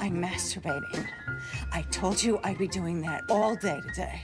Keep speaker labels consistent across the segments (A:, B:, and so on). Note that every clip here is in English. A: I'm masturbating. I told you I'd be doing that all day today.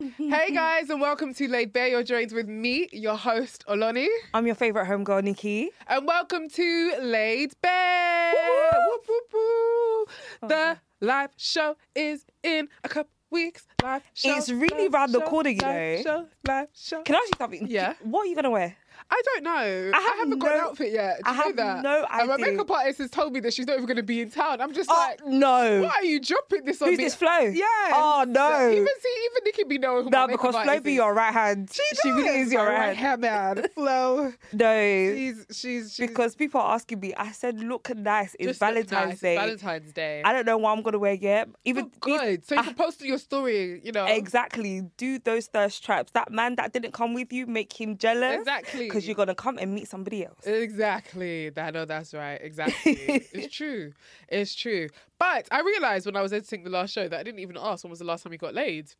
B: Hey
C: Mm-hmm.
B: guys, and welcome to Laid Bare. You're joined with me, your host Oloni,
C: I'm your favourite homegirl, Nikki.
B: and welcome to Laid Bare. Whoop, whoop,
C: Oh,
B: whoop. The live show is in a couple weeks. Live show.
C: It's really
B: live
C: round the
B: show,
C: corner, you
B: live
C: know.
B: Show, live show.
C: Can I ask you something?
B: Yeah.
C: What are you gonna wear?
B: I don't know. I,
C: have
B: haven't got an
C: no-
B: outfit yet. Do
C: I
B: you know
C: have
B: that?
C: no
B: And my
C: idea.
B: makeup artist has told me that she's not even going to be in town. I'm just like,
C: oh no.
B: why are you dropping this on
C: Who's
B: me?
C: this Flo?
B: Yeah.
C: Oh, no.
B: Even see, even Nikki be knowing who
C: No,
B: my makeup
C: because Flo
B: artist
C: be
B: is.
C: your right hand. She, really
B: does,
C: is your
B: my
C: right, hand.
B: hand man. Flo.
C: No.
B: She's she's, she's
C: Because people are asking me, I said look nice. It's
B: Just look
C: Valentine's
B: nice. It's
C: Day.
B: Valentine's Day.
C: I don't know what I'm gonna wear yet. Even Ah.
B: Oh, good. So you can post your story, you know.
C: Exactly. Do those thirst traps. That man that didn't come with you, make him jealous.
B: Exactly.
C: Because you're gonna come and meet somebody else.
B: Exactly. I know that's right. Exactly. it's true. It's true. But I realized when I was editing the last show that I didn't even ask when was the last time you got laid.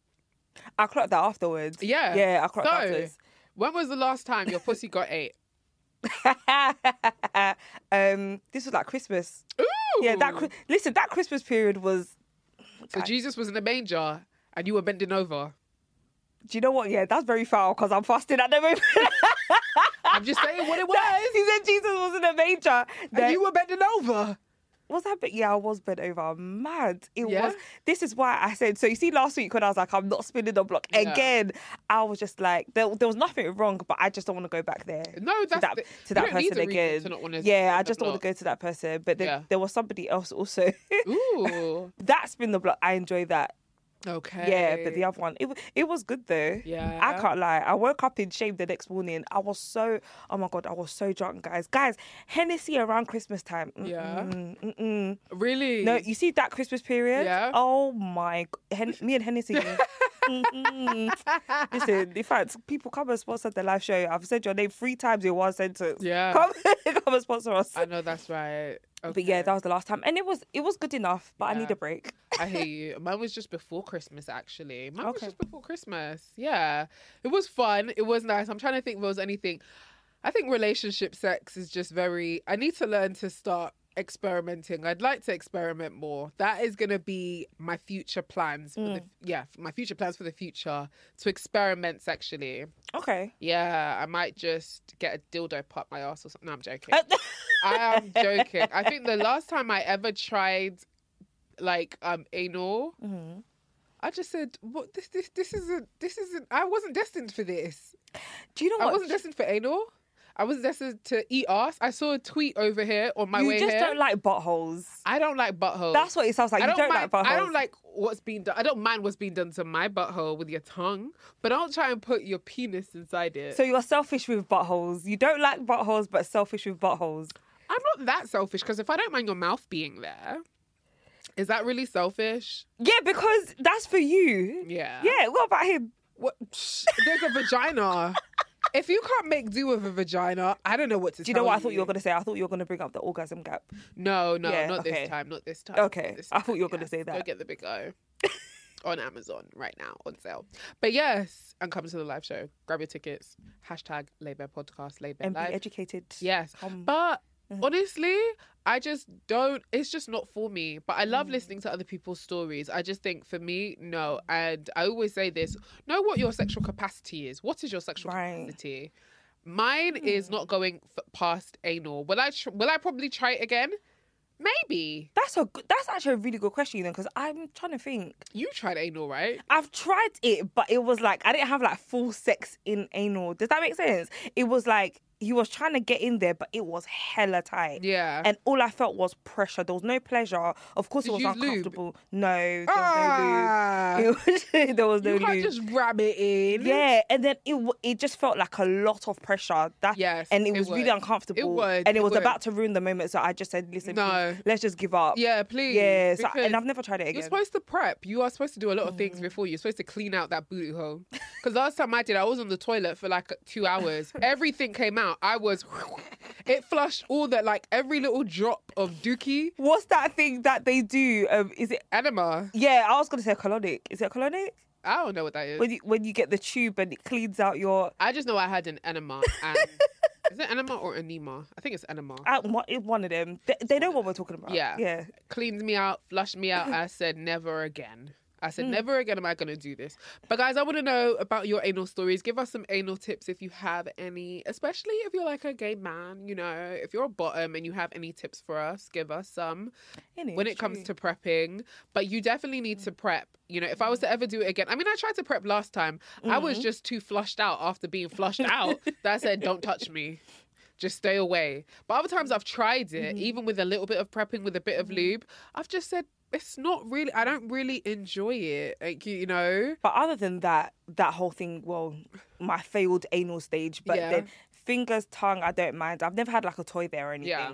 C: I clocked that afterwards.
B: Yeah.
C: Yeah, I clocked
B: so,
C: that afterwards.
B: When was the last time your pussy got ate?
C: um, this was like Christmas.
B: Ooh.
C: Yeah, that Chri- listen, that Christmas period was.
B: So Jesus was in the manger and you were bending over.
C: Do you know what? Yeah, that's very foul because I'm fasting at the moment.
B: I'm just saying what it
C: That-
B: was.
C: he said Jesus wasn't a major.
B: and you were bending over.
C: was that? But yeah, I was bent over. Mad. It
B: Yeah?
C: was. This is why I said. So you see, last week when I was like, I'm not spinning the block
B: Yeah.
C: again. I was just like, there, there was nothing wrong, but I just don't want to go back there.
B: No,
C: to
B: that's
C: that,
B: the-
C: to
B: you
C: that
B: don't need
C: person
B: a reason
C: again.
B: to not wanna
C: yeah,
B: spin
C: I
B: the
C: just don't want to go
B: block.
C: to that person. But then
B: Yeah.
C: there was somebody else also.
B: Ooh.
C: That's been the block. I enjoy that.
B: Okay.
C: Yeah, but the other one, it, wa- it was good though.
B: Yeah.
C: I can't lie. I woke up in shame the next morning. I was so, oh my God, I was so drunk, guys. Guys, Hennessy around Christmas time. Mm-mm,
B: Yeah.
C: mm, Mm-mm.
B: Really?
C: No, you see that Christmas period?
B: Yeah.
C: Oh my, g- Hen- me and Hennessy. Mm-mm. Listen, in fact, people come and sponsor the live show. I've said your name three times in one sentence.
B: Yeah.
C: Come, come and sponsor us.
B: I know that's right.
C: But yeah,
B: Okay.
C: that was the last time, and it was it was good enough. But I need a break.
B: I hear you. Mine was just before Christmas, actually. Mine was
C: Okay.
B: just before Christmas. Yeah. It was fun. It was nice. I'm trying to think if there was anything. I think relationship sex is just very. I need to learn to start experimenting. I'd like to experiment more. That is going to be my future plans. For
C: Mm.
B: the, yeah, my future plans for the future to experiment sexually.
C: Okay.
B: Yeah, I might just get a dildo put up my ass or something. No, I'm joking. I am joking. I think the last time I ever tried like um anal,
C: Mm-hmm.
B: I just said, "What this this this isn't this isn't I wasn't destined for this.
C: Do you know
B: I
C: what?
B: wasn't destined for anal. I was destined to eat ass. I saw a tweet over here on my
C: you
B: way
C: just
B: here.
C: don't like buttholes.
B: I don't like buttholes.
C: That's what it sounds like.
B: I
C: you
B: don't,
C: don't
B: mind,
C: like buttholes.
B: I don't like what's being done. I don't mind what's being done to my butthole with your tongue, but don't try and put your penis inside it.
C: So you're selfish with buttholes. You don't like buttholes, but selfish with buttholes.
B: I'm not that selfish because if I don't mind your mouth being there, is that really selfish?
C: Yeah, because that's for you.
B: Yeah.
C: Yeah. What about him?
B: What? There's a vagina. If you can't make do with a vagina, I don't know what to
C: Do you know what I thought you were
B: to
C: gonna say? I thought you were gonna bring up the orgasm gap.
B: No, no,
C: Yeah,
B: not
C: okay.
B: this time. Not this time.
C: Okay,
B: not this
C: I thought you were
B: time,
C: gonna say
B: Go
C: that.
B: get the big O on Amazon right now on sale. But yes, and come to the live show. Grab your tickets. Hashtag Labour Podcast. Labour
C: And be
B: Live.
C: educated.
B: Yes.
C: Come.
B: But
C: Mm-hmm.
B: honestly, I just don't, it's just not for me. But I
C: Mm.
B: love listening to other people's stories. I just think for me, no. And I always say this know what your sexual capacity is. What is your sexual
C: Right. Hmm.
B: capacity? Mine is not going f- past anal. Will I, tr- will I probably try it again? Maybe.
C: That's a good, that's actually a really good question, you know, because I'm trying to think.
B: You tried anal, right?
C: I've tried it, but it was like I didn't have like full sex in anal. Does that make sense? It was like he was trying to get in there, but it was hella tight.
B: Yeah.
C: And all I felt was pressure. There was no pleasure. Of course,
B: Did
C: it was
B: you use lube?
C: uncomfortable. No, there was
B: Ah.
C: no lube. It was, there was no
B: you can't
C: lube.
B: just ram it in.
C: Yeah, and then it w- it just felt like a lot of pressure. That
B: Yes,
C: and it
B: it
C: was
B: would.
C: really
B: It
C: uncomfortable.
B: would,
C: and it,
B: it
C: was
B: would.
C: about to ruin the moment, so I just said, "Listen,
B: No.
C: please, let's just give up."
B: Yeah, please.
C: Yeah, so,
B: because
C: and I've never tried it again. Mm.
B: You're supposed to prep. You are supposed to do a lot of things before. You're supposed to clean out that booty hole. Because last time I did, I was on the toilet for like two hours. Everything came out. I was. It flushed all that, like every little drop of dookie.
C: What's that thing that they do? Um, is it?
B: Enema.
C: Yeah, I was gonna say colonic. Is it colonic?
B: I don't know what that is.
C: When you when you get the tube and it cleans out your.
B: I just know I had an enema. And is it enema or enema? I think it's enema.
C: I, what, it's one of them. They, they know what we're talking about.
B: Yeah.
C: Yeah.
B: Cleaned me out, flushed me out. I said, never again. I said, never again am I going to do this. But guys, I want to know about your anal stories. Give us some anal tips if you have any, especially if you're like a gay man, you know, if you're a bottom and you have any tips for us, give us some
C: Innit?
B: when it comes to prepping. But you definitely need to prep. You know, if I was to ever do it again, I mean, I tried to prep last time. I was
C: Mm-hmm.
B: just too flushed out after being flushed out that I said, don't touch me. Just stay away. But other times I've tried it,
C: Mm-hmm.
B: even with a little bit of prepping, with a bit of lube, I've just said, it's not really, I don't really enjoy it. Like, you, you know?
C: But other than that, that whole thing, well, my failed anal stage, but
B: Yeah.
C: then fingers, tongue, I don't mind. I've never had like a toy there or anything.
B: Yeah.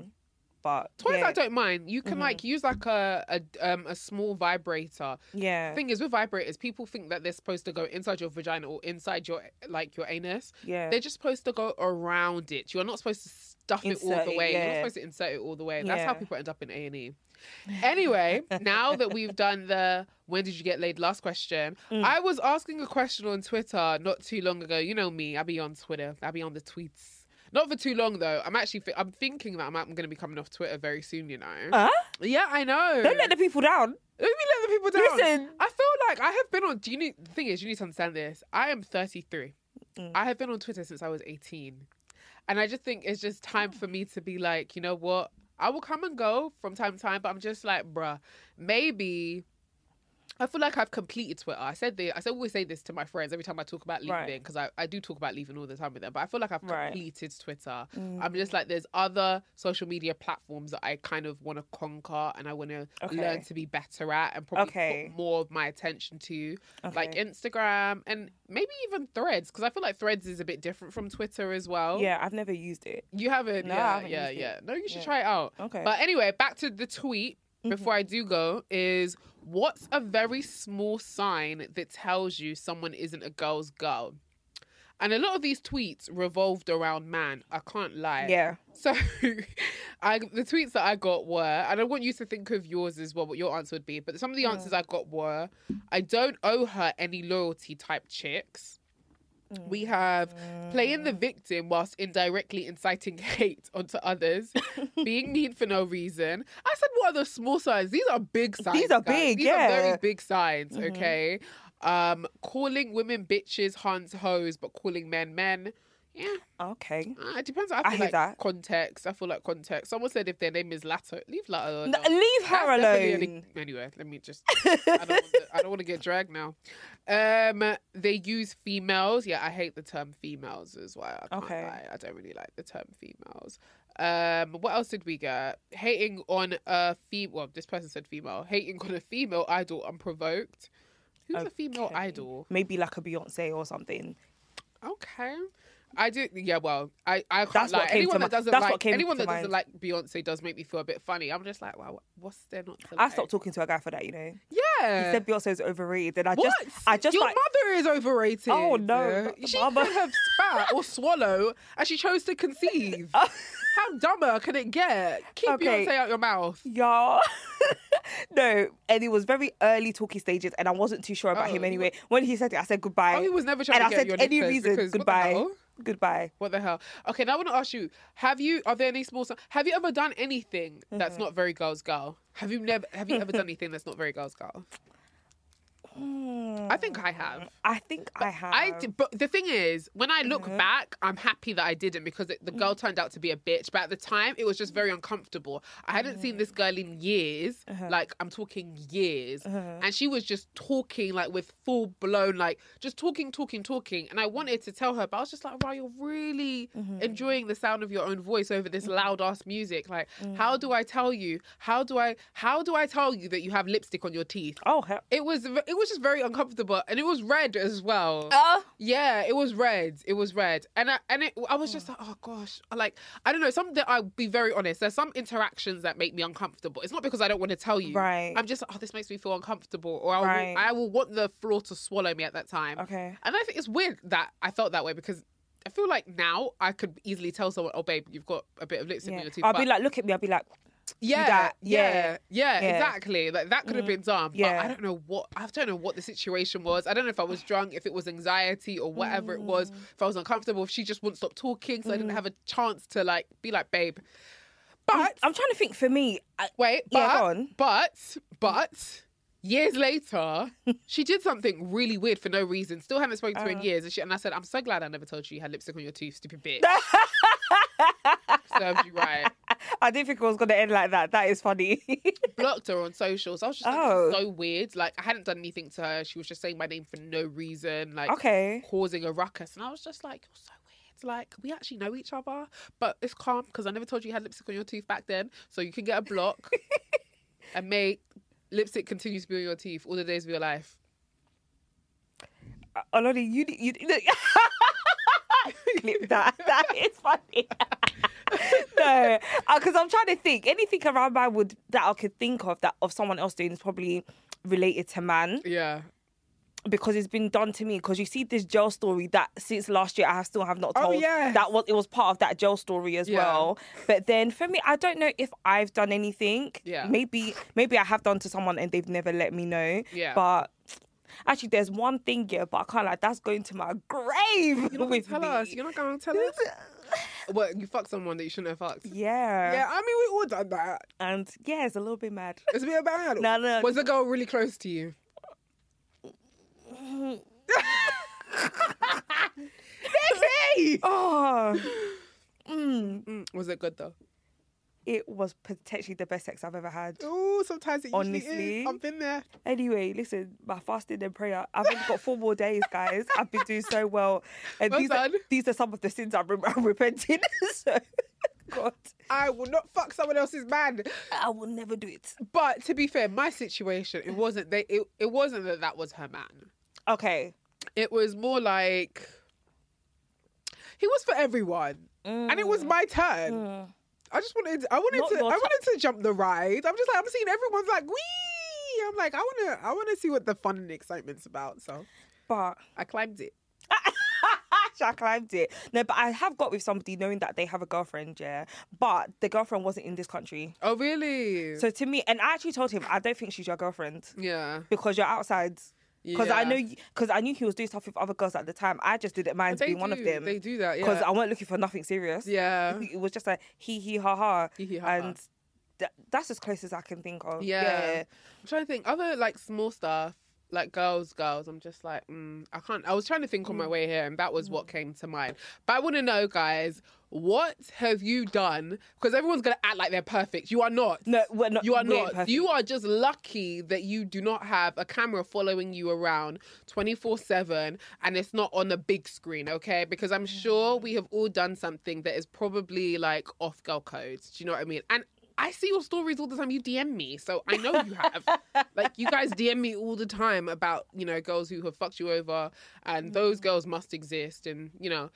C: But
B: Toys
C: yeah, Mm-hmm.
B: I don't mind. You can like use like a a, um, a small vibrator.
C: Yeah.
B: Thing is with vibrators, people think that they're supposed to go inside your vagina or inside your like your anus.
C: Yeah.
B: They're just supposed to go around it. You're not supposed to stuff it all
C: Insert
B: the
C: it,
B: way. You're not
C: yeah.
B: supposed to insert it all the way. That's how
C: Yeah.
B: people end up in A and E. Anyway, now that we've done the when did you get laid last question,
C: Mm.
B: I was asking a question on Twitter not too long ago. You know me, I'll be on Twitter, I'll be on the tweets. Not for too long though. I'm actually thi- I'm thinking that I'm, I'm going to be coming off Twitter very soon. You know.
C: Huh?
B: yeah, I know.
C: Uh, Don't let the people down.
B: Let me let the people down.
C: Listen.
B: I feel like I have been on. Do you need? The thing is, you need to understand this. I am 33.
C: Mm.
B: I have been on Twitter since I was 18, and I just think it's just time for me to be like, you know what? I will come and go from time to time, but I'm just like, bruh, maybe. I feel like I've completed Twitter. I said the, I always say this to my friends every time I talk about
C: Right.
B: leaving because I, I do talk about leaving all the time with them. But I feel like I've
C: Right. Mm.
B: completed Twitter. I'm just like there's other social media platforms that I kind of want to conquer and I want to learn
C: Okay.
B: to be better at and probably
C: Okay.
B: put more of my attention to like Instagram and maybe even Threads because I feel like Threads is a bit different from Twitter as well.
C: Yeah, I've never used it.
B: You haven't?
C: No, I
B: yeah,
C: haven't
B: yeah,
C: used it.
B: yeah. No, you should
C: Yeah.
B: try it out.
C: Okay. Mm-hmm.
B: But anyway, back to the tweet before I do go is what's a very small sign that tells you someone isn't a girl's girl? And a lot of these tweets revolved around man. I can't lie.
C: Yeah.
B: So, I the tweets that I got were, and I want you to think of yours as well, what your answer would be. But some of
C: Uh-huh.
B: the answers I got were, I don't owe her any loyalty type chicks. We have playing the victim whilst indirectly inciting hate onto others, being mean for no reason. I said, what are the small signs? These are big signs.
C: are
B: guys.
C: big,
B: These are very
C: yeah. Mm-hmm.
B: big signs. Okay, um, calling women bitches, huns, hoes, but calling men men. Yeah.
C: Okay.
B: Ah, it depends. I feel
C: hear
B: like
C: that.
B: context. I feel like context. Someone said if their name is Lato, leave Lato alone.
C: No, leave her
B: That's definitely
C: alone.
B: an- anyway, let me just. I don't, want to, I don't want to get dragged now. Um, they use females. Yeah, I hate the term females as well. I can't
C: Okay.
B: lie. I don't really like the term females. Um, what else did we get? Hating on a female. Well, this person said female. Hating on a female idol unprovoked. Who's a female idol?
C: Maybe like a Beyonce or something.
B: Okay. I do. Yeah. Well, I I can't
C: That's what
B: lie.
C: came to
B: Anyone that
C: mi-
B: doesn't
C: that's what
B: like
C: came
B: anyone
C: to
B: that doesn't
C: mind.
B: like Beyonce does make me feel a bit funny. I'm just like, wow, what- what's there not to?
C: I
B: like?
C: stopped talking to a guy for that, you know.
B: Yeah.
C: He said Beyonce's overrated, and I
B: what?
C: just, I just
B: your
C: like,
B: mother is overrated.
C: Oh, no,
B: she
C: Mama.
B: could have spat or swallow, and she chose to conceive. How dumber can it get? Keep
C: Okay.
B: Beyonce out your mouth.
C: y'all. no, and it was very early talking stages, and I wasn't too sure about
B: Oh,
C: him
B: he
C: anyway. When he said it, I said goodbye.
B: Oh, he was never trying
C: and
B: to
C: I
B: get
C: said
B: your
C: any
B: nippers
C: reason,
B: because what the
C: goodbye,
B: hell?
C: goodbye.
B: What the hell? Okay, now I want to ask you: Have you? Are there any small? si- Have you ever done anything that's not very girls' girl? Have you never? Have you ever done anything that's not very girls' girl? I think I have.
C: I think I have.
B: I did, but the thing is, when I look back, I'm happy that I didn't because it, the girl turned out to be a bitch. But at the time, it was just very uncomfortable. I hadn't seen this girl in years, like I'm talking years, and she was just talking like with full blown, like just talking, talking, talking. And I wanted to tell her, but I was just like, "Wow, you're really enjoying the sound of your own voice over this loud ass music. Like, how do I tell you? How do I? How do I tell you that you have lipstick on your teeth?
C: Oh, hell.
B: It was it was just very uncomfortable, and it was red as well.
C: Oh.
B: Yeah, it was red. It was red, and I and it, I was just like, oh gosh, like I don't know. Some that I'll be very honest. There's some interactions that make me uncomfortable. It's not because I don't want to tell you.
C: Right.
B: I'm just like, oh, this makes me feel uncomfortable, or I will,
C: Right.
B: I will want the floor to swallow me at that time.
C: Okay.
B: And I think it's weird that I felt that way because. I feel like now I could easily tell someone, "Oh, babe, you've got a bit of lipstick in
C: Yeah.
B: your teeth."
C: I'll
B: but-
C: be like, look at me. I'll be like,
B: yeah,
C: that.
B: yeah,
C: Yeah.
B: yeah,
C: Yeah. Mm.
B: exactly. Like that could have been done.
C: Yeah.
B: But I don't know what I don't know what the situation was. I don't know if I was drunk, if it was anxiety or whatever it
C: Mm.
B: was, if I was uncomfortable, if she just wouldn't stop talking, so I didn't have a chance to like be like, babe.
C: I'm,
B: But
C: I'm trying to think for me. I,
B: wait, but
C: yeah, go on.
B: but but years later, she did something really weird for no reason. Still haven't spoken to
C: Uh.
B: her in years, and, she, and I said, I'm so glad I never told you you had lipstick on your teeth, stupid bitch. Serves you right.
C: I didn't think it was going to end like that. That is funny.
B: blocked her on socials. I was just like,
C: Oh.
B: this is so weird. Like, I hadn't done anything to her. She was just saying my name for no reason, like,
C: Okay.
B: causing a ruckus. And I was just like, you're so weird. Like, we actually know each other, but it's calm because I never told you you had lipstick on your tooth back then. So you can get a block and make lipstick continue to be on your teeth all the days of your life.
C: Olodi, you, you, clip that. That is funny. no, because I'm trying to think. Anything around my would that I could think of that of someone else doing is probably related to man
B: Yeah.
C: because it's been done to me. Because you see this jail story that since last year I have still have not
B: Oh,
C: told.
B: yes.
C: That was it was part of that jail story as
B: Yeah.
C: well. But then for me, I don't know if I've done anything.
B: Yeah.
C: Maybe maybe I have done to someone and they've never let me know.
B: Yeah.
C: But actually, there's one thing here, but I can't like that's going to my grave
B: You're not going
C: with
B: to tell
C: me.
B: us. You're not going to tell us. What, you fucked someone that you shouldn't have fucked?
C: Yeah.
B: Yeah, I mean, we all done that.
C: And yeah, it's a little bit mad.
B: It's a bit bad.
C: No, no.
B: Was the girl really close to you?
C: Oh,
B: Was it good though?
C: it was potentially the best sex I've ever had.
B: Oh, sometimes it
C: usually is. Honestly. I've
B: been there.
C: Anyway, listen, my fasting and prayer. I've only got four more days, guys. I've been doing so well. And
B: Well
C: these are,
B: done.
C: these are some of the sins I'm, re- I'm repenting. so, God,
B: I will not fuck someone else's man.
C: I will never do it.
B: But to be fair, my situation, it wasn't they. It, it wasn't that that was her man.
C: Okay.
B: It was more like he was for everyone, and it was my turn. I just wanted. I wanted
C: Mm. Not
B: to. I
C: your tu-
B: wanted to jump the ride. I'm just like I'm seeing everyone's like wee. I'm like I wanna. I wanna see what the fun and excitement's about. So
C: But
B: I climbed it.
C: I climbed it. No, but I have got with somebody knowing that they have a girlfriend, yeah. But the girlfriend wasn't in this country.
B: Oh really?
C: So to me, and I actually told him, I don't think she's your girlfriend.
B: yeah.
C: because you're outside. Because I
B: Yeah.
C: know, because I knew he was doing stuff with other girls at the time. I just didn't mind
B: They
C: being one of
B: do-
C: them.
B: They do that. Yeah.
C: Because I weren't looking for nothing serious.
B: Yeah.
C: it was just like he he ha ha,
B: Hee, hee, ha, ha.
C: and tha- that's as close as I can think of.
B: Oh, Yeah. I'm trying to think other like small stuff, like girls, girls. I'm just like, mm, I can't. I was trying to think on my way here, and that was what came to mind. But I want to know, guys, what have you done? Because everyone's gonna act like they're perfect. You are not.
C: No, we're not-
B: You are
C: we're
B: not.
C: imperfect.
B: You are just lucky that you do not have a camera following you around 24 seven, and it's not on a big screen. Okay, because I'm
C: Mm.
B: sure we have all done something that is probably like off girl codes. Do you know what I mean? And I see your stories all the time. You DM me, so I know you have. like you guys DM me all the time about you know girls who have fucked you over, and those
C: Mm.
B: girls must exist, and you know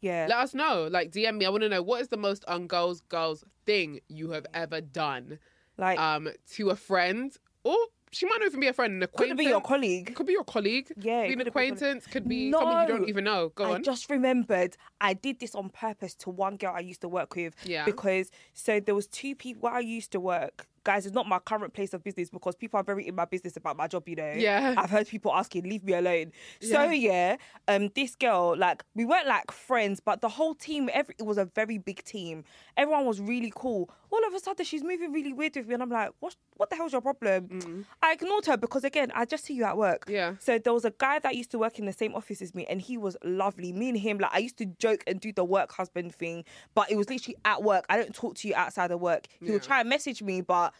C: yeah,
B: let us know. Like DM me. I want to know what is the most ungirls girls thing you have ever done,
C: like
B: um, to a friend or she might not even be a friend, an
C: could
B: acquaintance.
C: it be your colleague?
B: Could be your colleague.
C: Yeah, it
B: Could be an
C: could have been-
B: acquaintance. Could be someone you
C: No.
B: don't even know. Go
C: I
B: on.
C: just remembered I did this on purpose to one girl I used to work with.
B: Yeah.
C: Because so there was two people where I used to work. guys, it's not my current place of business because people are very in my business about my job, you know.
B: Yeah.
C: I've heard people asking, leave me alone. So yeah, um, this girl, like, we weren't like friends, but the whole team, every it was a very big team. Everyone was really cool. All of a sudden she's moving really weird with me, and I'm like, What what the hell's your problem? I ignored her because again, I just see you at work.
B: Mm. Yeah.
C: So there was a guy that used to work in the same office as me, and he was lovely. Me and him, like I used to joke and do the work husband thing, but it was literally at work. I don't talk to you outside of work. He would try and message me, but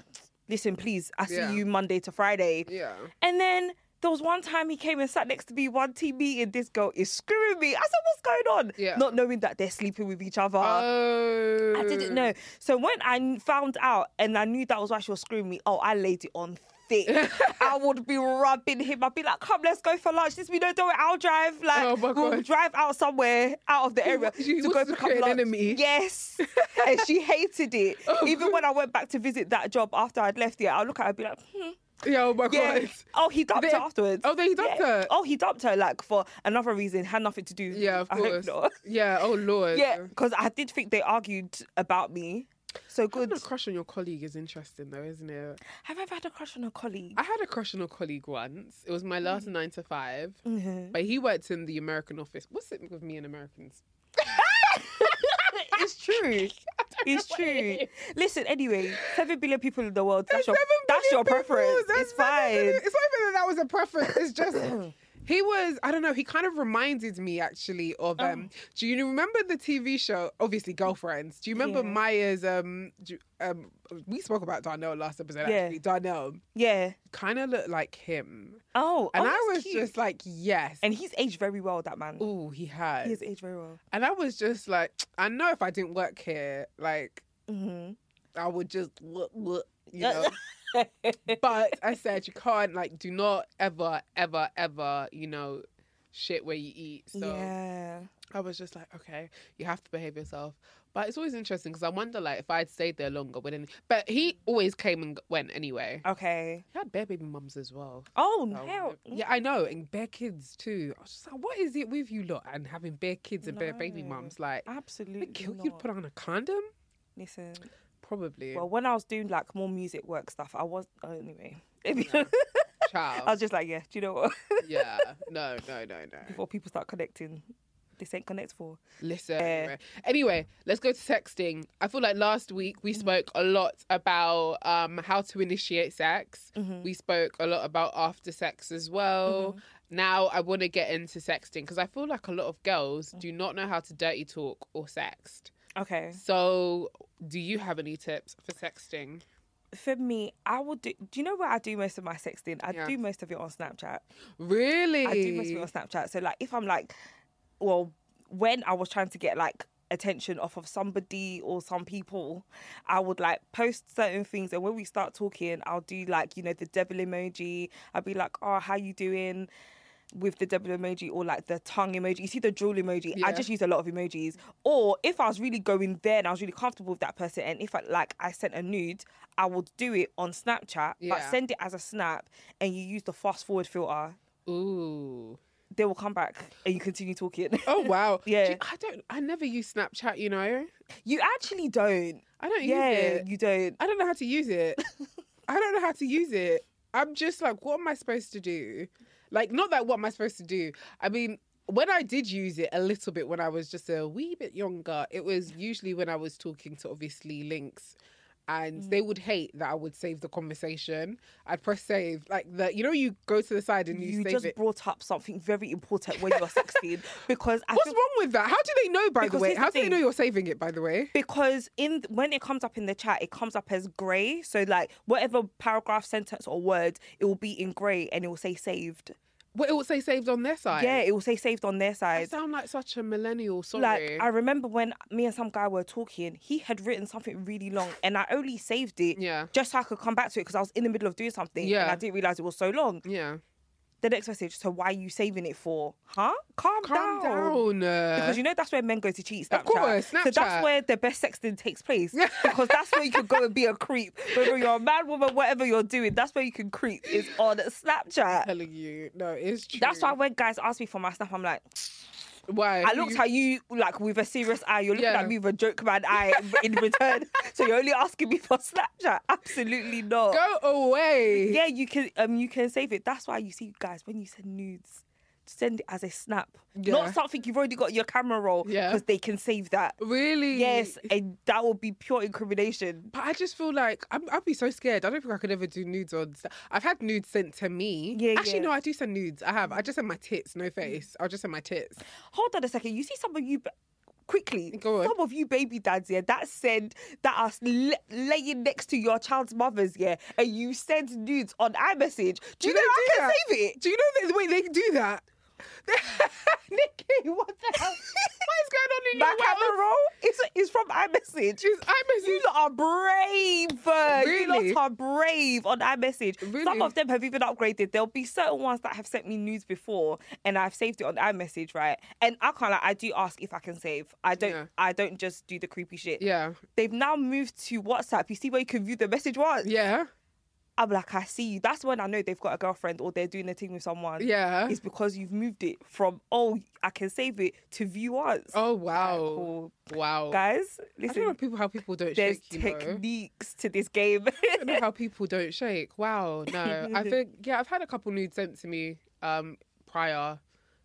C: listen, please, I see
B: Yeah.
C: you Monday to Friday.
B: Yeah.
C: And then there was one time he came and sat next to me one team meeting. This girl is screwing me. I said, what's going on?
B: Yeah.
C: Not knowing that they're sleeping with each other.
B: Oh.
C: uh, I didn't know. So when I kn- found out and I knew that was why she was screwing me, oh, I laid it on thick. I would be rubbing him. I'd be like, come, let's go for lunch. This we don't do it. I'll drive. Like,
B: Oh my
C: we'll
B: God.
C: drive out somewhere out of the area
B: wa- she
C: to go
B: wants to
C: pick up
B: create an
C: lunch.
B: enemy. Oh
C: Yes. and she hated it. Even when I went back to visit that job after I'd left it, I'll look at her and be like, hmm.
B: Yeah, oh my
C: Yeah.
B: God.
C: Oh, he dumped
B: They-
C: her afterwards.
B: Oh, they dumped
C: Yeah.
B: her.
C: Oh, he dumped her like for another reason, had nothing to do.
B: Yeah, of
C: I hope
B: course.
C: not.
B: Yeah, oh Lord.
C: Yeah, because I did think they argued about me. So good.
B: Having a crush on your colleague is interesting, though, isn't it?
C: Have I ever had a crush on a colleague?
B: I had a crush on a colleague once. It was my
C: Mm.
B: last nine to 5
C: Mm-hmm.
B: but he worked in the American office. What's it with me and Americans?
C: it's true. It's true. Listen, anyway, seven billion people in the world. That's your,
B: Seven
C: that's your
B: billion people,
C: preference.
B: that's
C: it's
B: not
C: fine.
B: even- it's not even that that was a preference. It's just he was. I don't know. He kind of reminded me actually of. Um, Do you remember the TV show? Obviously, girlfriends. Do you remember
C: Yeah.
B: Maya's? Um, do you- um, we spoke about Darnell last episode.
C: Yeah.
B: Actually, Darnell
C: Yeah.
B: kind of looked like him,
C: Oh,
B: and I
C: oh, that's
B: was
C: cute.
B: just like, yes.
C: and he's aged very well. That man.
B: oh, he has.
C: He has aged very well.
B: And I was just like, I know if I didn't work here, like
C: hmm
B: I would just what what you know. but I said you can't like do not ever ever ever you know shit where you eat. So
C: Yeah.
B: I was just like, okay, you have to behave yourself. But it's always interesting because I wonder like if I'd stayed there longer. But then, but he always came and went anyway.
C: Okay.
B: He had bear baby mums as well.
C: Oh,
B: So-
C: hell.
B: Yeah, I know, and bear kids too. I was just like, what is it with you lot and having bear kids and bear baby
C: No.
B: mums? Like,
C: Absolutely.
B: You'd kill- you'd
C: not.
B: put on a condom?
C: Listen.
B: Probably.
C: Well, when I was doing like more music work stuff, I was oh, anyway. I
B: Child.
C: was just like, yeah. Do you know what?
B: yeah. No, no, no, no.
C: Before people start connecting, this ain't connect for.
B: Listen. Anyway. Anyway, let's go to texting. I feel like last week
C: Mm-hmm.
B: we spoke a lot about um, how to initiate sex.
C: Mm-hmm.
B: We spoke a lot about after sex as well.
C: Mm-hmm.
B: Now I want to get into sexting because I feel like a lot of girls
C: Mm.
B: do not know how to dirty talk or sext.
C: Okay.
B: So, do you have any tips for sexting?
C: For me, I would do. Do you know where I do most of my sexting? I
B: Yeah.
C: do most of it on Snapchat.
B: Really?
C: I do most of it on Snapchat. So like, if I'm like, well, when I was trying to get like attention off of somebody or some people, I would like post certain things, and when we start talking, I'll do like you know the devil emoji. I'll be like, oh, how you doing? With the devil emoji or like the tongue emoji, you see the drool emoji. I
B: Yeah.
C: just use a lot of emojis. Or if I was really going there and I was really comfortable with that person, and if I like I sent a nude, I would do it on Snapchat, but
B: Yeah.
C: send it as a snap, and you use the fast forward filter
B: Ooh.
C: they will come back and you continue talking.
B: Oh wow. Do you-
C: Yeah.
B: I don't I never use Snapchat, you know.
C: You actually don't.
B: I don't
C: yeah,
B: use it.
C: you don't.
B: I don't know how to use it. I don't know how to use it. I'm just like, what am I supposed to do? Like, not that what am I supposed to do? I mean, when I did use it a little bit when I was just a wee bit younger, it was usually when I was talking to obviously links. And they
C: Mm.
B: would hate that I would save the conversation. I'd press save, like the you know you go to the side and you,
C: You
B: save
C: just
B: it.
C: brought up something very important when you're 16 because I
B: What's
C: feel-
B: wrong with that? How do they know? By the
C: Because
B: way,
C: here's the
B: how do they
C: thing.
B: know you're saving it? By the way,
C: because in when it comes up in the chat, it comes up as grey. So like whatever paragraph, sentence, or word, it will be in grey and it will say saved.
B: what it would say saved on their side.
C: Yeah, it will say saved on their
B: I
C: side.
B: sound like such a millennial. Sorry.
C: Like I remember when me and some guy were talking, he had written something really long, and I only saved it
B: Yeah.
C: just so I could come back to it because I was in the middle of doing something and
B: Yeah.
C: I didn't realize it was so long.
B: yeah.
C: the next message. So why are you saving it for? Huh? Calm,
B: Calm down. uh,
C: Because you know that's where men go to cheat Snapchat.
B: Of course,
C: So
B: Snapchat.
C: that's where the best sexting takes place. because that's where you can go and be a creep. Whether you're a man, woman, whatever you're doing, that's where you can creep is on Snapchat.
B: telling you. No, it's true.
C: That's why when guys ask me for my stuff, I'm like,
B: Why?
C: I looked at you like with a serious eye. You're looking
B: Yeah.
C: at me with a joke man eye in return. So you're only asking me for Snapchat? Absolutely not.
B: Go away.
C: Yeah, you can um you can save it. That's why you see guys when you send nudes, send it as a snap,
B: Yeah.
C: not something you've already got in your camera roll.
B: Yeah.
C: because they can save that.
B: Really?
C: Yes, and that will be pure incrimination.
B: But I just feel like I'm, I'd be so scared. I don't think I could ever do nudes on. Sta- I've had nudes sent to me.
C: Yeah,
B: Actually,
C: yeah. Mm.
B: no, I do send nudes. I have. I just send my tits, no face. I'll just send my tits.
C: Hold on a second. You see some of you. ba- Quickly,
B: Go on.
C: some of you baby dads, yeah, that said that are l- laying next to your child's mothers, yeah, and you send nudes on iMessage. Do you know I can save it?
B: Do you know that? Wait, they do that. Nikki, what the hell? what is going on in
C: My
B: your
C: camera
B: world?
C: roll is, is from
B: It's
C: iMessage.
B: iMessage.
C: You lot are brave. uh,
B: Really?
C: You lot are brave on iMessage.
B: Really?
C: Some of them have even upgraded. There'll be certain ones that have sent me news before and I've saved it on iMessage, right? And I can't like I do ask if I can save. I don't
B: Yeah.
C: I don't just do the creepy shit.
B: Yeah,
C: They've now moved to WhatsApp. You see where you can view the message once.
B: yeah,
C: I'm like, I see you. That's when I know they've got a girlfriend or they're doing a thing with someone.
B: yeah.
C: It's because you've moved it from oh I can save it to view once.
B: oh wow,
C: cool.
B: wow,
C: Guys,
B: I don't know
C: listen.
B: people how people don't
C: There's
B: shake. You know?
C: techniques to this game.
B: I don't know how people don't shake. Wow, no. I think yeah, I've had a couple nudes sent to me um prior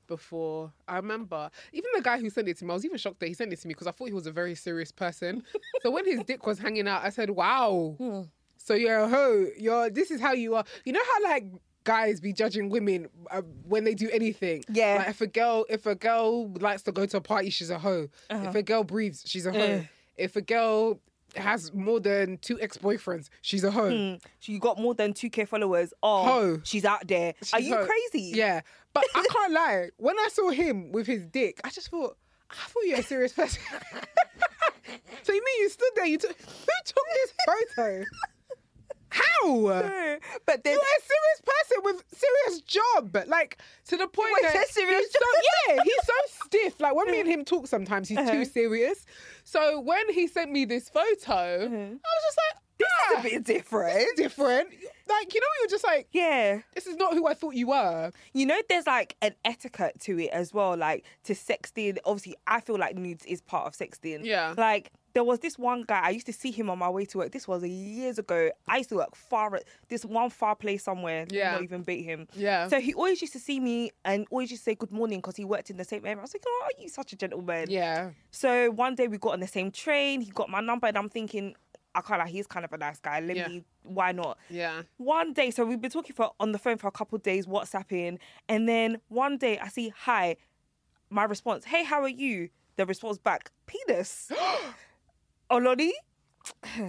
B: before. I remember even the guy who sent it to me, I was even shocked that he sent it to me because I thought he was a very serious person. so when his dick was hanging out, I said, Wow. So you're a hoe. You're this is how you are. You know how like guys be judging women uh, when they do anything.
C: Yeah.
B: Like if a girl if a girl likes to go to a party, she's a hoe. If a girl breathes, she's a hoe. If a girl has more than two ex-boyfriends, she's a hoe.
C: She got more than 2k followers. Oh,
B: Ho.
C: she's out there. Are
B: She's
C: you
B: hoe.
C: crazy?
B: Yeah. But I can't lie. When I saw him with his dick, I just thought, I thought you were a serious person. so you mean you stood there, you took who took this photo? How?
C: Yeah. But then
B: You're a serious person with serious job, like to the point
C: Wait,
B: that
C: a serious
B: he's so-
C: job? Uh-huh.
B: yeah, he's so stiff. Like when me and him talk, sometimes he's too serious. So when he sent me this photo, I was just like,
C: Uh-huh. this is
B: "Ah,
C: a bit different.
B: it's different. Like you know, you're just like,
C: Yeah.
B: this is not who I thought you were.
C: You know, there's like an etiquette to it as well, like to sexting. Obviously, I feel like nudes is part of sexting.
B: Yeah.
C: Like, there was this one guy, I used to see him on my way to work. This was years ago. I used to work far at this one far place somewhere. let me
B: Yeah.
C: Not even bait him.
B: Yeah.
C: So he always used to see me and always used to say good morning because he worked in the same area. I was like, oh, are you such a gentleman?
B: Yeah.
C: So one day we got on the same train. He got my number, and I'm thinking, I can't lie, he's kind of a nice guy. Let
B: Yeah.
C: me, why not?
B: Yeah.
C: One day, so we've been talking for on the phone for a couple of days, WhatsApping, and then one day I see, hi, my response, hey, how are you? The response back, penis. Oloni,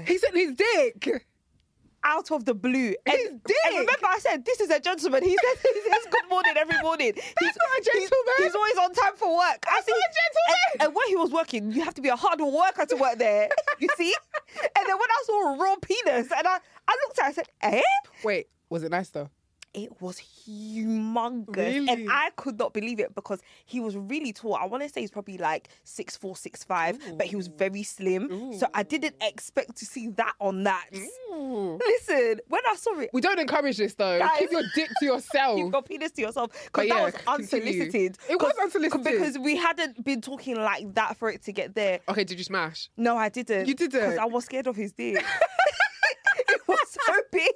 B: He sent his dick.
C: out of the blue. And,
B: His
C: and
B: dick.
C: remember, I said, this is a gentleman. He says, he says good morning every morning. he's,
B: not a gentleman.
C: He's, he's always on time for work. I
B: That's not a gentleman.
C: And, and when he was working, you have to be a hard worker to work there, you see? And then when I saw a raw penis, and I, I looked at it, I said, eh?
B: Wait, was it nice though?
C: It was humongous.
B: Really?
C: And I could not believe it because he was really tall. I want to say he's probably like six four, six five, but he was very slim. So I didn't expect to see that on that. Listen, when I saw it,
B: We don't encourage this though.
C: Guys.
B: Keep your dick to yourself.
C: Keep your penis to yourself
B: Oh. But
C: because
B: yeah,
C: that was
B: continue.
C: unsolicited.
B: It was
C: 'Cause- 'cause-
B: unsolicited.
C: because we hadn't been talking like that for it to get there.
B: okay, did you smash?
C: No, I didn't.
B: You didn't?
C: because I was scared of his dick. it was so big.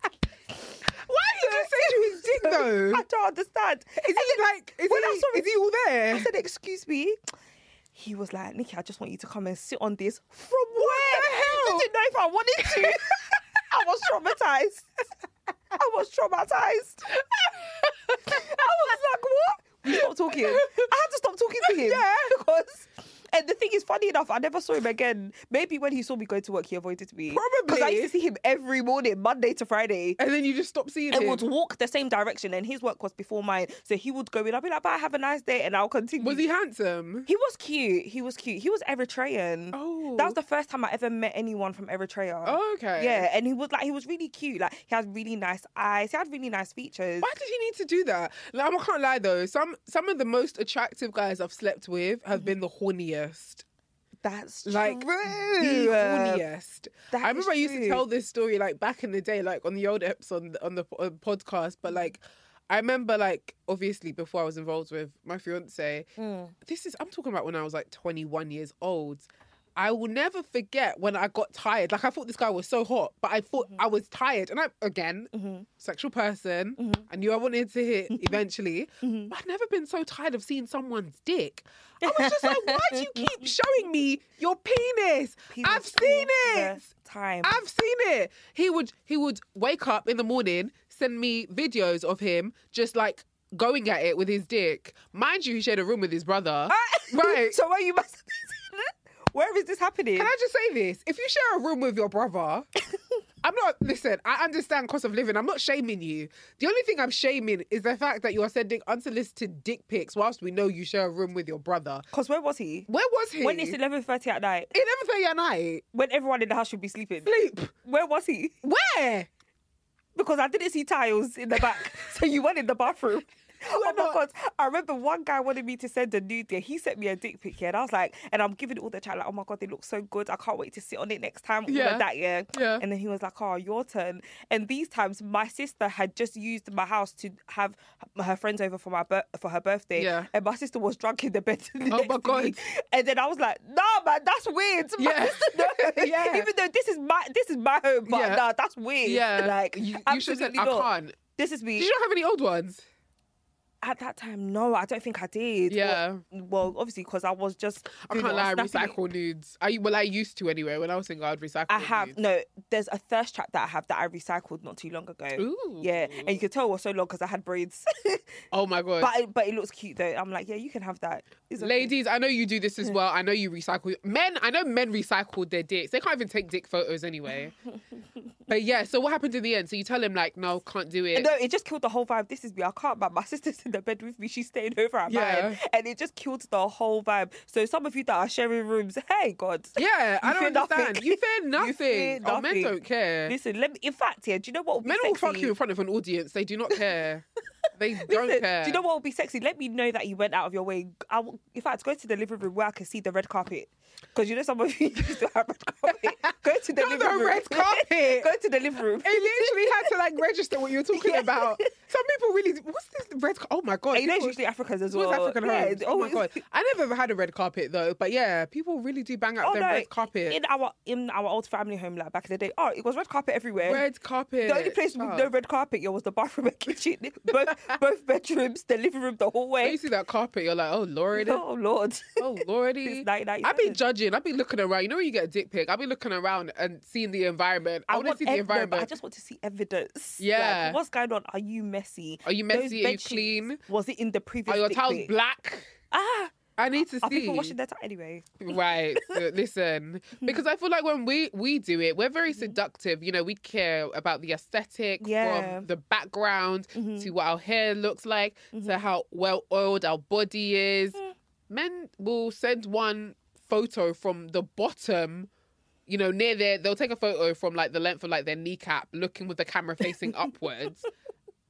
B: Why did you say to his dick though?
C: I don't understand.
B: Is he like? Is
C: when
B: he?
C: I saw
B: Is
C: it-
B: he all there?
C: I said, "Excuse me." He was like, "Nikki, I just want you to come and sit on this." From where?
B: hell?
C: I didn't know if I wanted to. I was traumatized. I was traumatized. I was like, "What?" We stopped talking. I had to stop talking to him.
B: Yeah.
C: because. And the thing is, funny enough, I never saw him again. Maybe when he saw me going to work, he avoided me. Because I
B: Probably.
C: used to see him every morning, Monday to Friday
B: and then you just stopped seeing
C: and
B: him.
C: would walk the same direction and his work was before mine so he would go in i'll be like bye have a nice day and i'll continue
B: Was he handsome?
C: he was cute he was cute he was eritrean
B: Oh.
C: that was the first time i ever met anyone from eritrea
B: Oh, okay.
C: yeah and he was like he was really cute like he had really nice eyes he had really nice features
B: Why did he need to do that? Like, I can't lie though. Some some of the most attractive guys I've slept with have been the horniest.
C: that's
B: like
C: true
B: the horniest.
C: That
B: I
C: is
B: remember I used to
C: true. Mm.
B: tell this story like back in the day, like on the old eps on the- on the uh, podcast, but like. I remember, like, obviously, before I was involved with my fiance,
C: Mm.
B: this is, I'm talking about when I was like 21 years old. I will never forget when I got tired. Like, I thought this guy was so hot, but I thought
C: Mm-hmm.
B: I was tired. And I, again, sexual person,
C: Mm-hmm.
B: I knew I wanted to hit eventually, but I'd never been so tired of seeing someone's dick. I was just like, why do you keep showing me your penis?
C: Penis
B: I've seen
C: all the
B: it.
C: time.
B: I've seen it. He would he would wake up in the morning, send me videos of him just like going at it with his dick. Mind you, he shared a room with his brother. right.
C: so where you must have been seeing it? Where is this happening?
B: Can I just say this? If you share a room with your brother, I'm not listen, I understand cost of living. I'm not shaming you. The only thing I'm shaming is the fact that you are sending unsolicited dick pics whilst we know you share a room with your brother.
C: Because where was he?
B: Where was he?
C: When it's eleven thirty at night,
B: eleven thirty at night.
C: when everyone in the house should be sleeping.
B: Sleep.
C: Where was he?
B: Where?
C: Because I didn't see tiles in the back, so you went in the bathroom. Oh my
B: not-
C: god! I remember one guy wanted me to send a nude. Yeah, he sent me a dick pic. Yeah, and I was like, and I'm giving it all the chat like, oh my god, they look so good. I can't wait to sit on it next time. All
B: Yeah.
C: of that. Yeah.
B: Yeah.
C: And then he was like, oh, your turn. And these times, my sister had just used my house to have her friends over for my bir- for her birthday.
B: Yeah.
C: And my sister was drunk in the bed. the
B: Oh my
C: next to me.
B: God.
C: And then I was like, nah, man, that's weird. My
B: Yeah.
C: sister knows.
B: Yeah.
C: Even though this is my this is my home, but
B: Yeah.
C: nah, that's weird.
B: Yeah,
C: Like
B: you, you should have said
C: absolutely
B: I
C: not.
B: can't.
C: This is me.
B: Did you not have any old ones?
C: At that time, no, I don't think I did. Well-
B: Yeah.
C: Well, obviously, because I was just.
B: I
C: doing
B: can't
C: it
B: lie, I
C: on Snapchat.
B: recycle nudes. I well, I used to anyway. When I was single, I'd recycle.
C: I have
B: nudes.
C: no. There's a thirst trap that I have that I recycled not too long ago.
B: Ooh.
C: Yeah, and you could tell it was so long because I had braids.
B: Oh my god,
C: but it, but it looks cute though. I'm like, yeah, you can have that. It's okay.
B: ladies, I know you do this as well. I know you recycle. Men, I know men recycled their dicks. They can't even take dick photos anyway. but yeah, so what happened in the end? So you tell him like, no, can't do it.
C: No, it just killed the whole vibe. This is me. I can't, man. My sister's in the bed with me. She's staying over at
B: Yeah.
C: mine. And it just killed the whole vibe. So some of you that are sharing rooms, hey, God.
B: Yeah, I
C: You
B: don't
C: fear nothing.
B: understand. You fear
C: You fear
B: nothing. Oh, men
C: nothing.
B: don't care.
C: Listen, let me, in fact, yeah, do you know what would be
B: men will fuck
C: sexy?
B: you in front of an audience. They do not care. they don't
C: Listen,
B: care.
C: Do you know what would be sexy? Let me know that you went out of your way. I will, in fact, go to the living room where I can see the red carpet. Because you know some of you used to have red carpet. Go to the
B: Not
C: living
B: the
C: room.
B: red carpet.
C: go to the living room.
B: It literally had to like register what you were talking about. Some people really. What's this red? ca- Oh my god!
C: And you know, it's
B: people-
C: usually Africans as
B: It was
C: well.
B: African
C: Yeah,
B: homes.
C: they
B: Oh my
C: always-
B: god! I never had a red carpet though, but yeah, people really do bang out
C: Oh
B: their
C: no!
B: red carpet.
C: In our in our old family home, like back in the day, oh, it was red carpet everywhere.
B: red carpet.
C: The only place with no
B: child.
C: red carpet, yo, was the bathroom and kitchen. both both bedrooms, the living room, the
B: When
C: hallway.
B: you see that carpet, you're like, oh lordy,
C: Oh Lord!
B: oh lordy.
C: It's 1997.
B: I be judging. I be looking around. You know when you get a dick pic, I be looking around and seeing the environment. I, want to see the
C: ev- no, but
B: environment.
C: I just want to see evidence. Like,
B: Yeah.
C: what's going on? Are you messy?
B: Are you
C: Those
B: messy? Are you
C: bed sheets,
B: clean?
C: Was it in the previous?
B: Are your
C: dick
B: towels
C: pic?
B: black?
C: Ah,
B: I need to
C: are
B: see.
C: people washing their towel anyway?
B: right so listen because i feel like when we we do it we're
C: Mm-hmm.
B: very seductive you know we care about the aesthetic
C: Yeah. Mm-hmm.
B: from the background to what our hair looks like to how well oiled our body is
C: Mm.
B: men will send one photo from the bottom you know near there they'll take a photo from like the length of like their kneecap looking with the camera facing upwards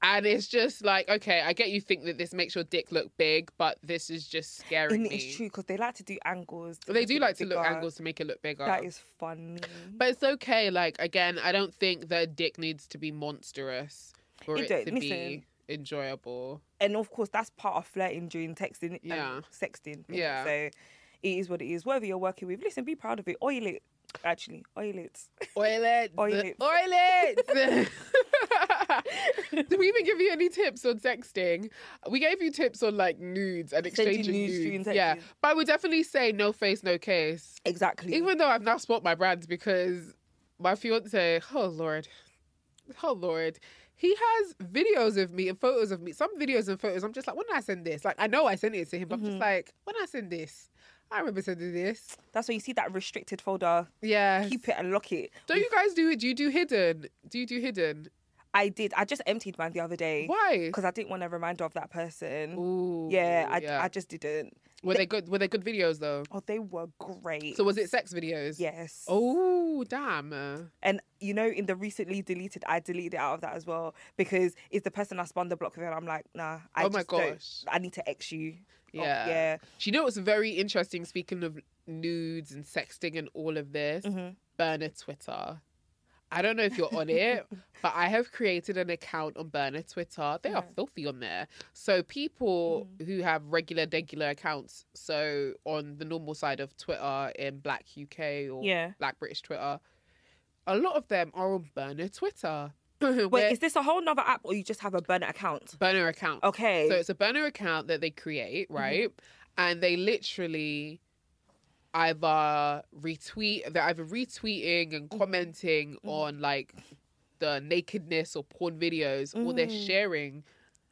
B: and it's just like okay i get you think that this makes your dick look big but this is just scaring
C: And
B: me
C: it's true because they like to do angles. to
B: they
C: make
B: do
C: it
B: like to look
C: bigger.
B: angles to make it look bigger.
C: That is funny.
B: but it's okay. Like again, I don't think their dick needs to be monstrous for
C: It
B: it,
C: don't-
B: to
C: listen.
B: be enjoyable.
C: and of course that's part of flirting during texting and
B: Yeah.
C: sexting. you know,
B: Yeah.
C: So it is what it is. Whatever you're working with, listen, be proud of it. Oil it. Actually, oil it.
B: Oil it,
C: Oil it.
B: oil it. Did we even give you any tips on texting? We gave you tips on like nudes and
C: Sending
B: exchanging
C: nudes
B: nudes.
C: during
B: yeah,
C: texting.
B: but I would definitely say no face, no case.
C: Exactly.
B: Even though I've now spoilt my brands because my fiance, oh lord, oh lord, he has videos of me and photos of me. Some videos and photos, I'm just like, when did I send this? Like, I know I sent it to him, but I'm
C: Mm-hmm.
B: just like, when did I send this, I remember sending this.
C: that's why you see that restricted folder.
B: Yeah.
C: Keep it and lock it.
B: Don't you guys do it? Do you do hidden? Do you do hidden?
C: I did. I just emptied mine the other day.
B: Why?
C: Because I didn't want a reminder of that person.
B: Ooh,
C: yeah, I,
B: yeah.
C: I just didn't.
B: Were they good? Were they good videos though?
C: Oh, they were great.
B: So was it sex videos?
C: Yes.
B: Oh damn.
C: And you know, in the recently deleted, I deleted it out of that as well because it's the person I spun the block with, and I'm like, nah. I
B: Oh my
C: just don't-
B: gosh.
C: I need to X you. Oh,
B: Yeah.
C: yeah.
B: Do you know what's very interesting?
C: Mm-hmm.
B: Speaking of nudes and sexting and all of this, burner Twitter. I don't know if you're on it, but I have created an account on Burner Twitter. They are filthy on there. So people
C: Mm.
B: who have regular, regular accounts, so on the normal side of Twitter in Black UK or
C: Yeah.
B: Black British Twitter, a lot of them are on Burner Twitter. Wait,
C: Wait, is this a whole nother app or you just have a burner account?
B: burner account.
C: Okay. Mm-hmm.
B: So it's a burner account that they create, right? And they literally either retweet, they're either retweeting and
C: Mm-hmm.
B: commenting on like the nakedness or porn videos, or they're
C: Mm.
B: sharing.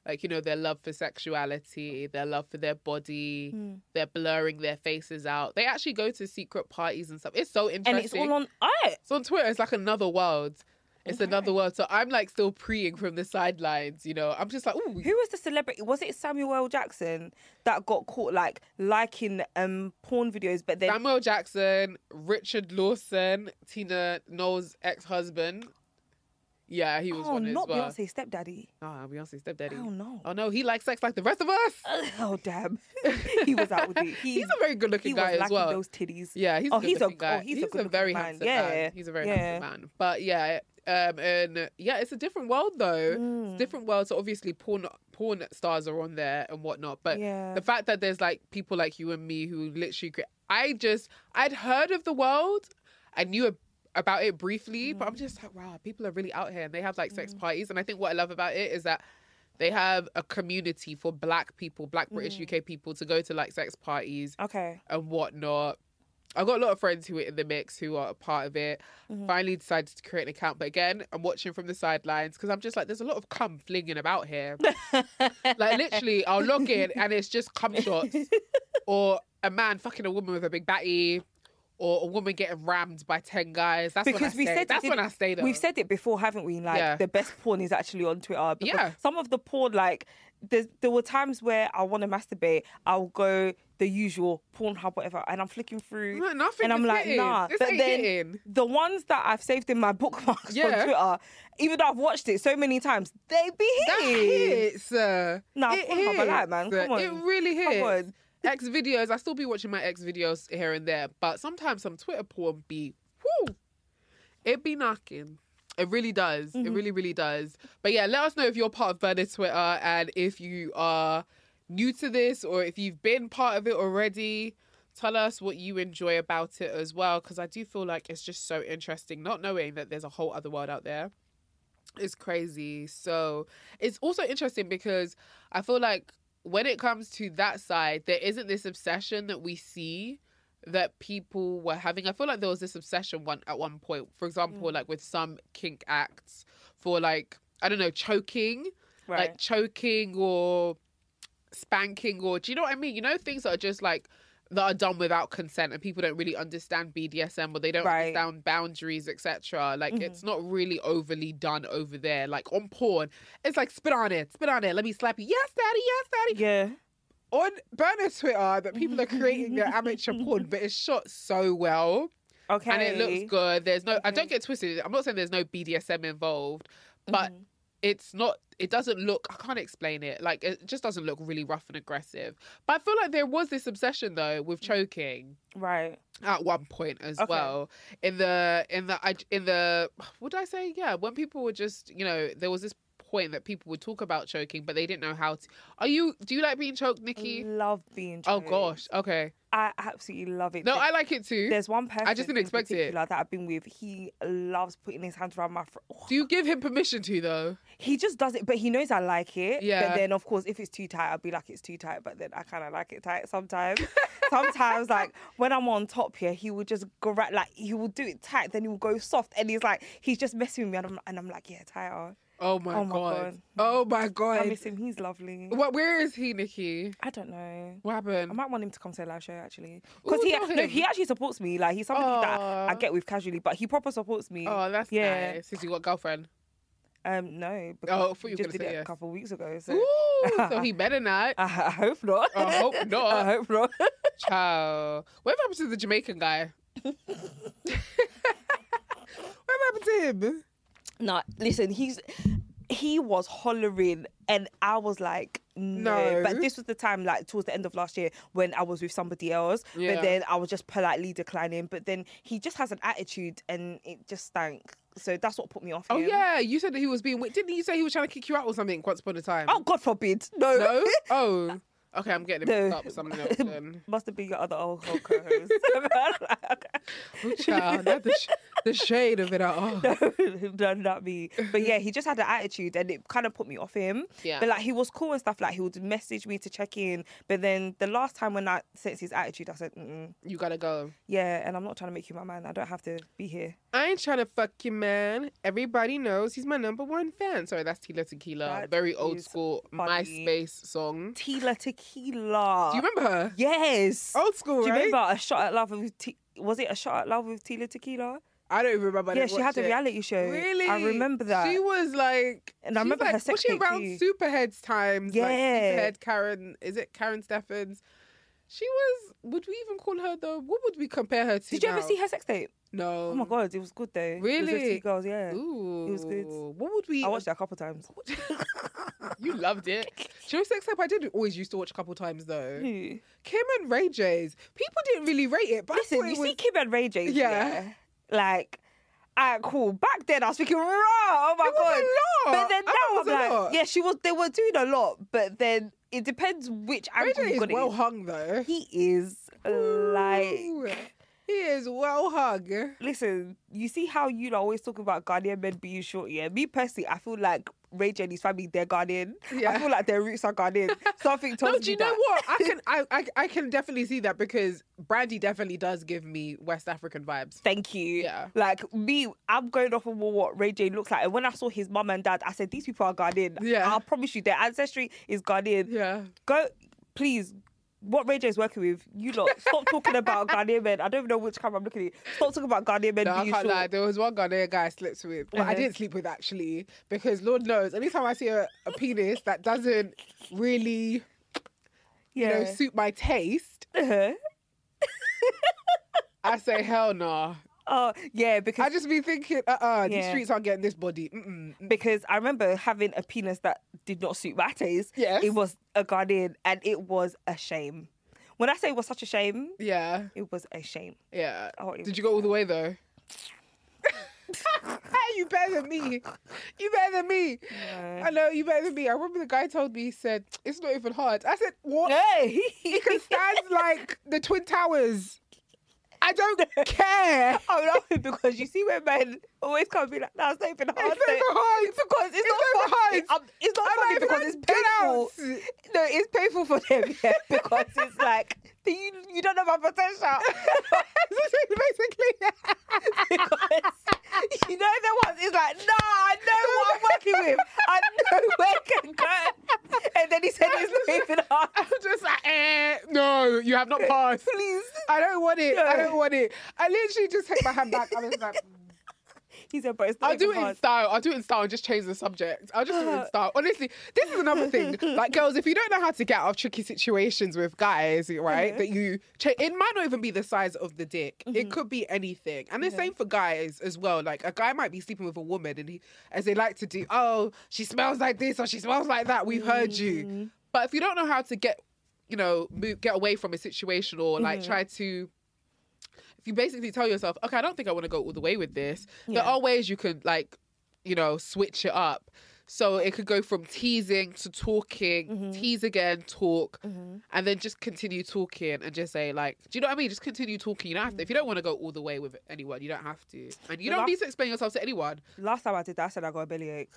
B: Like, you know, their love for sexuality, their love for their body,
C: Mm.
B: they're blurring their faces out. They actually go to secret parties and stuff. It's so interesting.
C: and it's all on art.
B: So on Twitter, it's like another world. It's another world. So I'm like still preeing from the sidelines, you know. I'm just like, ooh,
C: Who was the celebrity? Was it Samuel L. Jackson that got caught like liking um porn videos, but then
B: Samuel Jackson, Richard Lawson, Tina Knowles' ex-husband. Yeah, he was
C: oh,
B: one as
C: not
B: well.
C: Beyonce's stepdaddy.
B: Ah, Beyonce's stepdaddy.
C: Oh, no.
B: Oh no, he likes sex like the rest of us.
C: Oh damn, he was out with it. He,
B: He's a very good-looking
C: he
B: guy
C: was
B: as
C: liking
B: well.
C: Those titties.
B: Yeah, he's
C: oh,
B: a good
C: he's a
B: looking guy.
C: oh, he's, a, good
B: very
C: man.
B: handsome
C: yeah.
B: man. He's a very
C: yeah.
B: handsome man. But yeah, um, and yeah, it's a different world though. It's
C: Mm.
B: a different world. So obviously, porn porn stars are on there and whatnot. But
C: Yeah.
B: the fact that there's like people like you and me who literally, cre- I just I'd heard of the world, I knew ab- about it briefly, but I'm just like, wow, people are really out here and they have like sex parties. And I think what I love about it is that they have a community for Black people, Black British UK people to go to like sex parties
C: Okay.
B: and whatnot. I've got a lot of friends who are in the mix who are a part of it.
C: Mm-hmm.
B: Finally decided to create an account. But again, I'm watching from the sidelines because I'm just like, there's a lot of cum flinging about here. like, literally, I'll log in and it's just cum shots or a man fucking a woman with a big batty or a woman getting rammed by 10 guys. That's when I
C: Because we
B: stay.
C: said it,
B: That's when
C: didn't-
B: I stay there.
C: We've said it before, haven't we? Like
B: Yeah.
C: the best porn is actually on Twitter. because
B: Yeah.
C: Some of the porn, like there, there were times where I want to masturbate, I'll go the usual Pornhub, whatever, and I'm flicking through,
B: No, nothing
C: and I'm
B: is
C: like,
B: hitting.
C: nah.
B: This
C: but
B: ain't
C: then
B: hitting.
C: the ones that I've saved in my bookmarks
B: Yeah.
C: on Twitter, even though I've watched it so many times, they be
B: That
C: hitting.
B: hits. Uh,
C: Nah,
B: it
C: Pornhub
B: hits.
C: alive, man. Come on.
B: It really
C: Come
B: hits.
C: on.
B: X videos. I still be watching my X videos here and there, but sometimes some Twitter porn be whoo. It be knocking. It really does.
C: Mm-hmm.
B: It really, really does. But yeah, let us know if you're part of Burner Twitter and if you are new to this or if you've been part of it already. Tell us what you enjoy about it as well, because I do feel like it's just so interesting not knowing that there's a whole other world out there. It's crazy. So it's also interesting because I feel like when it comes to that side, there isn't this obsession that we see that people were having. I feel like there was this obsession one at one point, for example, like with some kink acts for like I don't know choking, like
C: Right.
B: choking or spanking or do you know what I mean? You know things that are just like that are done without consent and people don't really understand BDSM or they don't
C: Right. Mm-hmm.
B: understand boundaries, etc. Like it's not really overly done over there. Like on porn, it's like spit on it, spit on it, let me slap you. Yes, daddy, yes, daddy.
C: Yeah.
B: On burner Twitter that people are creating their amateur porn, but it's shot so well
C: Okay. Mm-hmm.
B: and it looks good. There's no, I don't get twisted. I'm not saying there's no BDSM involved, but
C: Mm-hmm.
B: it's not. It doesn't look. I can't explain it. Like it just doesn't look really rough and aggressive. But I feel like there was this obsession though with choking
C: Right.
B: at one point as
C: Okay.
B: well in the in the I in the what did I say? Yeah, when people were just you know there was this point that people would talk about choking, but they didn't know how to. Are you? Do you like being choked, Nikki?
C: Love being.
B: Oh
C: true.
B: gosh. Okay.
C: I absolutely love it.
B: No,
C: There-
B: I like it too.
C: There's one person
B: I just didn't
C: in
B: expect it.
C: particular that I've been with. He loves putting his hands around my. Fr- oh,
B: Do you give him permission to though?
C: he just does it, but he knows I like it.
B: Yeah.
C: But then, of course, if it's too tight, I'll be like, it's too tight. But then I kind of like it tight sometimes. sometimes, like when I'm on top here, he will just grab, like he will do it tight, then he will go soft, and he's like, he's just messing with me, and I'm, and I'm like, yeah, tighter.
B: Oh my,
C: Oh my
B: god.
C: God.
B: Oh my god.
C: I miss him. He's lovely.
B: What? Where is he, Nikki?
C: I don't know.
B: What
C: I
B: happened?
C: might want him to come to a live show actually, because
B: Ooh,
C: he
B: tell
C: no,
B: him.
C: he actually supports me. Like he's somebody that I, I
B: Aw.
C: get with casually, but he proper supports me.
B: Oh, that's
C: yeah.
B: nice. Since you got a girlfriend.
C: Um, no,
B: Oh, I
C: because
B: thought you
C: we
B: were
C: just
B: gonna
C: did
B: say
C: it a
B: yes.
C: couple of weeks ago. So
B: Ooh, so he better not.
C: I, I hope not.
B: I hope not.
C: I hope not.
B: Child. What happened to the Jamaican guy? what happened to him?
C: no, listen, he's he was hollering, and I was like, no.
B: No.
C: But this was the time, like towards the end of last year, when I was with somebody else.
B: Yeah.
C: But then I was just politely declining. But then he just has an attitude, and it just stank. So that's what put me off.
B: Oh
C: him.
B: yeah, you said that he was being. wi- Didn't you say he was trying to kick you out or something once upon a time?
C: Oh God forbid. No.
B: no. Oh, okay. I'm getting it mixed
C: No.
B: up. with Something else. Then.
C: Must have been your other old old co-host.
B: Oh, child, that the, sh- the shade of it all.
C: no, not me. But yeah, he just had an attitude and it kind of put me off him.
B: Yeah.
C: But like he was cool and stuff. Like he would message me to check in. But then the last time when I sensed his attitude, I said, Mm-mm.
B: You gotta go.
C: yeah. And I'm not trying to make you my man. I don't have to be here.
B: I ain't trying to fuck you, man. Everybody knows he's my number one fan. Sorry, that's Tila Tequila.
C: That
B: Very old
C: is
B: school
C: funny.
B: MySpace song.
C: Tila Tequila.
B: Do you remember her?
C: Yes.
B: Old school,
C: Do you
B: right?
C: remember a shot at love with T- was it a shot at love with Tila Tequila?
B: I don't even remember. I
C: yeah,
B: didn't
C: she had
B: watch
C: a
B: it.
C: reality show.
B: Really?
C: I remember that.
B: She was like,
C: And I
B: she
C: remember
B: was
C: her
B: like,
C: sex
B: was she
C: tape
B: around
C: too.
B: Superheads times? like
C: Yeah.
B: Superhead Karen. Is it Karen Steffens? She was. Would we even call her though? What would we compare her to?
C: Did you ever
B: now?
C: see her sex tape?
B: No.
C: Oh my god, it was good though. It was with
B: Really?
C: two girls, yeah.
B: Ooh.
C: It was good.
B: What would we?
C: I watched that a couple times.
B: You loved it. Show sex tape. I did always used to watch a couple times though.
C: Who?
B: Kim and Ray J's. People didn't really rate it, but I
C: Listen,
B: thought
C: you
B: it was...
C: see Kim and Ray J.
B: Yeah.
C: Yeah. Like, alright, cool. Back then I was thinking raw. Oh my
B: It was
C: god.
B: a lot.
C: But then
B: I
C: now
B: thought it was
C: I'm
B: a
C: like,
B: lot.
C: yeah, she was. They were doing a lot, but then it depends which
B: Ray
C: angle
B: J
C: you
B: is
C: got oh it.
B: well
C: in.
B: hung though.
C: He is
B: Ooh.
C: like.
B: he is well hung.
C: Listen, you see how you lot always talk about Ghanaian men being short, yeah? Me personally, I feel like Ray J and his family, they're Ghanaian.
B: Yeah.
C: I feel like their roots are Ghanaian. Something tells
B: No,
C: me
B: do you know
C: that.
B: what? I can I, I I can definitely see that because Brandy definitely does give me West African vibes.
C: Thank you.
B: Yeah.
C: Like me, I'm going off of what Ray J looks like. And when I saw his mum and dad, I said, These people are Ghanaian.
B: Yeah.
C: I'll promise you, their ancestry is Ghanaian.
B: Yeah.
C: Go please. What Ray J is working with, you lot, stop talking about Ghanaian men. I don't even know which camera I'm looking at. Stop talking about Ghanaian men
B: No, I
C: being
B: can't
C: short.
B: lie. There was one Ghanaian guy I slept with. Well, I
C: Uh-huh.
B: didn't sleep with actually because Lord knows, anytime I see a, a penis that doesn't really you
C: yeah.
B: know suit my taste,
C: Uh-huh.
B: I say hell nah.
C: Oh, yeah, because
B: I just be thinking, uh, uh these
C: Yeah.
B: streets aren't getting this body. Mm-mm.
C: because I remember having a penis that did not suit my taste.
B: Yes.
C: It was a guardian and it was a shame. When I say it was such a shame,
B: Yeah,
C: it was a shame.
B: yeah.
C: Oh, it
B: Did you
C: was
B: go all the way though? you better than me. You better than me. I know you better than me. I remember the guy told me he said it's not even hard. I said what?
C: Hey!
B: It can stand like the twin towers. I don't
C: Oh,
B: care.
C: I'm laughing because you see where men always come and be like, no, it's not even hard.
B: It's not
C: though."
B: even hard.
C: Because it's,
B: It's
C: not,
B: not even hard. I'm not even
C: funny. Um, it's not funny because
B: like,
C: it's
B: "Get out."
C: painful. No, it's painful for them, yeah, because it's like, you, you don't know my potential.
B: Basically,
C: because you know the ones it's like, nah, I know what I'm working with. I know where I can go. And then he said it's not even hard.
B: I'm just like, eh, no, you have not passed.
C: Please.
B: I don't want it. I
C: No.
B: don't want it. I literally just take my hand back. I was like,
C: He said, but it's not
B: I'll do
C: even
B: it in
C: hard.
B: style. I'll do it in style and just change the subject. I'll just do it in style. Honestly, this is another thing. Like, girls, if you don't know how to get out of tricky situations with guys, right, that you, cha- it might not even be the size of the dick. It could be anything. And the same for guys as well. Like, a guy might be sleeping with a woman and he, as they like to do, oh, she smells like this or she smells like that. We've heard you. But if you don't know how to get, you know, move, get away from a situation or like try to, if you basically tell yourself, okay, I don't think I want to go all the way with this, there are ways you could like, you know, switch it up. So it could go from teasing to talking,
C: Mm-hmm.
B: tease again, talk, and then just continue talking and just say like, do you know what I mean? Just continue talking. You don't have to. If you don't want to go all the way with anyone, you don't have to, and you
C: Well,
B: don't
C: I-
B: need to explain yourself to anyone.
C: Last time I did that, I said I got a bellyache.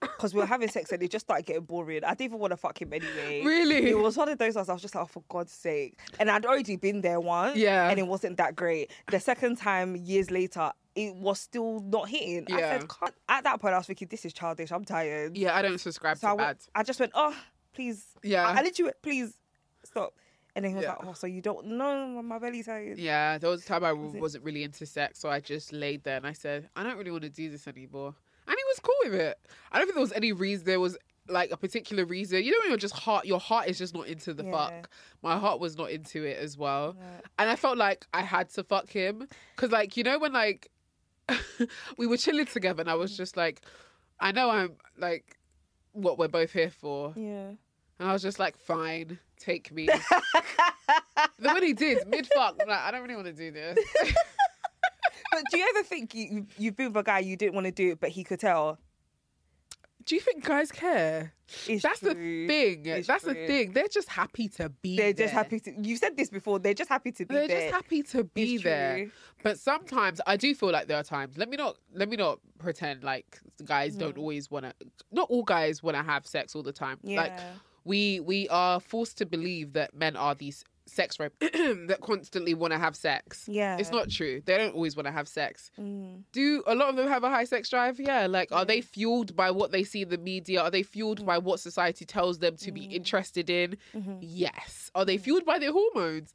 C: Because we were having sex and it just started getting boring. I didn't even want to fuck him anyway.
B: Really?
C: It was one of those ones I was just like, oh, for God's sake. And I'd already been there once.
B: Yeah.
C: And it wasn't that great. The second time, years later, it was still not hitting. I
B: Yeah.
C: said, "Can't-" at that point, I was thinking, this is childish. I'm tired.
B: Yeah, I don't subscribe
C: So
B: to
C: I,
B: that.
C: went, I just went, oh, please.
B: Yeah.
C: I, I literally went, please stop. And then he was
B: Yeah.
C: like, oh, so you don't know my belly's tired.
B: Yeah, there was a time I wasn't really into sex, so I just laid there and I said, I don't really want to do this anymore. And he was cool with it. I don't think there was any reason there was like a particular reason. You know when you're just heart your heart is just not into the fuck. My heart was not into it as well. And I felt like I had to fuck him. Cause like, you know when like we were chilling together and I was just like, I know I'm like what we're both here for.
C: Yeah.
B: And I was just like, fine, take me. then when he did, mid fuck, I'm like, I don't really want to do this.
C: But do you ever think you you- you've been with a guy you didn't want to do it, but he could tell?
B: Do you think guys care?
C: It's
B: That's
C: true.
B: the thing.
C: It's
B: That's the
C: true.
B: thing. They're just happy to be.
C: They're just
B: there.
C: happy to. You've said this before. They're just happy to be
B: They're
C: there.
B: just happy to be
C: It's
B: there.
C: true.
B: But sometimes I do feel like there are times. Let me not let me not pretend like guys
C: Mm.
B: don't always want to. Not all guys want to have sex all the time. Like
C: Yeah.
B: we we are forced to believe that men are these sex rape that constantly want to have sex.
C: Yeah.
B: it's not true. They don't always want to have sex. Do a lot of them have a high sex drive? Yeah. Like, are they fueled by what they see in the media? Are they fueled by what society tells them to be interested in? Yes. Are they fueled by their hormones?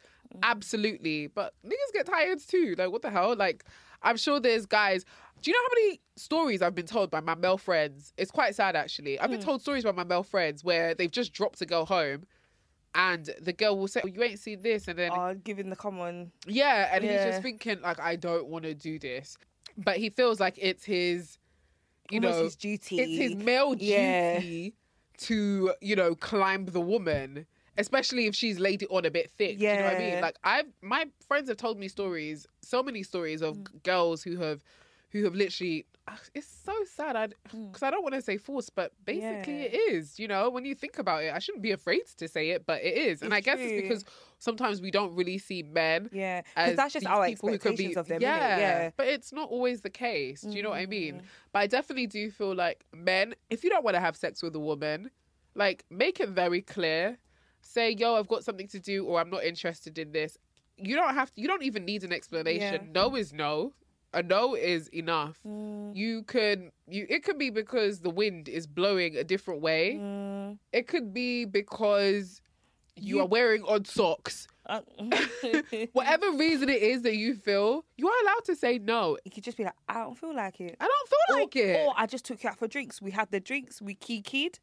B: Absolutely. But niggas get tired too. Like, what the hell? Like, I'm sure there's guys. Do you know how many stories I've been told by my male friends? It's quite sad, actually. I've been told stories by my male friends where they've just dropped a girl home and the girl will say, oh, You ain't seen this. And then
C: Are giving the come on.
B: yeah, and he's
C: Yeah.
B: just thinking like, I don't want to do this, but he feels like it's his, you
C: Almost
B: know,
C: his duty.
B: It's his male
C: Yeah.
B: duty to you know climb the woman, especially if she's laid it on a bit thick. Do you know what I
C: Yeah.
B: mean? Like I've my friends have told me stories, so many stories of
C: Mm.
B: g- girls who have, who have literally. It's so sad, I because I don't want to say force, but basically
C: Mm. Yeah.
B: it is. You know, when you think about it, I shouldn't be afraid to say it, but it is, and
C: It's
B: I guess
C: true.
B: it's because sometimes we don't really see men
C: Yeah, because
B: as
C: that's just
B: these
C: our
B: people who could
C: expectations of them. innit?
B: Yeah,
C: yeah. Mm.
B: but it's not always the case. Do you know what I mean? But I definitely do feel like men, if you don't want to have sex with a woman, like make it very clear. Say, yo, I've got something to do, or I'm not interested in this. You don't have to. You don't even need an explanation.
C: Yeah.
B: No is no. A no is enough.
C: Mm.
B: You can. You. It could be because the wind is blowing a different way. It could be because you
C: Mm. You-
B: are wearing odd socks
C: Uh,
B: whatever reason it is that you feel, you are allowed to say no.
C: you could just be like, I don't feel like it.
B: I don't feel
C: Or-
B: like it.
C: Or I just took you out for drinks. We had the drinks. We kikied.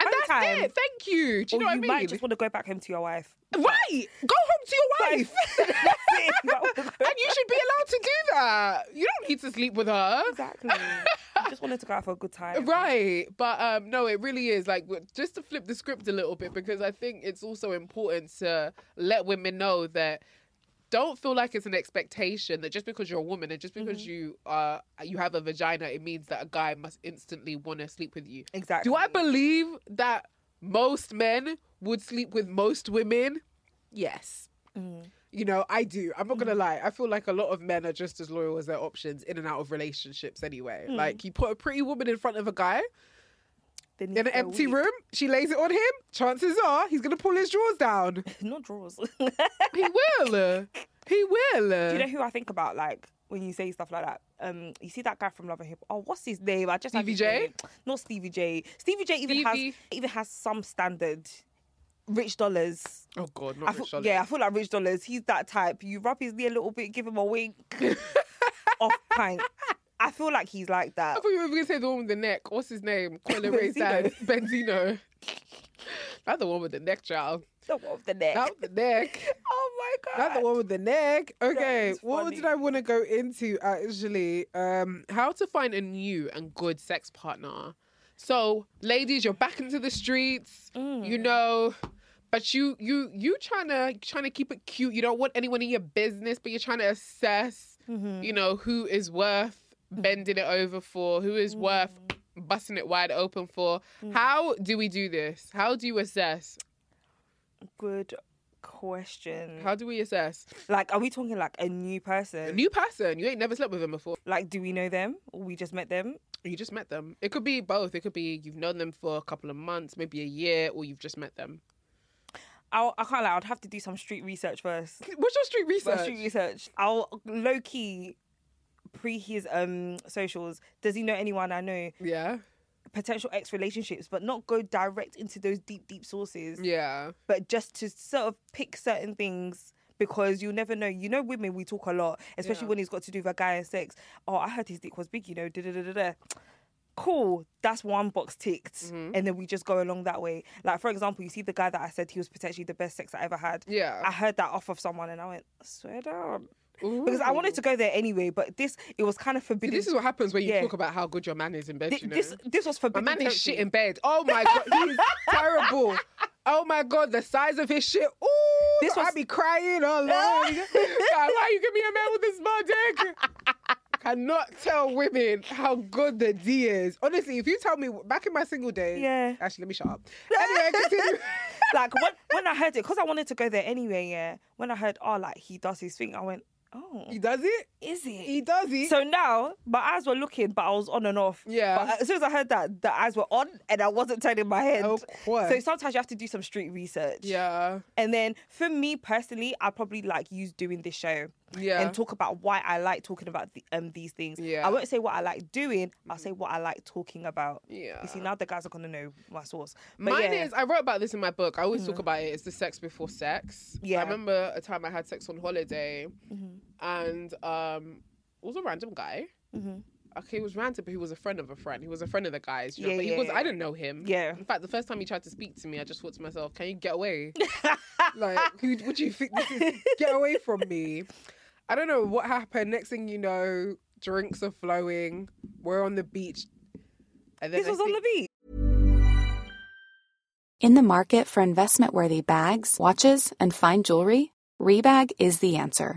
B: and
C: home
B: that's
C: time.
B: it. Thank you. Do you
C: or
B: know what I
C: you
B: mean?
C: might just want to go back home to your wife.
B: Right. Go home to your wife.
C: That's it.
B: and you should be allowed to do that. You don't need to sleep with her.
C: exactly. I just wanted to go out for a good time.
B: Right. But um no, it really is like w- just to flip the script a little bit because I think it's also important to let women know that don't feel like it's an expectation that just because you're a woman and just because
C: Mm-hmm.
B: you uh you have a vagina it means that a guy must instantly want to sleep with you.
C: Exactly.
B: Do I believe that most men would sleep with most women? Yes. You know, I do. I'm not
C: Mm.
B: gonna lie. I feel like a lot of men are just as loyal as their options in and out of relationships anyway.
C: Mm.
B: Like you put a pretty woman in front of a guy
C: They need
B: in an
C: to go
B: empty
C: weak.
B: room, she lays it on him, chances are he's gonna pull his drawers down.
C: Not drawers.
B: he will. He will.
C: Do you know who I think about? Like when you say stuff like that, um, you see that guy from Love and Hip. Oh, what's his name? I just have his
B: Stevie J?
C: name. Not Stevie J. Stevie J even
B: Stevie-
C: has even has some standard. Rich dollars.
B: oh god,
C: I
B: not
C: feel,
B: Rich Charlotte.
C: yeah, I feel like Rich Dollars. He's that type. You rub his knee a little bit, give him a wink, off pint. I feel like he's like that.
B: I thought you were gonna say the one with the neck. What's his name? Coyle Ray
C: Benzino.
B: Sands. Benzino. Not the one with the neck, child.
C: The one with the neck.
B: Not the neck.
C: Oh my god.
B: Not the one with the neck. Okay,
C: is
B: what
C: funny.
B: did I want to go into actually? Um, how to find a new and good sex partner. So, ladies, you're back into the streets,
C: Mm.
B: you know, but you you you trying to trying to keep it cute. You don't want anyone in your business, but you're trying to assess,
C: Mm-hmm.
B: you know, who is worth bending it over for, who
C: Mm.
B: is worth busting it wide open for. How do we do this? How do you assess?
C: Good question.
B: How do we assess?
C: Like, are we talking like a new person?
B: A new person, you ain't never slept with them before.
C: like, do we know them? Or we just met them?
B: You just met them. It could be both. It could be you've known them for a couple of months, maybe a year, or you've just met them.
C: I'll, I can't lie. I'd have to do some street research first.
B: What's your street
C: But
B: research?
C: Street research. I'll low key pre his um socials. Does he know anyone I know?
B: Yeah.
C: Potential ex relationships, but not go direct into those deep, deep sources.
B: Yeah.
C: but just to sort of pick certain things because you'll never know. You know, women we talk a lot, especially when it's got to do with a guy and sex. Oh, I heard his dick was big, you know. Da da da da. da. Cool, that's one box ticked,
B: Mm-hmm.
C: and then we just go along that way. Like for example, you see the guy that I said he was potentially the best sex I ever had.
B: Yeah.
C: I heard that off of someone, and I went swear down because I wanted to go there anyway. But this, it was kind of forbidden.
B: This is what happens when you
C: Yeah.
B: talk about how good your man is in bed.
C: Th-
B: you know?
C: this this was
B: my
C: forbidden.
B: man is
C: territory.
B: shit in bed. Oh my god, he's terrible. Oh my god, the size of his shit. Ooh,
C: This
B: this
C: was-
B: I be crying along. god, why you give me a man with this small dick? cannot tell women how good the D is. Honestly, if you tell me back in my single days,
C: Yeah.
B: Actually, let me shut up. Anyway, continue.
C: like when, when I heard it, because I wanted to go there anyway, yeah. When I heard, oh, like he does his thing, I went, oh,
B: he does it.
C: is it?
B: He does it.
C: So now my eyes were looking, but I was on and off.
B: Yeah.
C: But as soon as I heard that, the eyes were on and I wasn't turning my head.
B: Of course.
C: So sometimes you have to do some street research.
B: yeah.
C: And then for me personally, I probably like use doing this show.
B: Yeah.
C: And talk about why I like talking about the, um these things.
B: Yeah. Mm.
C: I won't say what I like doing. I'll say what I like talking about.
B: Yeah.
C: You see, now the guys are gonna know my source. But
B: Mine
C: yeah. Mm-hmm.
B: is, I wrote about this in my book. I always talk about it. It's the sex before sex. I
C: Yeah. Mm-hmm.
B: remember a time I had sex on holiday and um, it was a random guy.
C: Mm-hmm.
B: Okay, he was random, but he was a friend of a friend. He was a friend of the guys. You know?
C: Yeah,
B: but he
C: yeah,
B: was, I
C: yeah.
B: didn't know him.
C: Yeah.
B: In fact, the first time he tried to speak to me, I just thought to myself, can you get away? like, who, what do you think this is? Get away from me. I don't know what happened. Next thing you know, drinks are flowing. We're on the beach. And then
C: This
B: I
C: was on
B: think-
C: the beach.
D: In the market for investment worthy bags, watches, and fine jewelry, Rebag is the answer.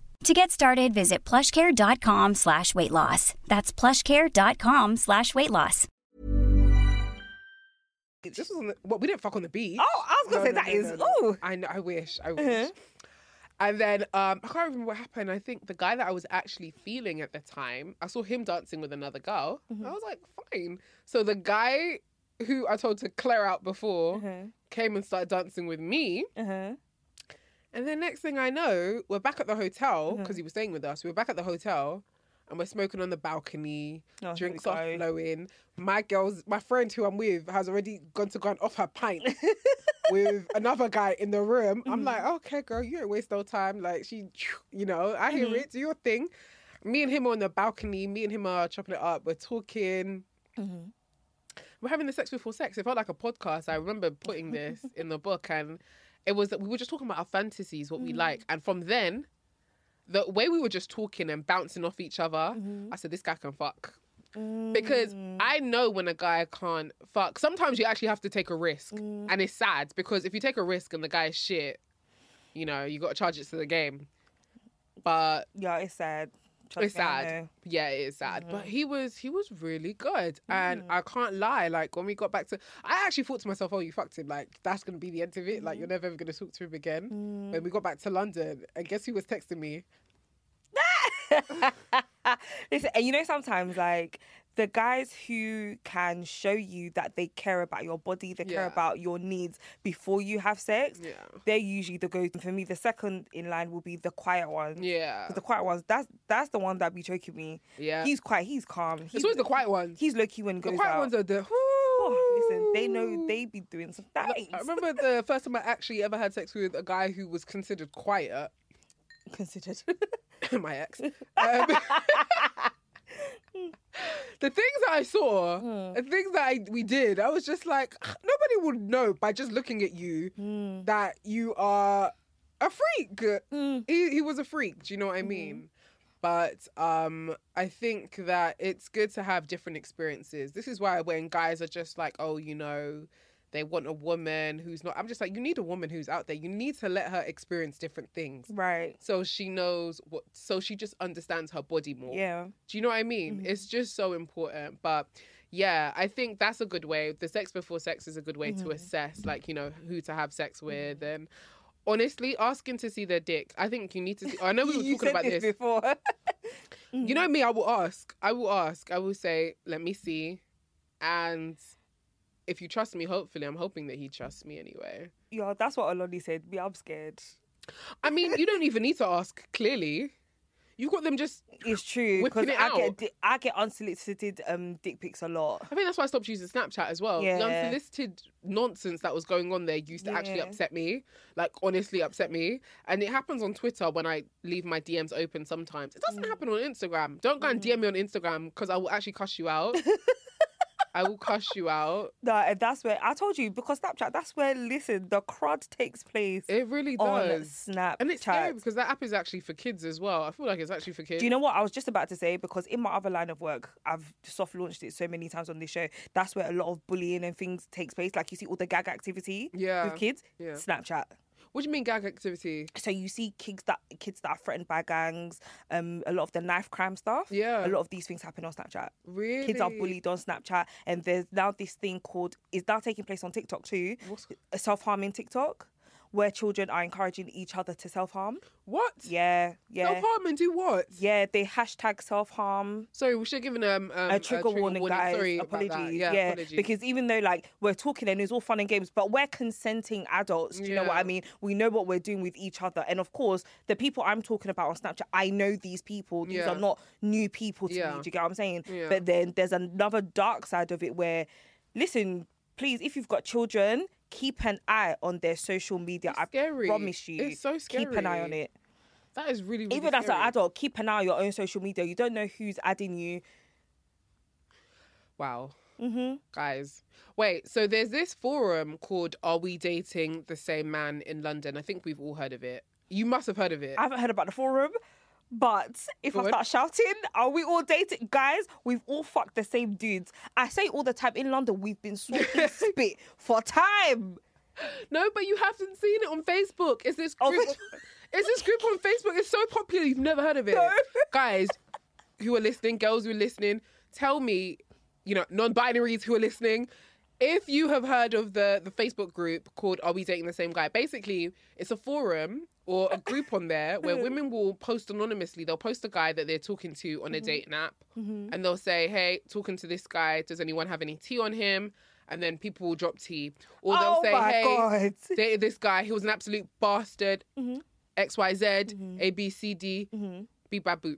E: To get started, visit plushcare.com slash weight loss. That's plushcare.com slash weight loss.
B: This was on the, well, we didn't fuck on the beach.
C: Oh, I was gonna say that is. ooh. Uh-huh.
B: I know. I wish. I wish. And then um, I can't remember what happened. I think the guy that I was actually feeling at the time, I saw him dancing with another girl.
C: Mm-hmm.
B: I was like, fine. So the guy who I told to clear out before came and started dancing with me.
C: Uh-huh.
B: And then next thing I know, we're back at the hotel
C: Mm-hmm.
B: because he was staying with us. We were back at the hotel and we're smoking on the balcony.
C: Oh, here we
B: drinks are
C: go.
B: flowing. My girls, my friend who I'm with has already gone to go and off her pint with another guy in the room.
C: Mm-hmm.
B: I'm like, okay, girl, you ain't waste no time. Like she, you know, I
C: Mm-hmm.
B: hear it. Do your thing. Me and him are on the balcony. Me and him are chopping it up. We're talking. We're having the sex before sex. It felt like a podcast. I remember putting this in the book, and it was that we were just talking about our fantasies, what we like, and from then, the way we were just talking and bouncing off each other, I said, "This guy can fuck." Because I know when a guy can't fuck, sometimes you actually have to take a risk. And it's sad because if you take a risk and the guy is shit, you know, you got to charge it to the game. But
C: Yeah, it's sad. Trust
B: it's
C: me, I
B: sad.
C: know.
B: Yeah, it is sad.
C: Mm-hmm.
B: But he was he was really good, and I can't lie. Like when we got back to, I actually thought to myself, "Oh, you fucked him. Like that's gonna be the end of it. Like you're
C: Mm-hmm.
B: never ever gonna talk to him again." When we
C: Mm.
B: got back to London, and guess who was texting me?
C: Listen, and you know sometimes like the guys who can show you that they care about your body, they
B: Yeah.
C: care about your needs before you have sex,
B: Yeah.
C: they're usually the go. For me, the second in line will be the quiet one.
B: Yeah,
C: 'Cause The quiet ones, that's that's the one that be joking me.
B: Yeah.
C: He's quiet, he's calm. He's,
B: it's always the quiet ones.
C: He's low key when he
B: the
C: goes
B: quiet
C: out.
B: ones are the.
C: Oh, listen, they know they be doing some things.
B: I remember the first time I actually ever had sex with a guy who was considered quiet.
C: considered.
B: my ex. Um, the things that I saw, the things that I, we did, I was just like, nobody would know by just looking at you that you are a freak. He, he was a freak. Do you know what I mean? But um, I think that it's good to have different experiences. This is why when guys are just like, oh, you know, they want a woman who's not. I'm just like, you need a woman who's out there. You need to let her experience different things
C: right.
B: so she knows what so she just understands her body more
C: Yeah. Mm-hmm.
B: do you know what i mean it's just so important but yeah i think that's a good way the sex before sex is a good
C: Mm-hmm.
B: way to assess like you know who to have sex with and honestly asking to see their dick i think you need to see i know we were
C: you
B: talking
C: said
B: about this,
C: before. Mm-hmm.
B: you know me i will ask i will ask i will say let me see and if you trust me, hopefully, I'm hoping that he trusts me anyway.
C: Yeah, that's what Oloni said. Me, I'm scared.
B: I mean, you don't even need to ask. Clearly, you've got them just.
C: It's true
B: Whipping
C: because
B: it
C: I
B: out.
C: get di- I get unsolicited um dick pics a lot.
B: I think that's why I stopped using Snapchat as well. The
C: Yeah.
B: unsolicited nonsense that was going on there used to actually
C: Yeah.
B: upset me. Like honestly, upset me. And it happens on Twitter when I leave my DMs open. Sometimes it
C: Mm.
B: doesn't happen on Instagram. Don't go and DM me on Instagram because I will actually cuss you out. I will cuss you out.
C: No, and that's where I told you because Snapchat. That's where listen the crud takes place
B: It really
C: on
B: does.
C: Snapchat.
B: And it's scary because that app is actually for kids as well. I feel like it's actually for kids.
C: Do you know what I was just about to say? Because in my other line of work, I've soft launched it so many times on this show. That's where a lot of bullying and things takes place. Like you see all the gag activity
B: Yeah,
C: with kids,
B: yeah.
C: Snapchat.
B: What do you mean gag activity?
C: So you see kids that kids that are threatened by gangs, um, a lot of the knife crime stuff.
B: Yeah.
C: a lot of these things happen on Snapchat.
B: Really?
C: Kids are bullied on Snapchat, and there's now this thing called is now taking place on TikTok too. Self harming TikTok, where children are encouraging each other to self harm.
B: What?
C: Yeah, yeah,
B: Self harm and do what?
C: yeah. They hashtag self harm.
B: Sorry, we should have given um, um,
C: a trigger, warning, guys.
B: Sorry, about that.
C: apologies.
B: Yeah,
C: Yeah,
B: apologies.
C: because even though like we're talking and it's all fun and games, but we're consenting adults. Do you know what
B: Yeah.
C: I mean? We know what we're doing with each other, and of course, the people I'm talking about on Snapchat, I know these people. These
B: Yeah.
C: are not new people to
B: Yeah.
C: me. Do you get what I'm saying?
B: Yeah.
C: But then there's another dark side of it where, listen, please, if you've got children. Keep an eye on their social media. I
B: scary.
C: promise you.
B: It's so
C: Keep an eye on
B: scary.
C: it
B: that is really, really
C: even as an
B: scary.
C: adult, keep an eye on your own social media. You don't know who's adding you.
B: Wow. Mm-hmm. Guys, wait. So there's this forum called "Are We Dating the Same Man in London?" I think we've all heard of it. You must have heard of it.
C: I haven't heard about the forum, but if
B: Good.
C: I start shouting, are we all dating? Guys, we've all fucked the same dudes. I say all the time in London, we've been swapping spit for time.
B: No, but you haven't seen it on Facebook. It's this
C: Oh,
B: group?
C: but-
B: It's this group on Facebook? It's so popular. You've never heard of it, guys. Who are listening? Girls who are listening? Tell me, you know, non-binaries who are listening, if you have heard of the the Facebook group called "Are We Dating the Same Guy?" Basically, it's a forum or a group on there where women will post anonymously. They'll post a guy that they're talking to
C: Mm-hmm.
B: on a dating app, and they'll say, "Hey, talking to this guy. Does anyone have any tea on him?" And then people will drop tea, or they'll
C: Oh
B: say,
C: my
B: "Hey,
C: God. Mm-hmm.
B: dated this guy. He was an absolute bastard. XYZ, A, B, C, D, B, ba, boop.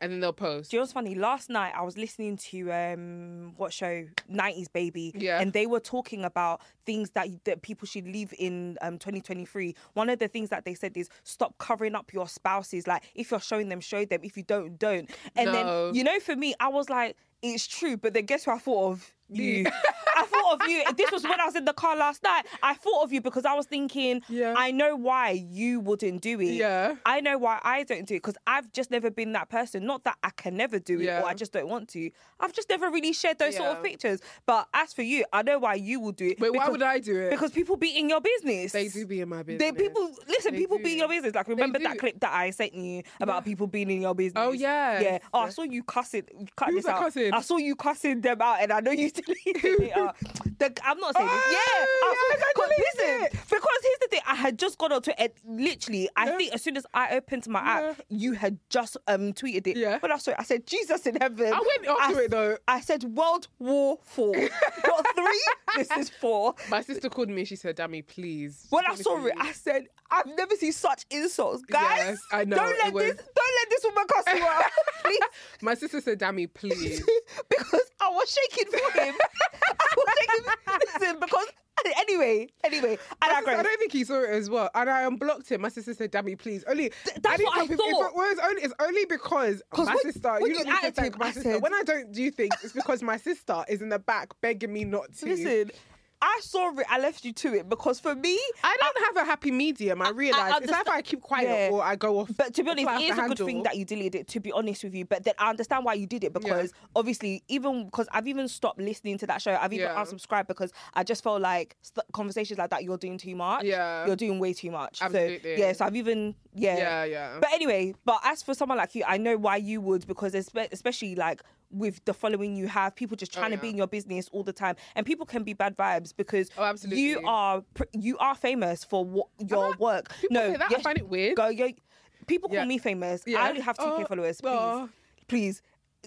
B: And then they'll post.
C: Do you know what's funny? Last night I was listening to um what show? 90s Baby.
B: Yeah.
C: And they were talking about things that that people should leave in um 2023. One of the things that they said is stop covering up your spouses. Like if you're showing them, show them. If you don't, don't.
B: No.
C: And then you know, for me, I was like, it's true. But then guess who I thought of? You. I thought of you. This was when I was in the car last night. I thought of you because I was thinking,
B: Yeah.
C: I know why you wouldn't do it.
B: Yeah.
C: I know why I don't do it because I've just never been that person. Not that I can never do it
B: Yeah.
C: or I just don't want to. I've just never really shared those sort
B: Yeah.
C: of pictures. But as for you, I know why you will do it.
B: Wait, why would I do it?
C: Because people be in your business.
B: They do be in my business.
C: They people listen.
B: They
C: people be in your
B: do.
C: business. Like remember
B: do.
C: that clip that I sent you about people being in your business.
B: yes.
C: yeah. Oh, I saw you cussing. Cut
B: Who's
C: this
B: that
C: out.
B: cussing?
C: I saw you cussing them out, and I know you deleted it. out. The, I'm not saying this. Yeah,
B: Oh,
C: I
B: yes, I
C: saw you.
B: deleted
C: Listen, because here's the thing. I had just gone onto it. Literally, I think as soon as I opened my app, you had just um tweeted it.
B: Yeah.
C: When I saw it, I said, "Jesus in heaven."
B: I went
C: I
B: after
C: s-
B: it though.
C: I said, "World War Four, not three. This is four.
B: My sister called me. She said, "Dammy, please."
C: When I
B: honestly,
C: saw it, I said, I've never seen such insults, guys.
B: Yes, I know,
C: Don't
B: it
C: let
B: was-
C: this, don't let this woman cuss you out, please,
B: my sister said, "Dammy, please."
C: because I was shaking for him. I was shaking. Listen, because anyway, anyway, I
B: My sister- I
C: digress.
B: don't think he saw it as well, and I unblocked him. My sister said, "Dammy, please." Only I
C: that's
B: didn't
C: what I
B: tell people- If
C: thought.
B: it was only, it's only because
C: 'Cause
B: my
C: when-
B: sister.
C: when
B: you
C: you
B: know, you
C: added
B: thank
C: him,
B: my
C: I
B: sister.
C: said-
B: When I don't do things, it's because my sister is in the back begging me not to.
C: Listen, I saw it. I left you to it because for me,
B: I don't have a happy medium. I realize it's either
C: understand-
B: I keep quiet
C: Yeah.
B: or I go off.
C: But to be
B: That's what I
C: honest, it
B: have
C: is
B: to
C: a good
B: handle.
C: thing that you deleted it, to be honest with you. But then I understand why you did it because obviously, even because I've even stopped listening to that show, I've even
B: Yeah.
C: unsubscribed because I just felt like st- conversations like that, you're doing too much.
B: Yeah.
C: You're doing way too much.
B: Absolutely.
C: So, yeah, so I've even, yeah.
B: Yeah, yeah.
C: But anyway, but as for someone like you, I know why you would because espe- especially like, with the following you have, people just trying to
B: Oh,
C: be
B: yeah.
C: in your business all the time, and people can be bad vibes because
B: Oh, absolutely.
C: you are pr- you are famous for what your
B: I-
C: work.
B: people
C: no,
B: say that, I find it weird.
C: Go, yo, people
B: Yeah.
C: call me famous.
B: Yeah.
C: I only have 2k
B: Oh,
C: followers. Please,
B: oh.
C: please.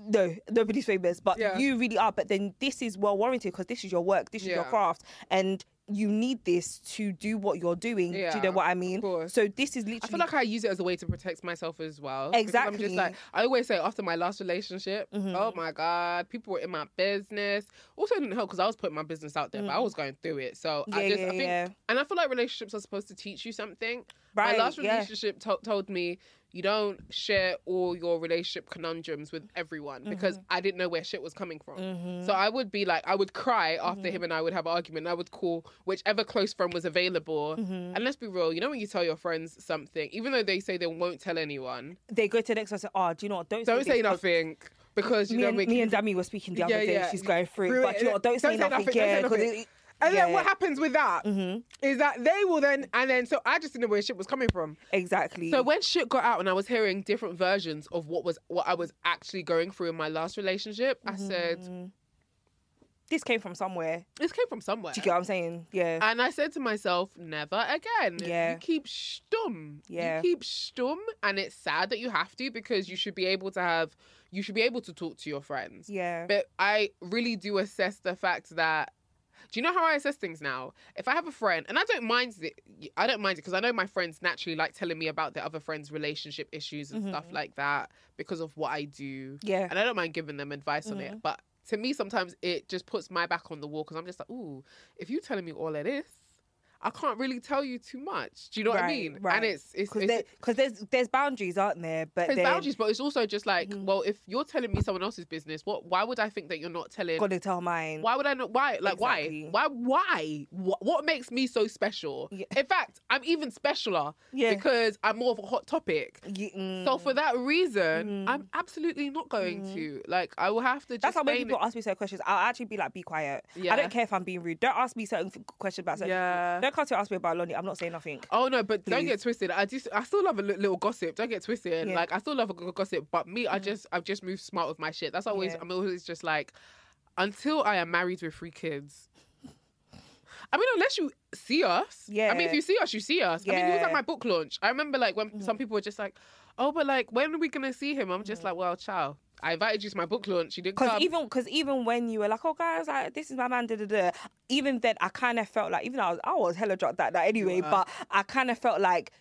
C: no, nobody's famous, but
B: Yeah.
C: you really are. But then this is well warranted because this is your work, this is your
B: Yeah.
C: craft, and you need this to do what you're doing. Do you
B: Yeah,
C: know what I
B: of
C: mean?
B: course.
C: So this is literally.
B: I feel like I use it as a way to protect myself as well. because I'm just like,
C: Exactly. Mm-hmm.
B: I always say after my last relationship, oh my God, people were in my business. Also, it didn't help because I was putting my business out there, but I was going through it. So I
C: Mm-hmm. Yeah,
B: just,
C: yeah,
B: I think,
C: yeah.
B: and I feel like relationships are supposed to teach you something.
C: Right,
B: my last
C: yeah.
B: relationship to- told me, you don't share all your relationship conundrums with everyone because
C: Mm-hmm.
B: I didn't know where shit was coming from. So I would be like, I would cry after
C: Mm-hmm.
B: him and I would have an argument. I would call whichever close friend was available.
C: Mm-hmm.
B: And let's be real, you know, when you tell your friends something, even though they say they won't tell anyone,
C: they go to the next person. Oh, do you know what? Don't
B: don't
C: this
B: say
C: 'cause
B: nothing because you
C: Me
B: know
C: and,
B: we
C: me
B: keep-
C: and Dami were speaking the other
B: Yeah,
C: day.
B: yeah.
C: She's going through. it,
B: Through
C: but do you know what? Don't, say nothing.
B: don't
C: yeah,
B: say
C: 'cause
B: nothing.
C: it-
B: And then
C: yeah. Mm-hmm.
B: what happens with that is that they will then, and then so I just didn't know where shit was coming from.
C: Exactly.
B: So when shit got out and I was hearing different versions of what was what I was actually going through in my last relationship, I
C: Mm.
B: said
C: this came from somewhere.
B: this came from somewhere.
C: Do you get what I'm saying? Yeah.
B: And I said to myself, never again.
C: Yeah.
B: You keep stum.
C: Yeah.
B: You keep stum and it's sad that you have to because you should be able to have you should be able to talk to your friends.
C: yeah.
B: But I really do assess the fact that. Do you know how I assess things now? If I have a friend, and I don't mind it, I don't mind it because I know my friends naturally like telling me about their other friends' relationship issues and stuff like that because of what I do.
C: Yeah.
B: and I don't mind giving them advice on it. But to me, sometimes it just puts my back on the wall because I'm just like, ooh, if you telling me all of this, I can't really tell you too much. Do you know what I mean? And it's it's,
C: because
B: it's
C: there's there's boundaries, aren't there? But
B: there's
C: then
B: boundaries, but it's also just like, well, if you're telling me someone else's business, what? Why would I think that you're not telling?
C: gotta tell mine.
B: Why would I not? Why? Like,
C: Exactly.
B: why? Why? Why? What, what makes me so special?
C: Yeah.
B: In fact, I'm even specialer
C: Yeah.
B: because I'm more of a hot topic.
C: Ye- mm.
B: So for that reason, I'm absolutely not going to. Like, I will have to. Just
C: That's how when
B: stay in
C: people
B: it.
C: ask me certain questions, I'll actually be like, "Be quiet." I
B: Yeah.
C: don't care if I'm being rude. Don't ask me certain f- questions about certain.
B: Yeah.
C: Don't come to ask me about Lonnie. I'm not saying nothing.
B: Oh no, but don't
C: Please.
B: get twisted. I just, I still love a li- little gossip. Don't get twisted.
C: Yeah. Mm.
B: Like I still love a g- gossip, but me, I just, I've just moved smart with my shit. That's always,
C: Yeah.
B: I'm always just like, until I am married with three kids. I mean, unless you see us. I mean,
C: Yeah.
B: if you see us, you see us. I mean, he was
C: Yeah. Mm.
B: at my book launch. I remember like when some people were just like, oh, but like when are we gonna see him? I'm just like, well, ciao. I invited you to my book launch. You didn't
C: Because
B: come.
C: Mm. even because even when you were like, "Oh guys, like this is my man," da da da. Even then, I kind of felt like even though I was I was hella drunk that night anyway, but I kind of felt like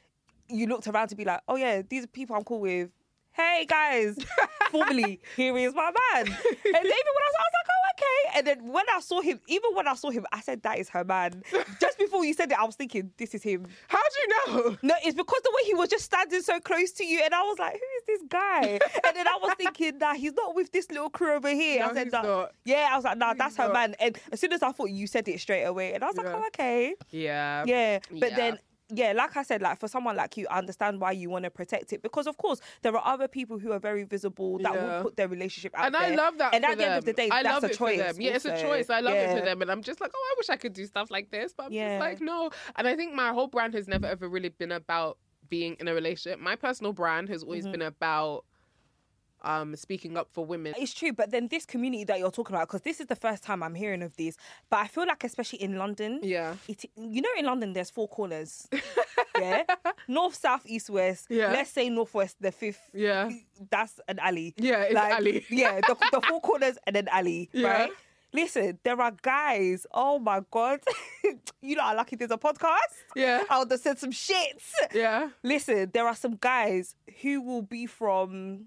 C: you looked around to be like, "Oh yeah, these are people I'm cool with." Hey guys, formally here is my man. And then even when I was, I was like, "Oh okay." And then when I saw him, even when I saw him, I said, "That is her man." Just before you said it, I was thinking, "This is him."
B: How do you know?
C: No, it's because the way he was just standing so close to you, and I was like, "Who is this guy?" and then I was thinking, "Nah, he's not with this little crew over here."
B: No,
C: I said,
B: he's
C: nah.
B: not.
C: "Yeah," I was like, "Nah, that's her
B: not.
C: man." And as soon as I thought you said it straight away, and I was like,
B: Yeah. Um,
C: "Oh, okay,
B: Yeah.
C: yeah." But
B: Yeah.
C: then. Yeah, like I said, like for someone like you, I understand why you want to protect it because, of course, there are other people who are very visible that
B: Yeah.
C: will put their relationship out
B: and
C: there.
B: I love that.
C: And
B: for
C: at the end of the
B: them.
C: day,
B: I
C: that's
B: love
C: a
B: it
C: choice.
B: For them. Yeah, it's a
C: also.
B: choice. I love it
C: Yeah.
B: for them, and I'm just like, oh, I wish I could do stuff like this, but I'm
C: Yeah.
B: just like, no. And I think my whole brand has never ever really been about being in a relationship. My personal brand has always
C: Mm-hmm.
B: been about um speaking up for women.
C: It's true, but then this community that you're talking about, because this is the first time I'm hearing of these, but I feel like especially in London,
B: Yeah.
C: it, you know, in London there's four corners, yeah, north, south, east, west.
B: Yeah.
C: Let's say northwest, the fifth.
B: Yeah.
C: that's an alley.
B: Yeah, it's alley.
C: yeah, the, the four corners and an alley,
B: Yeah.
C: right? Listen, there are guys. Oh my god, you know how lucky there's a podcast.
B: Yeah.
C: I would have said some shits.
B: Yeah.
C: Listen, there are some guys who will be from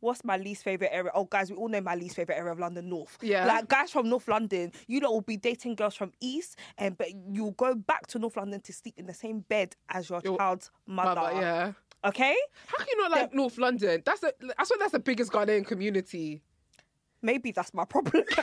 C: what's my least favorite area? Oh, guys, we all know my least favorite area of London, North.
B: Yeah.
C: Like guys from North London, you lot will be dating girls from East, and but you'll go back to North London to sleep in the same bed as your,
B: Your
C: child's mother.
B: Mother, yeah.
C: Okay,
B: How can you not like North London? That's a. I swear that's the biggest Ghanaian community.
C: maybe that's my problem.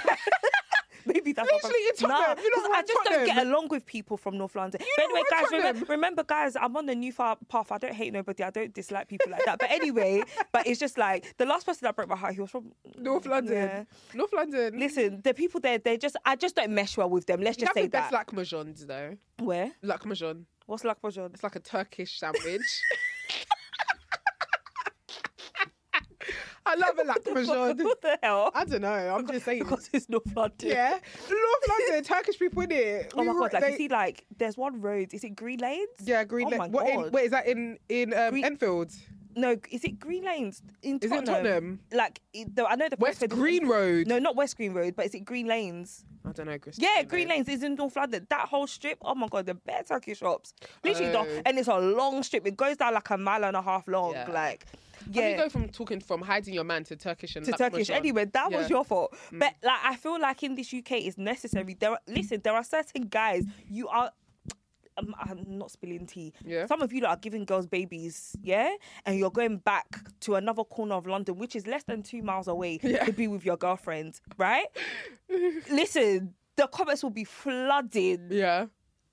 C: Maybe that's my
B: Literally, in
C: problem.
B: Tottenham, you lot
C: 'cause
B: are
C: I just don't get
B: Tottenham.
C: along with people from North London. but
B: lot
C: anyway,
B: are
C: guys, remember,
B: Tottenham.
C: remember, guys, I'm on the new far path. I don't hate nobody. I don't dislike people like that. But anyway, but it's just like the last person that broke my heart. He was from
B: North London.
C: Yeah.
B: North London.
C: Listen, the people there, they just I just don't mesh well with them. Let's
B: you
C: just
B: have
C: say
B: the
C: that.
B: best lakmajon though.
C: Where?
B: Lakmajon.
C: What's Lakbajon?
B: It's like a Turkish sandwich. I love a lakmajon.
C: What the hell?
B: I don't know. I'm just saying.
C: because it's North London.
B: Yeah, North London, Turkish people in it.
C: Oh my god! Like you see, like there's one road. Is it Green Lanes?
B: yeah, Green.
C: Oh
B: Lane-
C: my
B: what in,
C: God.
B: wait, is that in in um,
C: Green-
B: Enfield?
C: No, is it Green Lanes in
B: Is it
C: Tottenham?
B: Tottenham?
C: Like, it- though I know the
B: West
C: postcode-
B: Green Road.
C: No, not West Green Road, but is it Green Lanes?
B: I don't know, Chris.
C: Yeah, Green Lanes is in North London. That whole strip, oh my god, the bare turkey shops. Literally, the-
B: Oh.
C: and it's a long strip. It goes down like a mile and a half long.
B: Yeah.
C: Like,
B: Yeah.
C: yeah,
B: You go from talking from hiding your man to Turkish and
C: to Turkish.
B: Lakmacan.
C: Anyway, that
B: Yeah. Mm.
C: was your fault. But like, I feel like in this UK, it's necessary. There, are, listen, there are certain guys you are. I'm, I'm not spilling tea.
B: Yeah.
C: Some of you that are giving girls babies, yeah, and you're going back to another corner of London, which is less than two miles away, to be with your girlfriend, right? listen, the comments will be flooding
B: Yeah.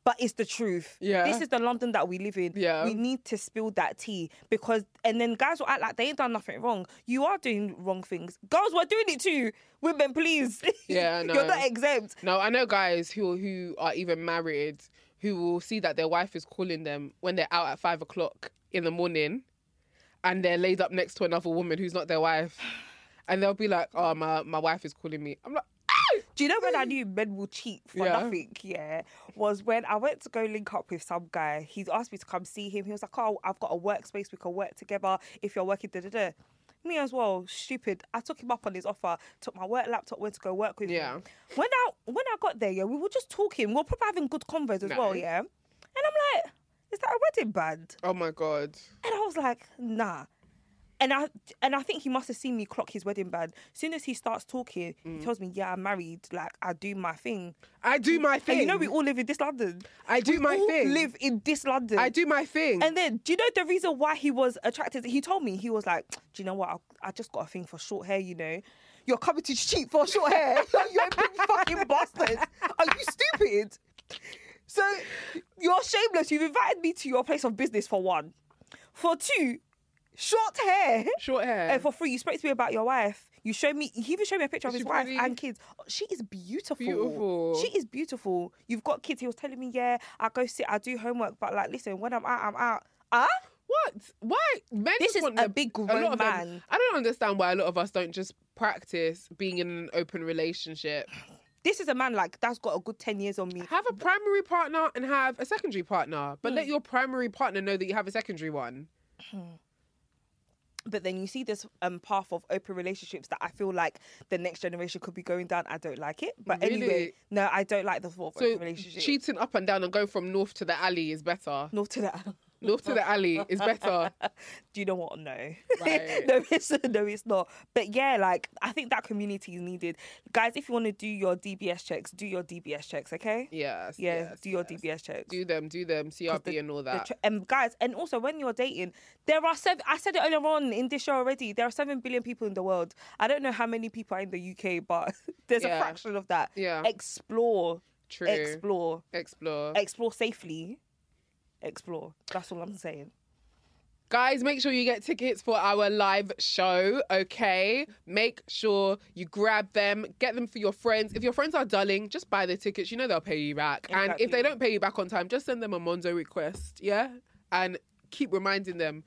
C: but it's the truth.
B: Yeah.
C: This is the London that we live in.
B: Yeah.
C: We need to spill that tea because, and then guys will act like they ain't done nothing wrong. You are doing wrong things. Girls, we're doing it too. Women, please.
B: Yeah, I
C: You're
B: know.
C: not exempt.
B: No, I know guys who who are even married who will see that their wife is calling them when they're out at five o'clock in the morning, and they're laid up next to another woman who's not their wife, and they'll be like, "Oh, my my wife is calling me." I'm like, "Ah!"
C: Do you know when I knew men will cheat for
B: Yeah.
C: nothing? Yeah, was when I went to go link up with some guy. He's asked me to come see him. He was like, "Oh, I've got a workspace. We can work together if you're working." Da da da. Me as well, stupid. I took him up on his offer. Took my work laptop. Went to go work with
B: Yeah.
C: him. When I when I got there, yeah, we were just talking. We were probably having good convos as well,
B: Nice.
C: yeah. And I'm like, "Is that a wedding band?"
B: "Oh my god."
C: And I was like, nah. And I and I think he must have seen me clock his wedding band. soon as he starts talking,
B: Mm.
C: he tells me, "Yeah, I'm married. Like I do my thing."
B: I do my thing.
C: And you know, we all live in this London.
B: I do
C: We
B: my
C: all
B: thing.
C: Live in this London.
B: I do my thing.
C: And then, do you know the reason why he was attracted? He told me he was like, "Do you know what? I, I just got a thing for short hair. You know, you're coming to cheat for short hair. you ain't been fucking bastards. Are you stupid? So you're shameless. You've invited me to your place of business for one, for two, short hair.
B: Short hair.
C: And Eh, for three, you spoke to me about your wife. You showed me. He even showed me a picture of
B: Is
C: his
B: she
C: wife
B: pretty?
C: and kids. Oh, She is beautiful.
B: Beautiful.
C: She is beautiful. You've got kids. He was telling me, yeah, I go sit, I do homework, but like, listen, when I'm out, I'm out. Ah,
B: What? Why? Men
C: This
B: just
C: is
B: want
C: a
B: the-
C: big
B: lot
C: grown
B: of them-
C: man.
B: I don't understand why a lot of us don't just practice being in an open relationship.
C: this is a man like that's got a good ten years on me.
B: Have a primary partner and have a secondary partner, but
C: Hmm.
B: let your primary partner know that you have a secondary one.
C: But then you see this um path of open relationships that I feel like the next generation could be going down. I don't like it. But anyway,
B: Really?
C: no, I don't like the thought of
B: So
C: open relationship.
B: cheating up and down and going from north to the alley is better.
C: North to that.
B: North to the alley is better.
C: do you know what? No,
B: Right.
C: no, it's no, it's not. But yeah, like I think that community is needed, guys. If you want to do your DBS checks, do your DBS checks, okay?
B: Yes.
C: yeah,
B: yes,
C: do your
B: yes.
C: DBS checks.
B: Do them, do them, CRB
C: the-
B: and all
C: the
B: that.
C: tr- um, guys, and also when you're dating, there are seven. I said it earlier on in this show already. There are seven billion people in the world. I don't know how many people are in the UK, but there's
B: Yeah.
C: a fraction of that.
B: Yeah.
C: explore,
B: True.
C: explore,
B: Explore.
C: explore safely. Explore. That's all I'm saying.
B: Guys, make sure you get tickets for our live show, okay? Make sure you grab them, get them for your friends. If your friends are dulling, just buy the tickets. You know they'll pay you back. And if they
C: Exactly.
B: don't pay you back on time, just send them a Mondo request, yeah? And keep reminding them.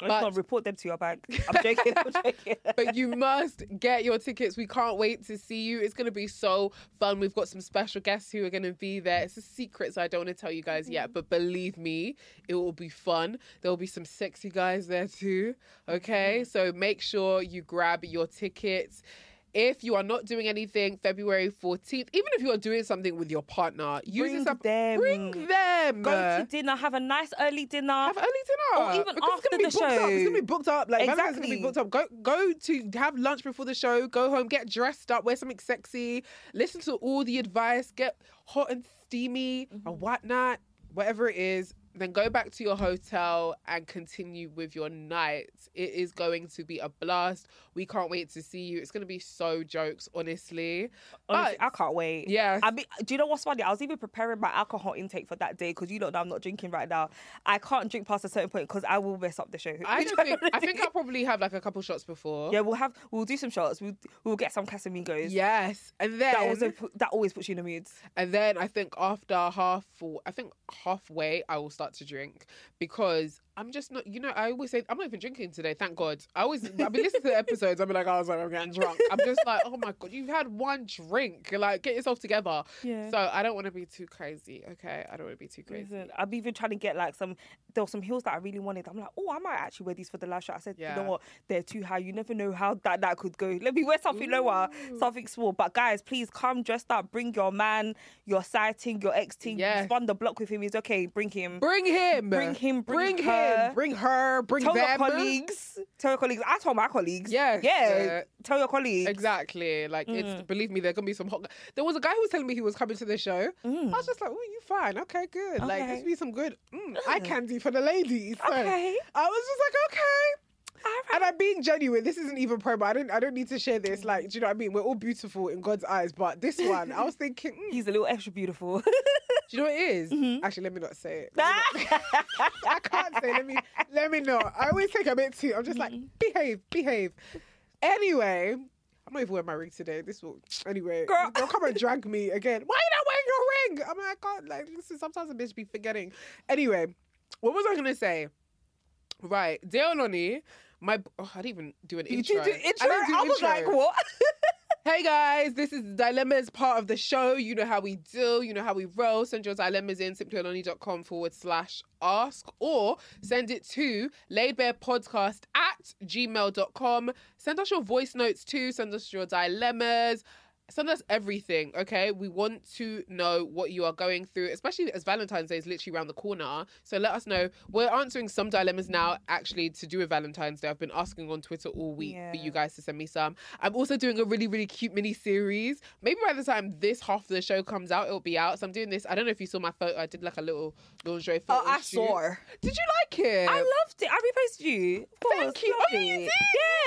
C: If not, report them to your bank. I'm joking. I'm joking.
B: but you must get your tickets. We can't wait to see you. It's going to be so fun. We've got some special guests who are going to be there. It's a secret, so I don't want to tell you guys
C: Mm-hmm.
B: yet. But believe me, it will be fun. There will be some sexy guys there too. Okay,
C: Mm-hmm.
B: so make sure you grab your tickets. If you are not doing anything, February 14th, even if you are doing something with your partner, use
C: Bring
B: this up.
C: them.
B: Bring them.
C: Go to dinner. Have a nice early dinner.
B: Have early dinner,
C: Or even
B: Because
C: after
B: it's
C: the
B: gonna be booked Up. It's
C: show.
B: gonna be booked up. Like Valentine's is gonna be
C: Exactly.
B: booked up. Go go to have lunch before the show. Go home, get dressed up, wear something sexy, listen to all the advice, get hot and steamy
C: Mm-hmm.
B: and whatnot, whatever it is. Then go back to your hotel and continue with your night. It is going to be a blast. We can't wait to see you. It's gonna be so jokes, honestly.
C: Honestly,
B: but
C: I can't wait.
B: Yes.
C: I mean, do you know what's funny? I was even preparing my alcohol intake for that day because you lot know I'm not drinking right now. I can't drink past a certain point because I will mess up the show.
B: I
C: Which
B: don't think I
C: already
B: think
C: did.
B: I'll probably have like a couple shots before.
C: yeah, we'll have we'll do some shots. We'll we'll get some Casamigos.
B: Yes. And then
C: That also pu- that always puts you in the mood.
B: And then I think after half, I think halfway, I will start to drink because I'm just not, you know, I always say, I'm not even drinking today, thank God. I always, I've been listening to the episodes, I've been like, I was like, I'm getting drunk. I'm just like, oh my God, you've had one drink. Like, get yourself together.
C: Yeah.
B: So I don't want to be too crazy, okay? I don't want to be too crazy.
C: Listen, I'm even trying to get like some. There were some heels that I really wanted. I'm like, oh, I might actually wear these for the live show. I said, you
B: Yeah.
C: know what? They're too high. You never know how that that could go. Let me wear something lower, something small. But guys, please come dressed up. Bring your man, your side team, your ex team.
B: Yes.
C: Spun the block with him. He's okay. Bring him.
B: Bring him.
C: Bring him, bring
B: bring
C: her.
B: him. Bring her. Bring
C: tell your
B: them.
C: colleagues. Tell your colleagues. I told my colleagues.
B: Yes,
C: Yeah.
B: uh,
C: tell your colleagues.
B: Exactly. Like it's
C: Mm.
B: believe me, there's gonna be some hot. There was a guy who was telling me he was coming to the show. I was just like, "Oh, you fine? Okay, good. Like
C: Mm. Okay.
B: it's be some good mm, eye candy for the ladies." So
C: Okay.
B: I was just like, "Okay." And I'm being genuine. This isn't even promo. I don't. I don't need to share this. Like, do you know what I mean? We're all beautiful in God's eyes, but this one, I was thinking, mm,
C: He's Mm-hmm. a little extra beautiful.
B: do you know what it is? Actually, let me not say it.
C: Ah!
B: Let me not- I can't say. Let me. Let me not. I always take a bit too. I'm just like behave, behave. Anyway, I'm not even wearing my ring today. This will. Anyway,
C: Girl.
B: they'll come and drag me again. Why you not wearing your ring? I'm like, I can't. Like, listen, sometimes a bitch be forgetting. Anyway, what was I gonna say? Right, Dale Lonnie. My, oh, I didn't even do an
C: you
B: intro.
C: did do intro.
B: I, didn't do
C: I was
B: intro.
C: like, what?
B: Hey guys, this is Dilemmas, part of the show. You know how we do, you know how we roll. Send your dilemmas in simplyaloni.com forward slash ask or send it to laidbearpodcast at gmail.com. Send us your voice notes too, send us your dilemmas. Send us everything, okay? We want to know what you are going through, especially as Valentine's Day is literally around the corner. So let us know. We're answering some dilemmas now, actually, to do with Valentine's Day. I've been asking on Twitter all week for
C: Yeah.
B: you guys to send me some. I'm also doing a really, really cute mini series. Maybe by the time this half of the show comes out, it'll be out. So I'm doing this. I don't know if you saw my photo. I did like a little lingerie photo.
C: Oh, I
B: shoot.
C: saw. her.
B: Did you like it?
C: I loved it. I reposted you. Of course,
B: Thank you.
C: Love
B: Oh, you
C: it.
B: did.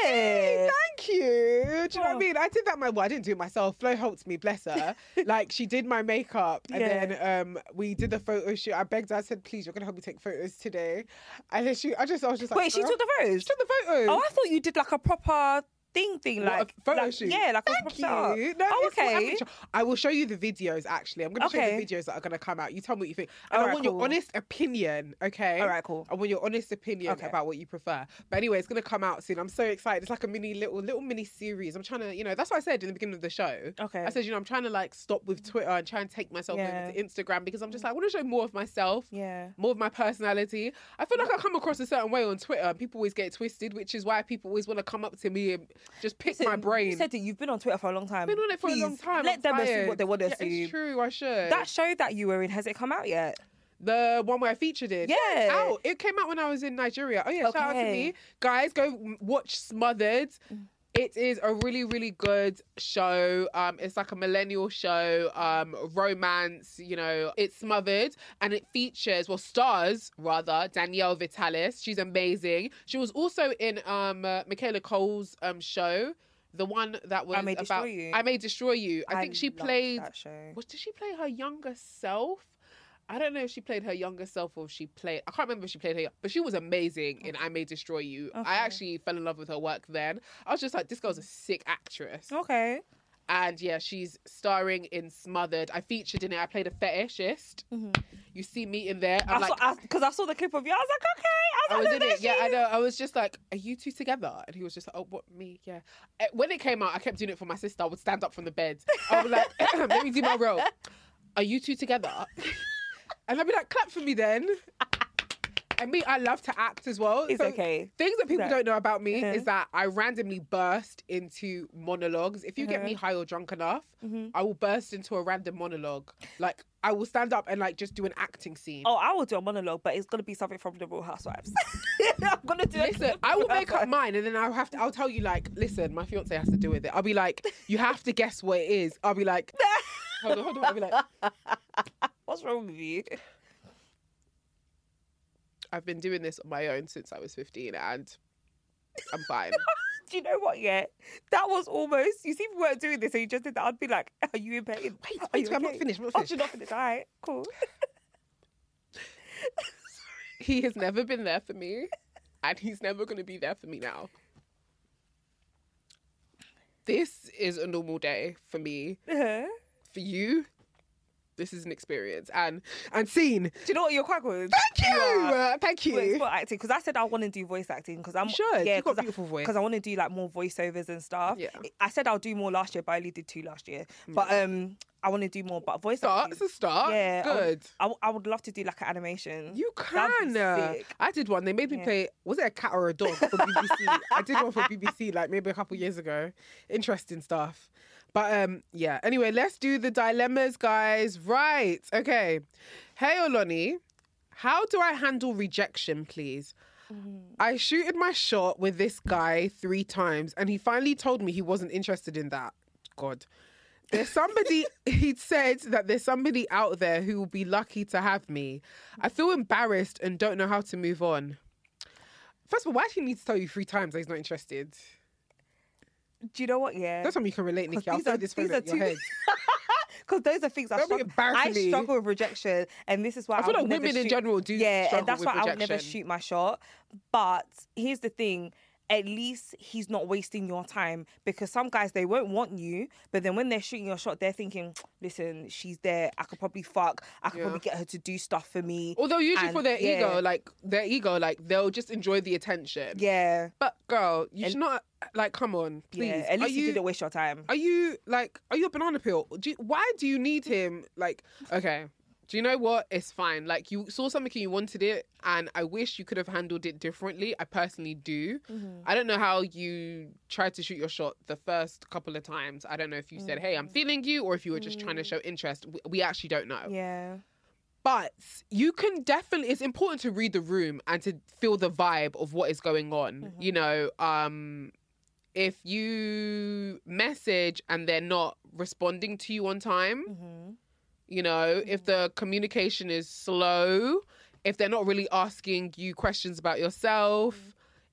C: Yeah.
B: Thank you. Do you know what I
C: Oh.
B: mean? I did that my well, I didn't do it myself. Flo helped me, bless her. like she did my makeup and
C: Yeah.
B: then um we did the photo shoot. I begged her, I said, please, you're gonna help me take photos today. And then she I just I was just like
C: Wait, she
B: "Girl,
C: took the photos.
B: she took the photos.
C: Oh, I thought you did like a proper thing, thing
B: What, a
C: like
B: photo
C: like-
B: shoot.
C: Yeah, like
B: Thank
C: a proper
B: you.
C: setup.
B: No,
C: oh,
B: it's all
C: okay.
B: amateur. I will show you the videos. Actually, I'm going to show you
C: Okay.
B: the videos that are going to come out. You tell me what you think. And I
C: Alright,
B: want
C: cool.
B: your honest opinion. Okay.
C: All right, cool.
B: I want your honest opinion
C: Okay.
B: about what you prefer. But anyway, it's going to come out soon. I'm so excited. It's like a mini little little mini series. I'm trying to, you know, that's what I said in the beginning of the show.
C: Okay.
B: I said, you know, I'm trying to like stop with Twitter and try and take myself
C: Yeah.
B: over to Instagram because I'm just like, I want to show more of myself
C: Yeah.
B: more of my personality. I feel like I come across a certain way on Twitter and people always get it twisted, which is why people always want to come up to me and just pick my
C: Listen,
B: brain.
C: You said that you've been on Twitter for a long time.
B: I've been on it for
C: Please,
B: a long time.
C: Let
B: I'm
C: them assume
B: tired.
C: what they want to
B: yeah,
C: assume.
B: It's true, I should.
C: That show that you were in, has it come out yet?
B: the one where I featured in.
C: Yeah.
B: It's out. It came out when I was in Nigeria. Oh, yeah, shout out to
C: Okay. Mm.
B: me. Guys, go m- watch Smothered. It is a really, really good show. Um, it's like a millennial show, um, romance, you know. It's smothered and it features, well, stars rather, Danielle Vitalis. She's amazing. She was also in um uh, Michaela Cole's um show, the one that was
C: May
B: about
C: Destroy You.
B: I May Destroy You. I, think she
C: loved
B: played
C: that show.
B: was did she play her younger self? I don't know if she played her younger self or if she played. I can't remember if she played her, but she was amazing in "I May Destroy You." I actually fell in love with her work then. I was just like, this girl's a sick actress,
C: Okay.
B: and yeah, she's starring in "Smothered." I featured in it. I played a fetishist. You see me in there.
C: I
B: I'm like,
C: saw because I, saw the clip of you. I was like, okay.
B: I
C: I was,
B: was
C: like,
B: in
C: no, there
B: it.
C: she
B: Yeah, I
C: is.
B: know. I was just like, "Are you two together?" And he was just like, "Oh, what me? Yeah." Eh, When it came out, I kept doing it for my sister. I would stand up from the bed. I was like, "Let me do my role." Are you two together? and I'd be like, "Clap for me, then." And me, I love to act as well.
C: It's
B: So
C: okay.
B: Things that people
C: That- Uh-huh.
B: don't know about me is that I randomly burst into monologues. If you get
C: Uh-huh.
B: me high or drunk enough,
C: Mm-hmm.
B: I will burst into a random monologue. Like I will stand up and like just do an acting scene.
C: Oh, I will do a monologue, but it's gonna be something from The Real Housewives. I'm gonna do it.
B: Listen, I will make up mine, and then I'll have to. I'll tell you, like, listen, my fiance has to deal with it. I'll be like, you have to guess what it is. I'll be like, hold on, hold on. I'll be like,
C: What's wrong with you?
B: I've been doing this on my own since I was fifteen, and I'm fine.
C: Do you know what? Yeah, that was almost. You see, if we weren't doing this, and you just did that, I'd be like, "Are you in pain? Wait,
B: wait, I'm not finished, I'm not
C: Oh, you're not finished. All right, cool.
B: he has never been there for me, and he's never going to be there for me now. This is a normal day for me. For you, This is an experience and and seen.
C: Do you know what? You're quite good.
B: Thank you.
C: are.
B: Uh, thank
C: Well, it's
B: you.
C: not acting because I said I want to do voice acting because I'm
B: You should.
C: yeah
B: You've got a
C: because I-
B: beautiful voice.
C: 'cause I want to do like more voiceovers and stuff.
B: Yeah.
C: I said I'll do more last year, but I only did two last year. But um, I want to do more. But voice
B: Start.
C: acting.
B: It's a start.
C: Yeah, um, I would-
B: Good.
C: I, w- I would love to do like an animation.
B: You
C: That'd be
B: can. uh,
C: sick.
B: I did one. They made me
C: Yeah.
B: play. Was it a cat or a dog for BBC? I did one for BBC like maybe a couple years ago. Interesting stuff. But um, yeah. Anyway, let's do the dilemmas, guys. Right. Okay. Hey, Oloni. How do I handle rejection, please?
C: Mm-hmm.
B: I shooted my shot with this guy three times, and he finally told me he wasn't interested in that. God. There's somebody, he said that there's somebody out there who will be lucky to have me. I feel embarrassed and don't know how to move on. First of all, why did he need to tell you three times that he's not interested?
C: Do you know what? Yeah.
B: That's something you can relate,
C: 'Cause
B: Nikki. I'll
C: these are-
B: throw this phone
C: these are
B: at your
C: two-
B: head.
C: Because those are things I
B: Don't be
C: struggle. I
B: embarrassing me.
C: struggle with rejection, and this is
B: I
C: why
B: feel
C: would
B: like
C: never
B: women in
C: shoot-
B: general do
C: Yeah,
B: struggle
C: and that's
B: with
C: why I would never
B: rejection.
C: shoot my shot. But here's the thing. At least he's not wasting your time because some guys they won't want you, but then when they're shooting your shot, they're thinking, "Listen, she's there. I could probably fuck. I could probably get her to do stuff for me."
B: Although usually
C: And-
B: for their
C: yeah,
B: ego, like their ego, like they'll just enjoy the attention.
C: yeah,
B: But girl, you should not like. Come on, please.
C: yeah. At
B: Are
C: least you, didn't waste your time.
B: Are you like? Are you a banana peel? Do you, why do you need him? Like, okay. Do you know what? It's fine. Like you saw something and you wanted it, and I wish you could have handled it differently. I personally do.
C: Mm. Mm-hmm.
B: I don't know how you tried to shoot your shot the first couple of times. I don't know if you said, "Hey, I'm feeling you," or if you were just trying to show interest. We, we actually don't know.
C: yeah.
B: But you can definitely it's important to read the room and to feel the vibe of what is going on. You know, um if you message and they're not responding to you on time,
C: mm-hmm.
B: you know, if the communication is slow, if they're not really asking you questions about yourself,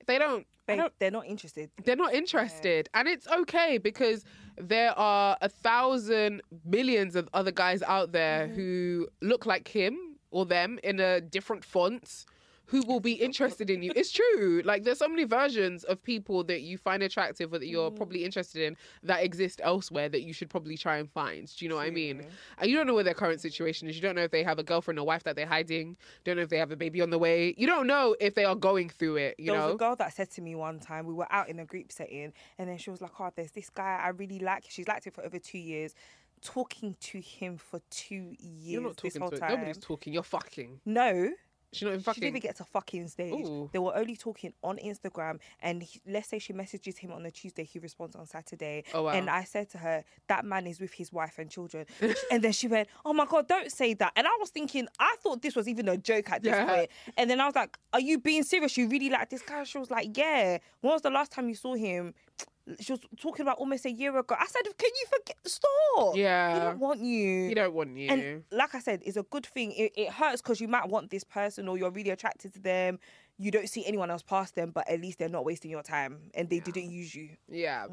B: if they don't I
C: Babe,
B: don't
C: they're not interested.
B: they're not interested and it's okay because there are a thousand millions of other guys out there who look like him or them in a different font who will be interested in you it's true like there's so many versions of people that you find attractive or that you're probably interested in that exist elsewhere that you should probably try and find do you know what i mean and you don't know what their current situation is you don't know if they have a girlfriend or wife that they're hiding don't know if they have a baby on the way you don't know if they are going through it you
C: there
B: know
C: was a girl that said to me one time, we were out in a group setting, and then she was like, Oh, there's this guy I really like. She's liked him for over two years. Talking to him for two years.
B: You're not
C: this
B: talking
C: whole
B: to it.
C: time.
B: Nobody's talking. You're fucking.
C: No.
B: She's not even
C: She
B: fucking.
C: didn't even get to fucking stage.
B: Ooh.
C: They were only talking on Instagram, and he, let's say she messages him on a Tuesday, he responds on Saturday.
B: Oh, wow.
C: And I said to her, "That man is with his wife and children." and then she went, "Oh my god, don't say that." And I was thinking, I thought this was even a joke at this
B: Yeah.
C: point. And then I was like, "Are you being serious? You really like this guy?" She was like, "Yeah." When was the last time you saw him? She was talking about almost a year ago. I said, "Can you forget? Stop. He
B: Yeah.
C: don't want you.
B: He don't want you.
C: And like I said, it's a good thing. It, it hurts because you might want this person or you're really attracted to them. You don't see anyone else past them, but at least they're not wasting your time and they didn't use you.
B: yeah.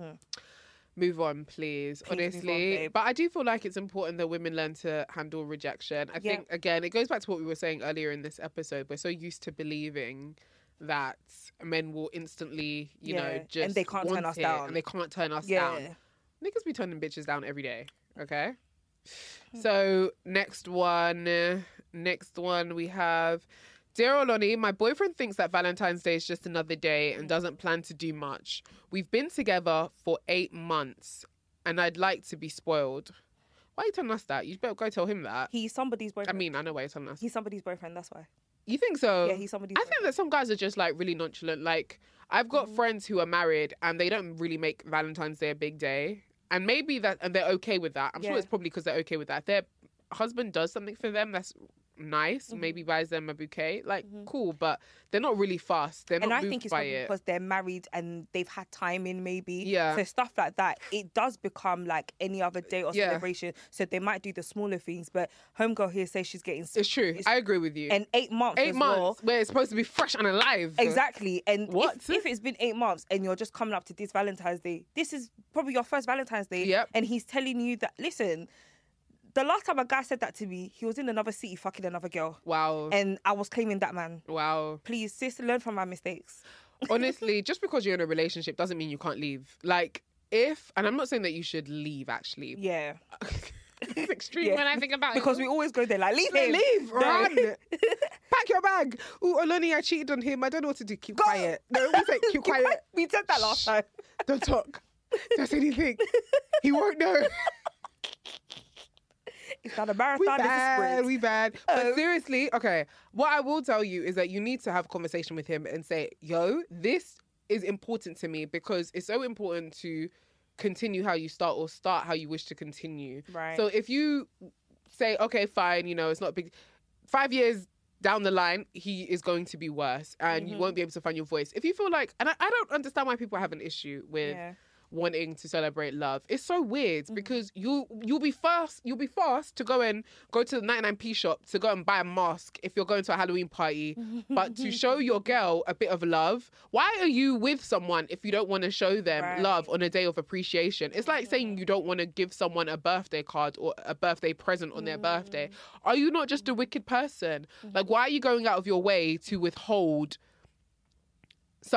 B: Move on, please.
C: Uh. move on,
B: honestly,
C: babe.
B: but I do feel like it's important that women learn to handle rejection. I think again, it goes back to what we were saying earlier in this episode. We're so used to believing that men will instantly, you
C: Yeah,
B: know,
C: and
B: just
C: they can't turn
B: want
C: us
B: it
C: down.
B: and they can't turn us
C: Yeah.
B: down. Niggas be turning bitches down every day. Okay. So next one, next one we have. Dear Oloni, my boyfriend thinks that Valentine's Day is just another day and doesn't plan to do much. We've been together for eight months and I'd like to be spoiled. Why are you telling us that? You better go tell him that.
C: He's somebody's
B: I
C: boyfriend.
B: mean, I know why you're telling us.
C: he's somebody's boyfriend. That's why.
B: You think so?
C: Yeah, he's somebody's
B: I think that some guys are just like really nonchalant. Like I've got
C: Mm.
B: friends who are married and they don't really make Valentine's Day a big day, and maybe that and they're okay with that. I'm
C: Yeah.
B: sure it's probably because they're okay with that. If their husband does something for them that's nice,
C: Mm-hmm.
B: maybe buys them a bouquet, like cool, but they're not really fast. They're
C: and
B: not
C: I
B: moved
C: think it's
B: by
C: probably
B: it.
C: because they're married and they've had time in maybe.
B: Yeah.
C: So stuff like that, it does become like any other day or
B: Yeah.
C: celebration. So they might do the smaller things, but homegirl here says she's getting
B: It's true. I agree with you.
C: and eight months.
B: Eight
C: as
B: months
C: well,
B: where it's supposed to be fresh and alive.
C: Exactly. And
B: What?
C: If, if it's been eight months and you're just coming up to this Valentine's Day, this is probably your first Valentine's Day.
B: Yep.
C: And he's telling you that, listen, the last time a guy said that to me, he was in another city fucking another girl.
B: Wow.
C: And I was claiming that man.
B: wow.
C: Please, sis, learn from my mistakes.
B: honestly, just because you're in a relationship doesn't mean you can't leave. Like, if, and I'm not saying that you should leave actually,
C: Yeah.
B: It's extreme
C: Yeah.
B: when I think about
C: because
B: it.
C: we always go there like leave him.
B: leave,
C: No.
B: run, pack your bag. Ooh, Oloni, I cheated on him. I don't know what to do. Keep quiet. No, we say keep quiet.
C: We did that last
B: Shh.
C: time.
B: Don't talk. Don't say anything. He won't know.
C: It's not a
B: We
C: marathon, it's a
B: bad.
C: sprint.
B: We bad. But
C: Oh.
B: seriously, okay. What I will tell you is that you need to have a conversation with him and say, "Yo, this is important to me because it's so important to continue how you start or start how you wish to continue."
C: Right.
B: So if you say, okay, fine, you know, it's not big. Five years down the line, he is going to be worse and
C: Mm-hmm.
B: you won't be able to find your voice. If you feel like, and I, I don't understand why people have an issue with
C: Yeah.
B: wanting to celebrate love. It's so weird because you you'll be fast you'll be fast to go and go to the 99p shop to go and buy a mask if you're going to a Halloween party, but to show your girl a bit of love. Why are you with someone if you don't want to show them
C: Right.
B: love on a day of appreciation? It's like saying you don't want to give someone a birthday card or a birthday present on their birthday. Are you not just a wicked person? Like why are you going out of your way to withhold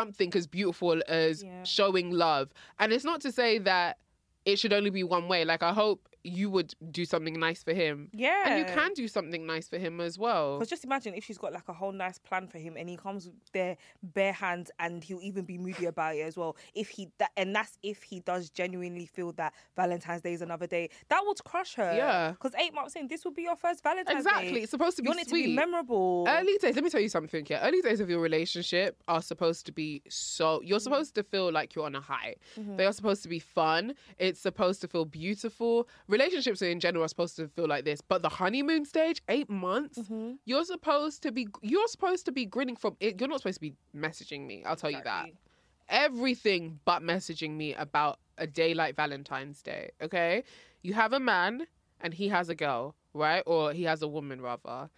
B: something as beautiful as
C: Yeah.
B: showing love. And it's not to say that it should only be one way. Like I hope you would do something nice for him.
C: Yeah.
B: And you can do something nice for him as well.
C: Because just imagine if she's got like a whole nice plan for him, and he comes there bare hands, and he'll even be moody about it as well. If he that, and that's if he does genuinely feel that Valentine's Day is another day, that would crush her.
B: Yeah.
C: Because eight months in, this would be your first Valentine's Day.
B: Exactly. It's supposed to be
C: You want it to
B: sweet.
C: be memorable.
B: Early days, let me tell you something. Yeah, early days of your relationship are supposed to be so.
C: Mm.
B: You're supposed to feel like you're on a high.
C: Mm-hmm.
B: They are supposed to be fun. It's supposed to feel beautiful. Relationships in general are supposed to feel like this. But the honeymoon stage, eight months,
C: Mm-hmm.
B: you're supposed to be. You're supposed to be grinning from it. You're not supposed to be messaging me. I'll tell you that. Everything but messaging me about a day like Valentine's Day. Okay, you have a man and he has a girl, right? Or he has a woman rather.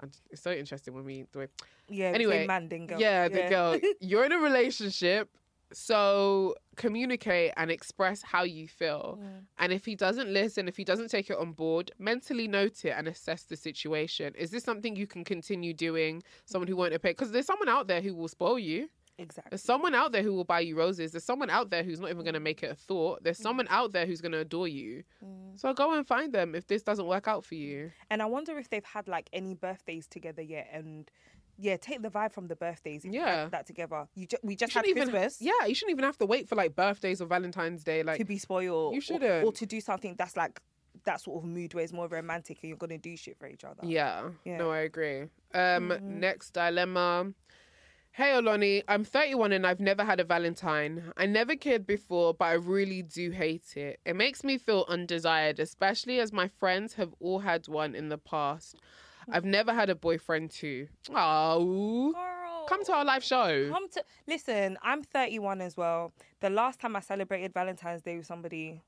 B: I'm just- it's so interesting when we do it.
C: Yeah. we say
B: Anyway,
C: man, then girl.
B: Yeah, the girl. You're in a relationship, so communicate and express how you feel. And if he doesn't listen, if he doesn't take it on board, mentally note it and assess the situation. Is this something you can continue doing? Someone who won't pay because there's someone out there who will spoil you.
C: Exactly.
B: There's someone out there who will buy you roses. There's someone out there who's not even going to make it a thought.
C: Mm.
B: There's someone out there who's going to adore you. So go and find them if this doesn't work out for you.
C: And I wonder if they've had like any birthdays together yet, and. Yeah, take the vibe from the birthdays. If you had
B: Yeah.
C: that together. You ju- we just
B: You
C: had
B: shouldn't even-
C: Christmas.
B: yeah, you shouldn't even have to wait for like birthdays or Valentine's Day. Like
C: to be spoiled.
B: You
C: or- Or,
B: shouldn't.
C: to do something that's like that sort of mood where it's more romantic and you're gonna do shit for each other.
B: Yeah.
C: Yeah. Mm-hmm.
B: No, I agree. Um, next dilemma. Hey Oloni, I'm 31 and I've never had a Valentine. I never cared before, but I really do hate it. It makes me feel undesired, especially as my friends have all had one in the past. I've
C: Mm.
B: never had a boyfriend too. Oh,
C: Girl,
B: come to our live show.
C: Oh, Come to listen. I'm 31 as well. The last time I celebrated Valentine's Day with somebody,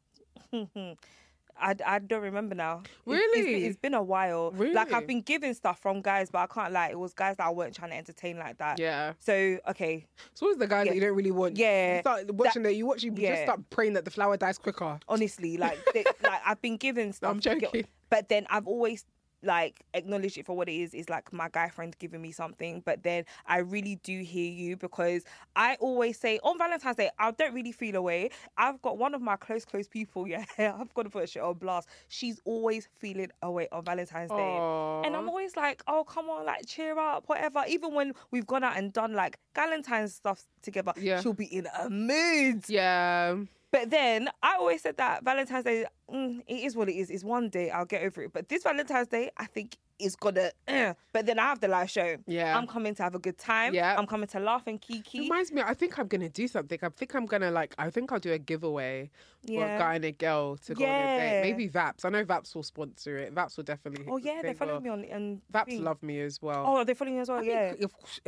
C: I, I don't remember now. It's- it's been-
B: Really?
C: it's been a while. Like
B: Really?
C: I've been given stuff from guys, but I can't like it was guys that I weren't trying to entertain like that.
B: Yeah.
C: So okay,
B: It's always the guys that
C: Yeah.
B: you don't really want.
C: Yeah.
B: You start watching that, you watch, you just
C: yeah.
B: start praying that the flower dies quicker.
C: honestly like they, like i've been given stuff
B: I'm
C: to get-
B: joking.
C: but then i've always like acknowledged it for what it is is like my guy friend giving me something but then i really do hear you because i always say on valentine's day i don't really feel away i've got one of my close close people yeah i've got to put shit on blast she's always feeling away on valentine's day and I'm always like, oh, come on, like, cheer up, whatever. Even when we've gone out and done like Galentine's stuff together,
B: Yeah.
C: she'll be in a mood.
B: Yeah.
C: But then I always said that Valentine's Day, mm, it is what it is. It's one day I'll get over it. But this Valentine's Day, I think is gonna. Uh, but then I have the live show.
B: Yeah.
C: I'm coming to have a good time.
B: Yeah.
C: I'm coming to laugh and kiki.
B: reminds me. I think I'm gonna do something. I think I'm gonna like. I think I'll do a giveaway for a
C: Yeah.
B: guy and a girl to go on a date.
C: Yeah.
B: Maybe Vaps. I know Vaps will sponsor it. Vaps will definitely.
C: oh yeah, they
B: they
C: followed
B: will.
C: me on. And
B: Vaps love me as well.
C: Oh, they're following me as well. yeah.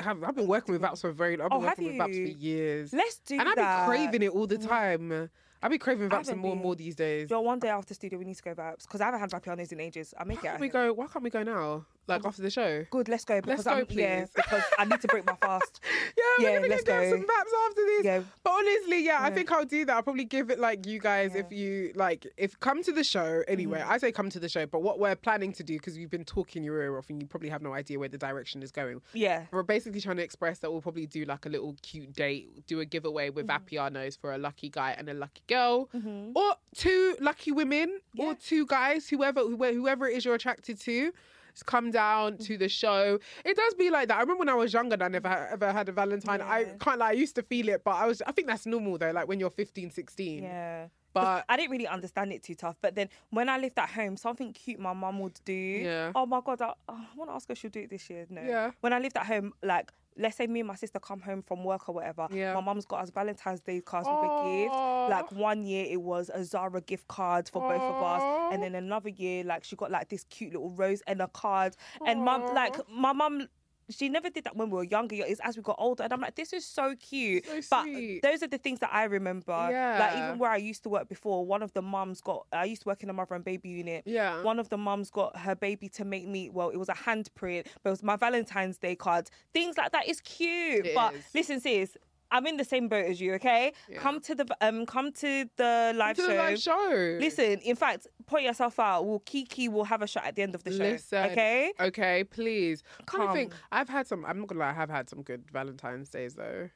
B: I've, I've been working with Vaps for very. I've been
C: Oh, have
B: working with Vaps
C: you?
B: for years.
C: Let's do
B: and I've
C: that. Mm.
B: been craving it all the time. I've been craving Vaps
C: haven't
B: more and
C: been-
B: more these days.
C: Yo, one day after studio, we need to go vibes because I haven't had my pianos in ages. I make
B: Why
C: it.
B: can't we go? Why can't we go now? Like after the show.
C: Good, let's go. Because
B: go,
C: I'm, Yeah,
B: please.
C: because I need to break my fast.
B: Yeah, we're
C: Yeah,
B: gonna
C: let's
B: go down some
C: go.
B: vaps after this.
C: Yeah.
B: But honestly, yeah, I think I'll do that. I'll probably give it like you guys if you like if come to the show anyway.
C: Mm-hmm.
B: I say come to the show, but what we're planning to do because we've been talking your ear off and you probably have no idea where the direction is going.
C: Yeah.
B: We're basically trying to express that we'll probably do like a little cute date, do a giveaway with
C: Mm-hmm.
B: Appianos for a lucky guy and a lucky girl, or two lucky women, or two guys, whoever whoe- whoever it is you're attracted to. just Come down to
C: Mm-hmm.
B: the show. It does be like that. I remember when I was younger, and I never ha- ever had a Valentine. I can't lie, I used to feel it, but I was. I think that's normal though. Like when you're 15, 16.
C: Yeah.
B: But
C: I didn't really understand it too tough. But then when I lived at home, something cute my mum would do.
B: Yeah.
C: Oh my god, I, oh, I want to ask her if she'll do it this year. No.
B: Yeah.
C: When I lived at home, like let's say me and my sister come home from work or whatever.
B: Yeah.
C: My mum's got us Valentine's Day cards with a gift.
B: Aw.
C: Like one year it was a Zara gift card for both of us, and then another year like she got like this cute little rose and a card. And mum like my mum. She never did that when we were younger. It's as we got older, and I'm like, this is so cute.
B: So
C: but
B: sweet.
C: those are the things that I remember. Like
B: Yeah.
C: even where I used to work before, one of the mums got. I used to work in a mother and baby unit.
B: Yeah.
C: One of the mums got her baby to make me. Well, it was a handprint, but it was my Valentine's Day cards. Things like that is cute.
B: It
C: but
B: is.
C: listen, sis, I'm in the same boat as you. Okay, come to the um, come to the live
B: to
C: show.
B: the live show.
C: Listen, in fact, point yourself out. We'll Kiki will have a shot at the end of the show.
B: Listen,
C: Okay.
B: okay, please. Come. I think
C: Come.
B: I've had some. I'm not gonna lie, I have had some good Valentine's days though.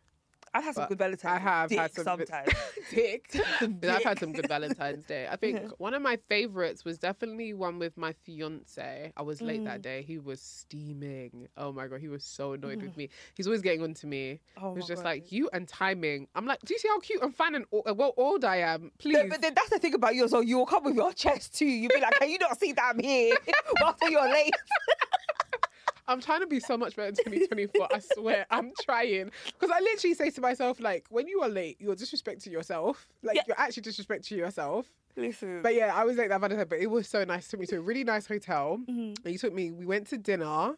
C: I've had some
B: But
C: good Valentine's.
B: I have
C: Uh, dick
B: had some good-
C: sometimes.
B: dick. But I've had
C: dick.
B: some good Valentine's Day. I think one of my favorites was definitely one with my fiance. I was late
C: Mm.
B: that day. He was steaming. Oh my god, he was so annoyed with me. He's always getting onto me.
C: Mm. Oh
B: he was
C: my
B: just
C: God.
B: like you and timing. I'm like, do you see how cute and fun and o- uh, well old I am? Please.
C: No, but then that's the thing about you. So you will come with your chest too. You'll be like, can you not see that I'm here? After you're late.
B: I'm trying to be so much better in 2024. I swear, I'm trying. Because I literally say to myself, like, when you are late, you're disrespecting yourself. Like,
C: Yeah.
B: you're actually disrespecting yourself.
C: Listen.
B: But yeah, I was late that Valentine, but it was so nice. Took me to a really nice hotel.
C: Mm-hmm.
B: And he took me. We went to dinner.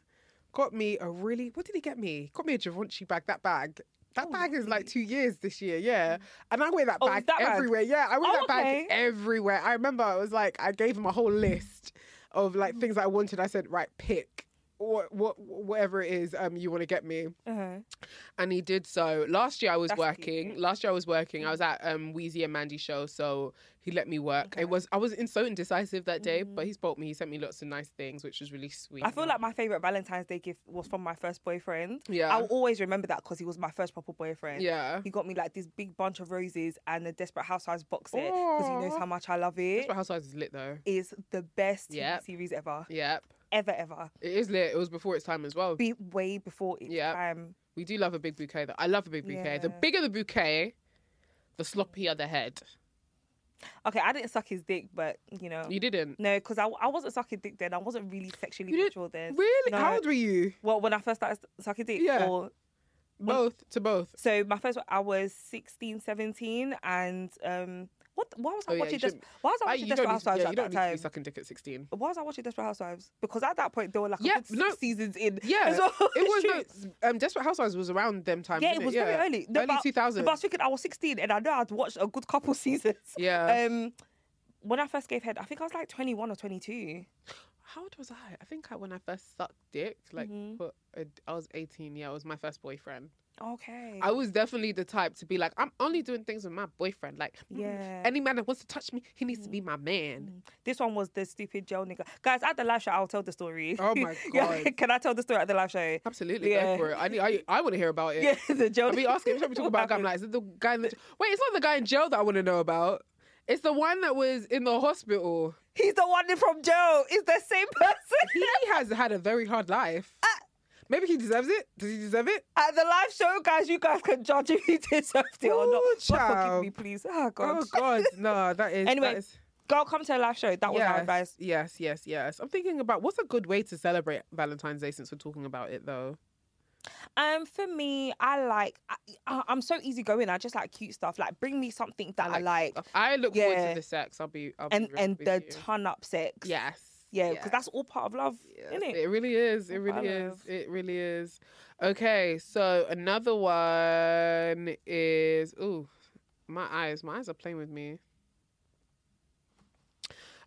B: Got me a really. What did he get me? Got me a Givenchy bag. That bag. That bag is like two years this year, yeah. And I wear that
C: Oh,
B: bag
C: that bag?
B: everywhere. Yeah, I wear
C: Oh,
B: that bag
C: okay.
B: everywhere. I remember I was like, I gave him a whole list of
C: Mm.
B: like things I wanted. I said, right, pick. What, what, whatever it is um, you want to get me and he did so last year i was working last year i was working i
C: Mm.
B: was at um wheezy and mandy show so he let me work it was i was in so indecisive that day but he spoke me he sent me lots of nice things which was really sweet
C: Mm. I feel like my favorite Valentine's Day gift was from my first boyfriend.
B: Yeah.
C: I'll always remember that because he was my first proper boyfriend.
B: Yeah.
C: He got me like this big bunch of roses and a Desperate Housewives box set because he knows how much I love it.
B: Desperate Housewives is lit though
C: Is the best TV
B: Yep.
C: series ever,
B: yep
C: ever, ever.
B: it is lit it was before its time as well
C: Be way before its
B: Yep.
C: time.
B: we do love a big bouquet though i love a big bouquet the
C: Yeah.
B: bigger the bouquet the sloppier the head
C: Okay, I didn't suck his dick, but you know,
B: you didn't
C: no, because I, I wasn't sucking dick then. I wasn't really sexually
B: you
C: mature then.
B: really
C: No.
B: how old were you
C: Well, when I first started sucking dick,
B: Yeah.
C: or
B: both to both
C: so my first one, I was 16, 17, and um, what why was I
B: Oh, yeah,
C: watching
B: you
C: this?
B: shouldn't-
C: Why was I
B: Ah,
C: watching
B: you
C: Desperate
B: don't, need,
C: Housewives
B: yeah, you
C: at
B: don't
C: that
B: need to be
C: time?
B: sucking dick at 16
C: Why was I watching Desperate Housewives? Because at that point they were like
B: Yeah,
C: yeah,
B: no.
C: seasons in.
B: Yeah,
C: as well.
B: it was.
C: Shoot.
B: No, um, Desperate Housewives was around them times.
C: Yeah,
B: wasn't
C: it was very early. No,
B: early
C: but-
B: two thousand.
C: But I was thinking I was 16 and I know I'd watched a good couple seasons.
B: Yeah.
C: Um, when I first gave head, I think I was like 21 or 22.
B: How old was I? I think I, when I first sucked dick, like
C: Mm-hmm.
B: put a, I was eighteen. Yeah, it was my first boyfriend.
C: Okay.
B: I was definitely the type to be like, I'm only doing things with my boyfriend. Like, mm,
C: Yeah. Mm-hmm.
B: any man that wants to touch me, he needs to be my man.
C: This one was the stupid jail nigga. Guys, at the live show, I'll tell the story.
B: Oh my
C: Yeah,
B: God.
C: Can I tell the story at the live show?
B: Absolutely, go
C: Yeah.
B: for it. I need, I, I want to hear about it.
C: Yeah, the jail.
B: I mean, ask him. We talk about a guy. I'm like, is it the guy? In the, wait, it's not the guy in jail that I want to know about. It's the one that was in the hospital.
C: He's the one from jail. It's the same person.
B: he has had a very hard life.
C: Uh,
B: Maybe he deserves it. Does he deserve it?
C: At the live show, guys, you guys can judge if he deserved it or
B: Ooh,
C: not. But
B: child.
C: forgive me, please. Oh, God.
B: Oh God, no, that is.
C: Anyway,
B: that is,
C: Girl, come to a live show. That was our advice.
B: yes, yes, yes. I'm thinking about what's a good way to celebrate Valentine's Day since we're talking about it though.
C: Um, for me, I like. I, I, I'm so easygoing. I just like cute stuff. Like, bring me something that I like,
B: I look forward
C: yeah.
B: to the sex. I'll be, I'll
C: and
B: be real
C: and
B: with
C: the
B: you.
C: ton up sex.
B: Yes,
C: yeah, because
B: yes.
C: that's all part of love,
B: Yes,
C: isn't it?
B: It really is. It
C: Oh,
B: really
C: I
B: is.
C: love.
B: It really is. Okay, so another one is ooh, my eyes. My eyes are playing with me.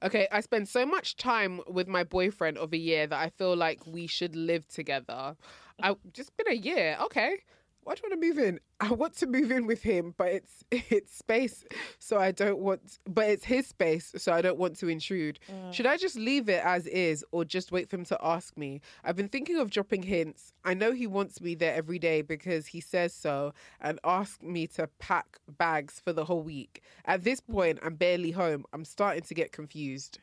B: Okay, I spend so much time with my boyfriend of a year that I feel like we should live together. I just been a year. Okay. Why do you want to move in? I want to move in with him, but it's it's space, so I don't want. But it's his space, so I don't want to intrude.
C: Mm.
B: Should I just leave it as is, or just wait for him to ask me? I've been thinking of dropping hints. I know he wants me there every day because he says so, and asked me to pack bags for the whole week. At this
C: Mm.
B: point, I'm barely home. I'm starting to get confused.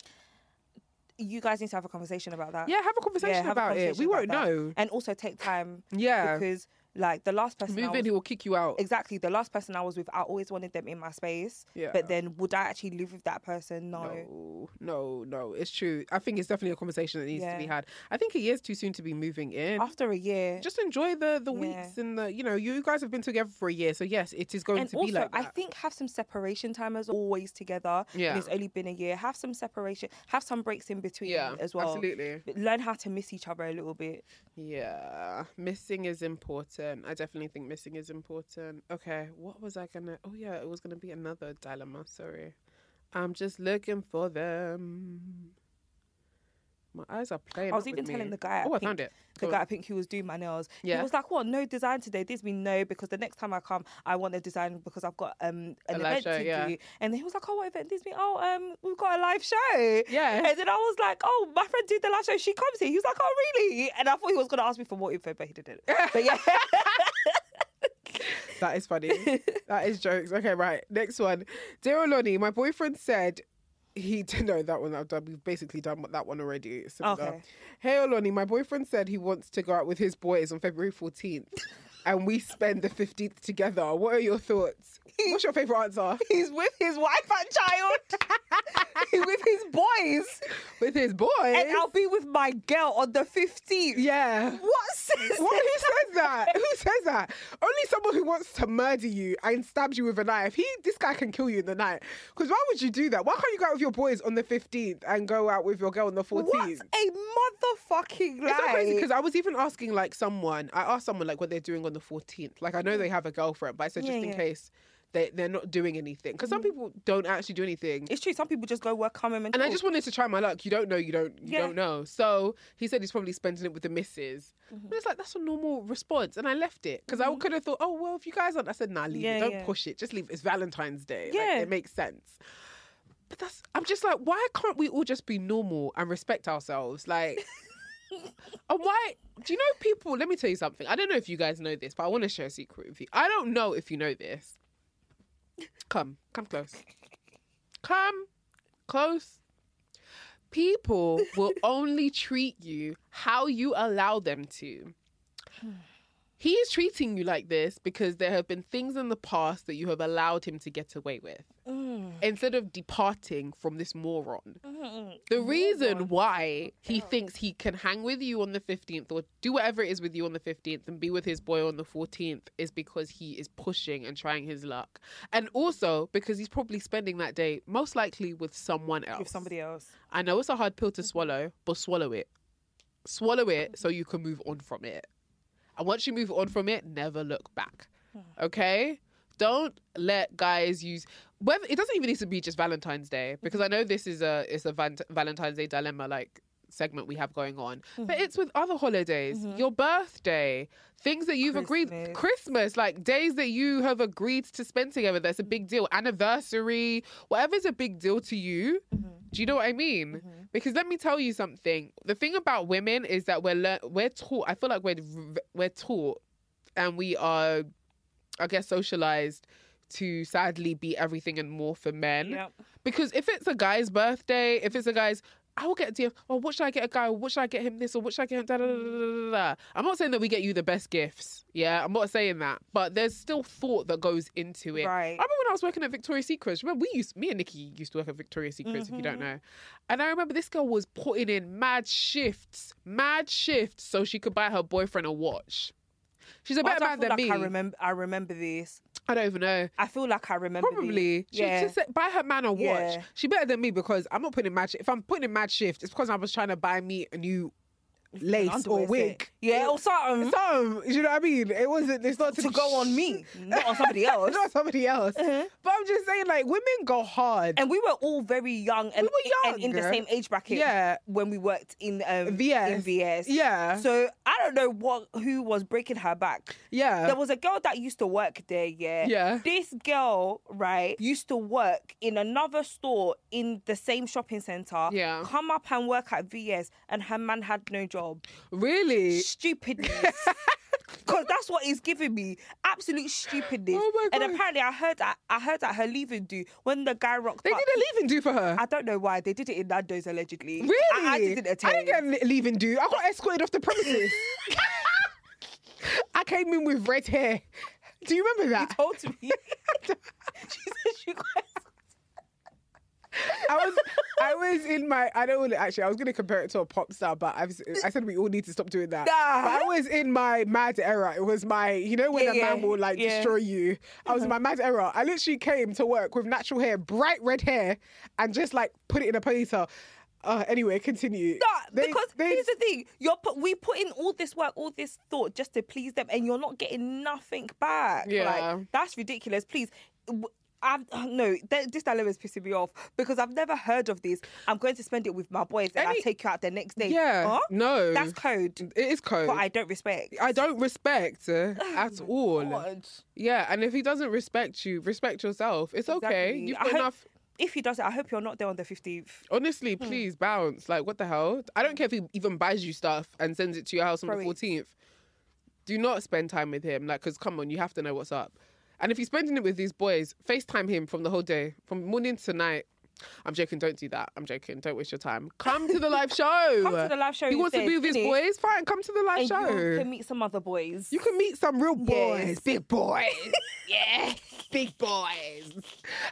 C: You guys need to have a conversation about that.
B: Yeah, have a conversation
C: Uh, have a
B: about it.
C: conversation
B: We won't
C: about that.
B: know.
C: And also take time.
B: Yeah.
C: Because like the last person I
B: Move in,
C: was-
B: he will kick you out.
C: exactly the last person I was with, I always wanted them in my space.
B: Yeah.
C: But then would I actually live with that person? No.
B: No, no, no. It's true. I think it's definitely a conversation that needs to be
C: Yeah.
B: had. I think it is too soon to be moving in.
C: After a year.
B: Just enjoy the the
C: Yeah.
B: weeks and the you know you guys have been together for a year, so yes, it is going
C: and
B: to
C: also,
B: be like that.
C: I think have some separation time as always together. and
B: Yeah.
C: it's only been a year. Have some separation. Have some breaks in between
B: Yeah,
C: as well.
B: absolutely.
C: But Learn how to miss each other a little bit.
B: Yeah, missing is important. I definitely think missing is important. Okay, what was I gonna? Oh yeah, it was gonna be another dilemma. Sorry, I'm just looking for them. My eyes are playing.
C: I was
B: up with
C: even telling
B: me.
C: the guy. at
B: Oh, I
C: Pink-
B: found it.
C: The
B: Go
C: guy
B: on.
C: I think who was doing my nails.
B: Yeah.
C: He was like, "What? No design today?" This mean no because the next time I come, I want a design because I've got um an
B: A live
C: event
B: show,
C: to
B: yeah.
C: do. And then he was like, "Oh, what event?" This mean, "Oh, um, we've got a live show."
B: Yeah.
C: And then I was like, "Oh, my friend did the live show. She comes here." He was like, "Oh, really?" And I thought he was gonna ask me for more info, but he didn't. But yeah,
B: That is funny. that is jokes. Okay, right. Next one. Dear Oloni, my boyfriend said he didn't know that one. I've done. We've basically done what- that one already. It's similar.
C: Okay.
B: Hey Oloni, my boyfriend said he wants to go out with his boys on February fourteenth, and we spend the fifteenth together. What are your thoughts? What's your favorite answer?
C: he's with his wife and child. he's with his boys,
B: with his boys.
C: and I'll be with my girl on the fifteenth.
B: yeah.
C: What? sense
B: What?
C: does
B: Who says that? Who says that? Only someone who wants to murder you and stabs you with a knife. He, this guy can kill you in the night. Because why would you do that? Why can't you go out with your boys on the fifteenth and go out with your girl on the fourteenth?
C: What a motherfucking lie!
B: It's so crazy because I was even asking like someone. I asked someone like what they're doing on the fourteenth. Like I know they have a girlfriend, but I said just
C: Yeah,
B: in
C: yeah.
B: case they they're not doing anything because some people don't actually do anything.
C: It's true. Some people just go work, come home, and,
B: And I
C: talk.
B: just wanted to try my luck. You don't know, you don't, you
C: Yeah.
B: don't know. So he said he's probably spending it with the missus.
C: Mm-hmm.
B: And it's like that's a normal response, and I left it because I could have thought, oh well, if you guys aren't, I said, nah, leave it.
C: Yeah,
B: Don't
C: yeah.
B: push it. Just leave. It. It's Valentine's Day. Like,
C: Yeah.
B: it makes sense. But that's. I'm just like, why can't we all just be normal and respect ourselves? Like. And why do you know people? Let me tell you something. I don't know if you guys know this, but I want to share a secret with you. I don't know if you know this. Come, come close. Come close. People will only treat you how you allow them to. He is treating you like this because there have been things in the past that you have allowed him to get away with
C: Mm.
B: instead of departing from this moron. The reason why he thinks he can hang with you on the 15th or do whatever it is with you on the 15th and be with his boy on the 14th is because he is pushing and trying his luck. And also because he's probably spending that day most likely with someone else.
C: with somebody else.
B: I know it's a hard pill to swallow, but swallow it. Swallow it so you can move on from it. And once you move on from it, never look back. Okay? Don't let guys use whether it doesn't even need to be just Valentine's Day because I know this is a it's a van, Valentine's Day dilemma like segment we have going on. But it's with other holidays, your birthday, things that you've agreed
C: Christmas.
B: Christmas, like days that you have agreed to spend together, that's a big deal. Anniversary, whatever's a big deal to you. Do you know what I mean? Because let me tell you something. The thing about women is that we're lear- we're taught. I feel like we're v- we're taught, and we are, I guess, socialized to sadly be everything and more for men.
C: Yep.
B: Because if Mm-hmm. it's a guy's birthday, if it's a guy's, I will get a DM. Oh, what should I get a guy? Or what should I get him this? Or what should I get him? Da, da, da, da, da, da, da. I'm not saying that we get you the best gifts. Yeah, I'm not saying that. But there's still thought that goes into it. I
C: Right.
B: remember when I was working at Victoria's Secret. Remember, we used, me and Nikki used to work at Victoria's Secrets, if you
C: Mm-hmm.
B: don't know. And I remember this girl was putting in mad shifts, mad shifts, so she could buy her boyfriend a watch. She's a
C: Why
B: better
C: do I
B: man
C: feel
B: than
C: like
B: me.
C: I remember. I remember this.
B: I don't even know.
C: I feel like I remember. this.
B: Probably. She
C: Yeah.
B: just said, buy her man a watch.
C: Yeah.
B: She better than me because I'm not putting in mad shift. If I'm putting in mad shift, it's because I was trying to buy me a new lace or
C: Underwear,
B: wig.
C: Yeah, or something.
B: Some, you know what I mean? It wasn't. It's not to,
C: to go on me, not on somebody
B: It's
C: else.
B: not somebody else. But I'm just saying, like, women go hard.
C: And we were all very young and,
B: were
C: and in the
B: young.
C: same age bracket
B: Yeah.
C: when we worked in um,
B: VS.
C: In VS.
B: Yeah.
C: So I don't know what who was breaking her back.
B: yeah.
C: There was a girl that used to work there, yeah.
B: Yeah.
C: This girl, right, used to work in another store in the same shopping center.
B: Yeah.
C: Come up and work at VS, and her man had no job.
B: really?
C: Stupidness. Cause that's what it's giving me. Absolute stupidness.
B: Oh my God.
C: And apparently I heard that I heard that her leaving do when the guy rocked
B: They
C: up.
B: did a leave and do for her.
C: I don't know why they did it in Nando's allegedly.
B: really?
C: I, I didn't attend.
B: I didn't get a leave and do. I got escorted off the premises. I came in with red hair. Do you remember that?
C: told me. she said she got-
B: I was I was in my I don't want to actually I was gonna compare it to a pop star, but I've I said we all need to stop doing that.
C: Nah.
B: But I was in my mad era. It was my you know when
C: Yeah,
B: a
C: yeah,
B: man will like
C: yeah.
B: destroy you. I was in my mad era. I literally came to work with natural hair, bright red hair, and just like put it in a ponytail. Uh, anyway, continue.
C: Nah,
B: They-
C: because
B: they-
C: here's the thing: you're put, we put in all this work, all this thought just to please them, and you're not getting nothing back.
B: Yeah.
C: like, that's ridiculous. Please, W- I've uh, no. Th- this dilemma is pissing me off because I've never heard of this. I'm going to spend it with my boys, and I
B: Any-
C: take you out the next day.
B: Yeah,
C: Huh?
B: no.
C: that's code.
B: it is code.
C: But I don't respect.
B: I don't respect uh, at all.
C: God.
B: Yeah, and if he doesn't respect you, respect yourself. It's okay.
C: Exactly.
B: You've
C: I
B: got
C: hope-
B: enough.
C: If he does it, I hope you're not there on the fifteenth.
B: Honestly,
C: Hmm.
B: please bounce. Like, what the hell? I don't care if he even buys you stuff and sends it to your house on
C: Throw
B: the
C: it.
B: 14th. Do not spend time with him. Like, because come on, you have to know what's up. And if you're spending it with these boys, FaceTime him from the whole day, from morning to night. I'm joking. Don't do that. I'm joking. Don't waste your time. Come to the live show.
C: Come to the live show
B: He wants to
C: instead,
B: be with his
C: innit?
B: boys. Fine. Come to the live
C: and
B: show.
C: you can meet some other boys.
B: You can meet some real boys,
C: Yes.
B: big boys. yeah, big boys.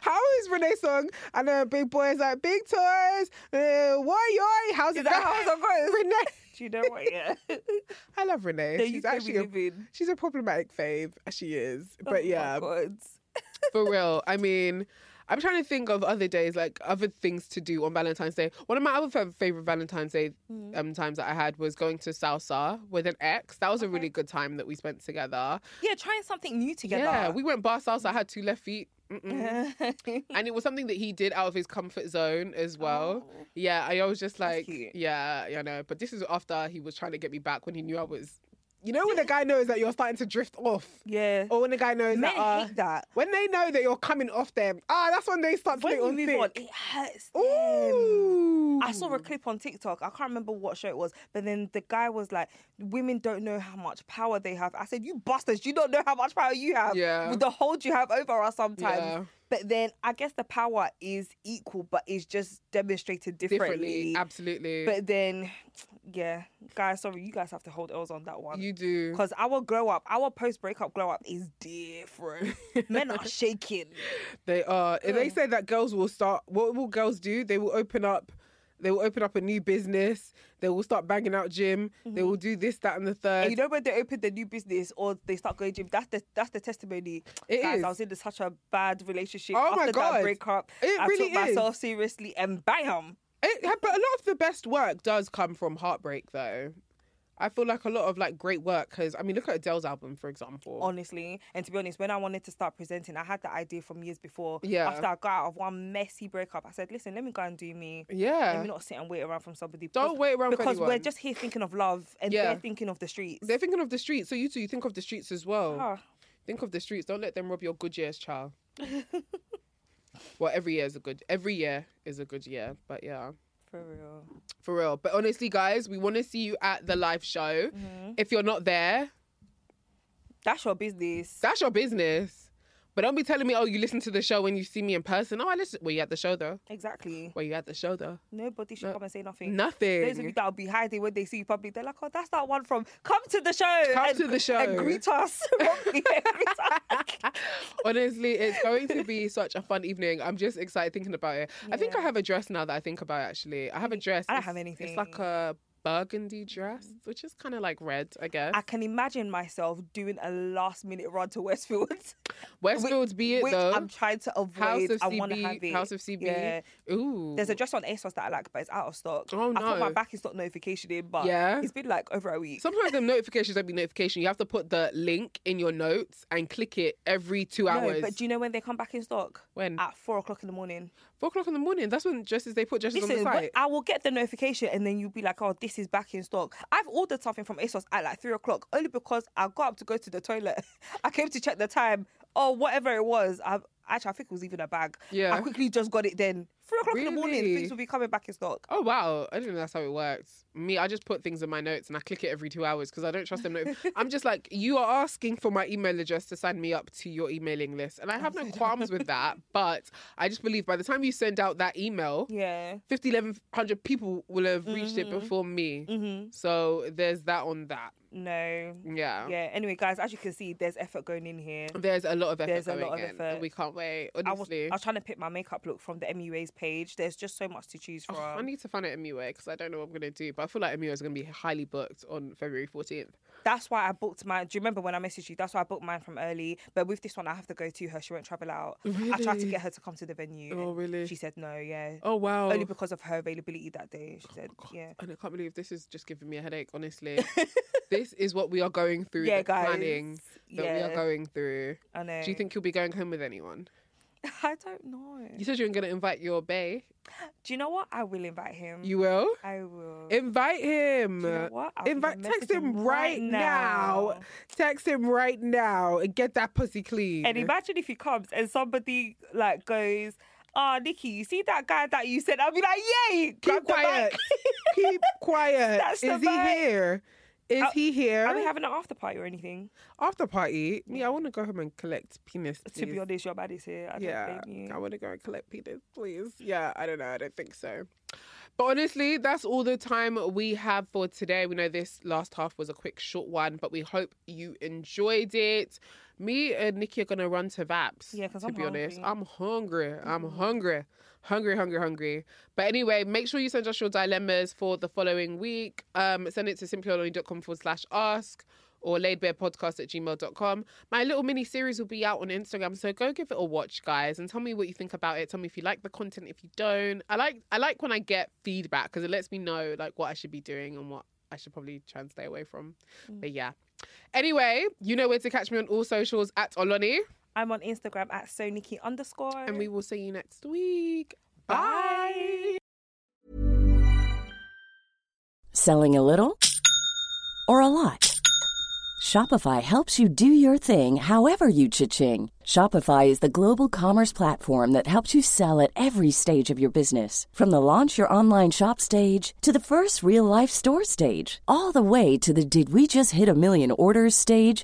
B: How is Renee Song? I know big boys like big toys. Uh, why yoy? How's it
C: that how
B: going?
C: it goes?
B: Renee.
C: Do you know what? Yeah.
B: I love Renee.
C: The
B: she's
C: UK we
B: actually
C: live
B: a,
C: in.
B: she's a problematic fave. She is, but yeah,
C: Oh
B: for real. I mean. I'm trying to think of other days, like other things to do on Valentine's Day. One of my other fav- favorite Valentine's Day um, times that I had was going to Salsa with an ex. That was a really good time that we spent together.
C: yeah, trying something new together. Uh-huh.
B: Yeah, we went bar salsa. I had two left feet. Mm-mm. and it was something that he did out of his comfort zone as well. Yeah, I was just like,
C: Oh. cute.
B: yeah, you know. But this is after he was trying to get me back when he knew I was. You know when a guy knows that you're starting to drift off,
C: yeah.
B: or when a guy knows
C: Men
B: that, uh,
C: hate that.
B: when they know that you're coming off them, ah, that's when they start to
C: When
B: get
C: you
B: on
C: move
B: thick.
C: on, it hurts. them.
B: Ooh.
C: I saw a clip on TikTok. I can't remember what show it was, but then the guy was like, "Women don't know how much power they have." I said, "You bastards, you don't know how much power you have.
B: Yeah.
C: With the hold you have over us sometimes."
B: Yeah.
C: But then I guess the power is equal, but it's just demonstrated differently.
B: differently, absolutely.
C: But then, yeah, guys, sorry, you guys have to hold L's on that one.
B: you do.
C: Because our grow up, our post breakup grow up is different. Men are shaking.
B: They are. And They say that girls will start. What will girls do? They will open up. They will open up a new business. They will start banging out gym. They will do this, that, and the third.
C: Mm-hmm. And you know when they open the new business or they start going gym, that's the that's the testimony.
B: It
C: Guys,
B: is.
C: I was in such a bad relationship
B: Oh
C: after
B: my God.
C: that breakup.
B: It
C: I
B: really
C: took myself
B: is.
C: seriously and bam.
B: It- but a lot of the best work does come from heartbreak, though. I feel like a lot of like great work because I mean, look at Adele's album, for example.
C: honestly. And to be honest, when I wanted to start presenting, I had the idea from years before.
B: Yeah.
C: After I got out of one messy breakup, I said, listen, let me go and do me.
B: Yeah.
C: Let me not sit and wait around from somebody.
B: Don't
C: because-
B: wait around for
C: Because we're
B: anyone.
C: just here thinking of love and
B: Yeah.
C: they're thinking of the streets.
B: They're thinking of the streets, so you too. You think of the streets as well.
C: Ah.
B: Think of the streets. Don't let them rob your good years, child. well, every year is a good. Every year is a good year, but yeah.
C: For real.
B: For real. But honestly, guys, we want to see you at the live show.
C: Mm-hmm.
B: If you're not there,
C: That's your business.
B: that's your business. But don't be telling me, oh, you listen to the show when you see me in person. Oh, I listen. Were you at the show though?
C: exactly.
B: Were you at the show though?
C: Nobody should
B: No-
C: come and say nothing. Those of you
B: Nothing.
C: that'll be hiding when they see you public, they're like, oh, that's that one from Come to the Show.
B: Come
C: and-
B: to the show.
C: And greet us. Yeah, greet us.
B: Honestly, it's going to be such a fun evening. I'm just excited thinking about it. I think I have a dress now that I think about it, actually. I have a dress.
C: I
B: It's-
C: don't have
B: It's like
C: anything. Mm-hmm.
B: a burgundy dress, which is kind of like red, I guess.
C: I can imagine myself doing a last minute run to Westfields.
B: Westfields
C: Which-
B: be it
C: which
B: though.
C: I'm trying to avoid.
B: House of
C: I
B: CB,
C: want to have it.
B: House of CB.
C: Yeah.
B: Ooh.
C: There's a dress on ASOS that I like, but it's out of stock.
B: Oh,
C: I thought my
B: no.
C: back is not notification in, but
B: Yeah.
C: it's been like over a week.
B: Sometimes the notifications don't be notification. You have to put the link in your notes and click it every two
C: no,
B: hours.
C: but do you know when they come back in stock?
B: When?
C: At four o'clock in the morning.
B: Four o'clock in the morning. That's when dresses they put dresses
C: Listen,
B: on the
C: when-
B: site.
C: I will get the notification and then you'll be like, oh, this is back in stock. I've ordered something from ASOS at like three o'clock only because I got up to go to the toilet. I came to check the time or whatever it was. I've Actually, I think it was even a bag.
B: Yeah.
C: I quickly just got it then. Three o'clock in the morning,
B: Really?
C: things will be coming back in stock.
B: Oh wow! I didn't know that's how it worked. Me, I just put things in my notes and I click it every two hours because I don't trust them. notif- I'm just like, you are asking for my email address to sign me up to your emailing list, and I have no qualms with that. But I just believe by the time you send out that email,
C: Yeah. Mm-hmm.
B: 50, 1,100 people will have reached it before me. So there's that on that.
C: No.
B: Yeah.
C: Yeah. Anyway, guys, as you can see, there's effort going in here.
B: There's a lot of effort.
C: There's a
B: going
C: lot of
B: in, and
C: effort.
B: We can't wait.
C: I was,
B: Honestly,
C: I was trying to pick my makeup look from the MUA's page. There's just so much to choose from.
B: Oh, I need to find out MUA because I don't know what I'm going to do. But I feel like MUA is going to be highly booked on February 14th.
C: That's why I booked mine. Do you remember when I messaged you? That's why I booked mine from early. But with this one, I have to go to her. She won't travel out. I tried to
B: Really?
C: get her to come to the venue.
B: Oh,
C: and
B: really?
C: She said no. Yeah.
B: Oh, wow.
C: Only because of her availability that day. She said yeah.
B: and I can't believe this is just giving me a headache, honestly. this is what we are going through.
C: Yeah,
B: the
C: guys.
B: Planning that we
C: Yeah.
B: are going through.
C: I know.
B: Do you think you'll be going home with anyone?
C: I don't know.
B: You said you were going to invite your bae.
C: Do you know what? I will invite him.
B: You will?
C: I will.
B: Invite him.
C: Mm. Do you know what? I'll
B: invite
C: even
B: text
C: message
B: him
C: him
B: right
C: right
B: now.
C: now.
B: Text him right now and get that pussy clean.
C: And imagine if he comes and somebody like goes, "Ah, Nikki, you see that guy that you said?" I'll be like, "Yay!"
B: Keep
C: grab the mic."
B: quiet. Keep quiet.
C: Snatch the
B: Is he
C: mic.
B: here? Is
C: Are-
B: he here?
C: Are we having an after party or anything?
B: After party. Yeah, I want to go home and collect penis.
C: To be
B: please.
C: honest, your body's here. I don't
B: yeah,
C: blame you.
B: I want to go and collect penis, please. Yeah, I don't know. I don't think so. But honestly, that's all the time we have for today. We know this last half was a quick, short one, but we hope you enjoyed it. Me and Nikki are gonna run to Vaps.
C: Yeah, 'cause
B: to
C: I'm
B: be honest,
C: hungry.
B: I'm hungry. I'm hungry, hungry, hungry, hungry. But anyway, make sure you send us your dilemmas for the following week. Um, send it to simplyonline.com forward slash ask or laidbearpodcast at gmail.com. My little mini series will be out on Instagram, so go give it a watch, guys, and tell me what you think about it. Tell me if you like the content, if you don't. I like I like when I get feedback because it lets me know like what I should be doing and what I should probably try and stay away from. But yeah. Anyway, you know where to catch me on all socials at Oloni.
C: I'm on Instagram at so Nikki underscore.
B: And we will see you next week. Bye.
F: Selling a little or a lot? Shopify helps you do your thing however you cha-ching. Shopify is the global commerce platform that helps you sell at every stage of your business. From the launch your online shop stage to the first real life store stage, all the way to the did we just hit a million orders stage.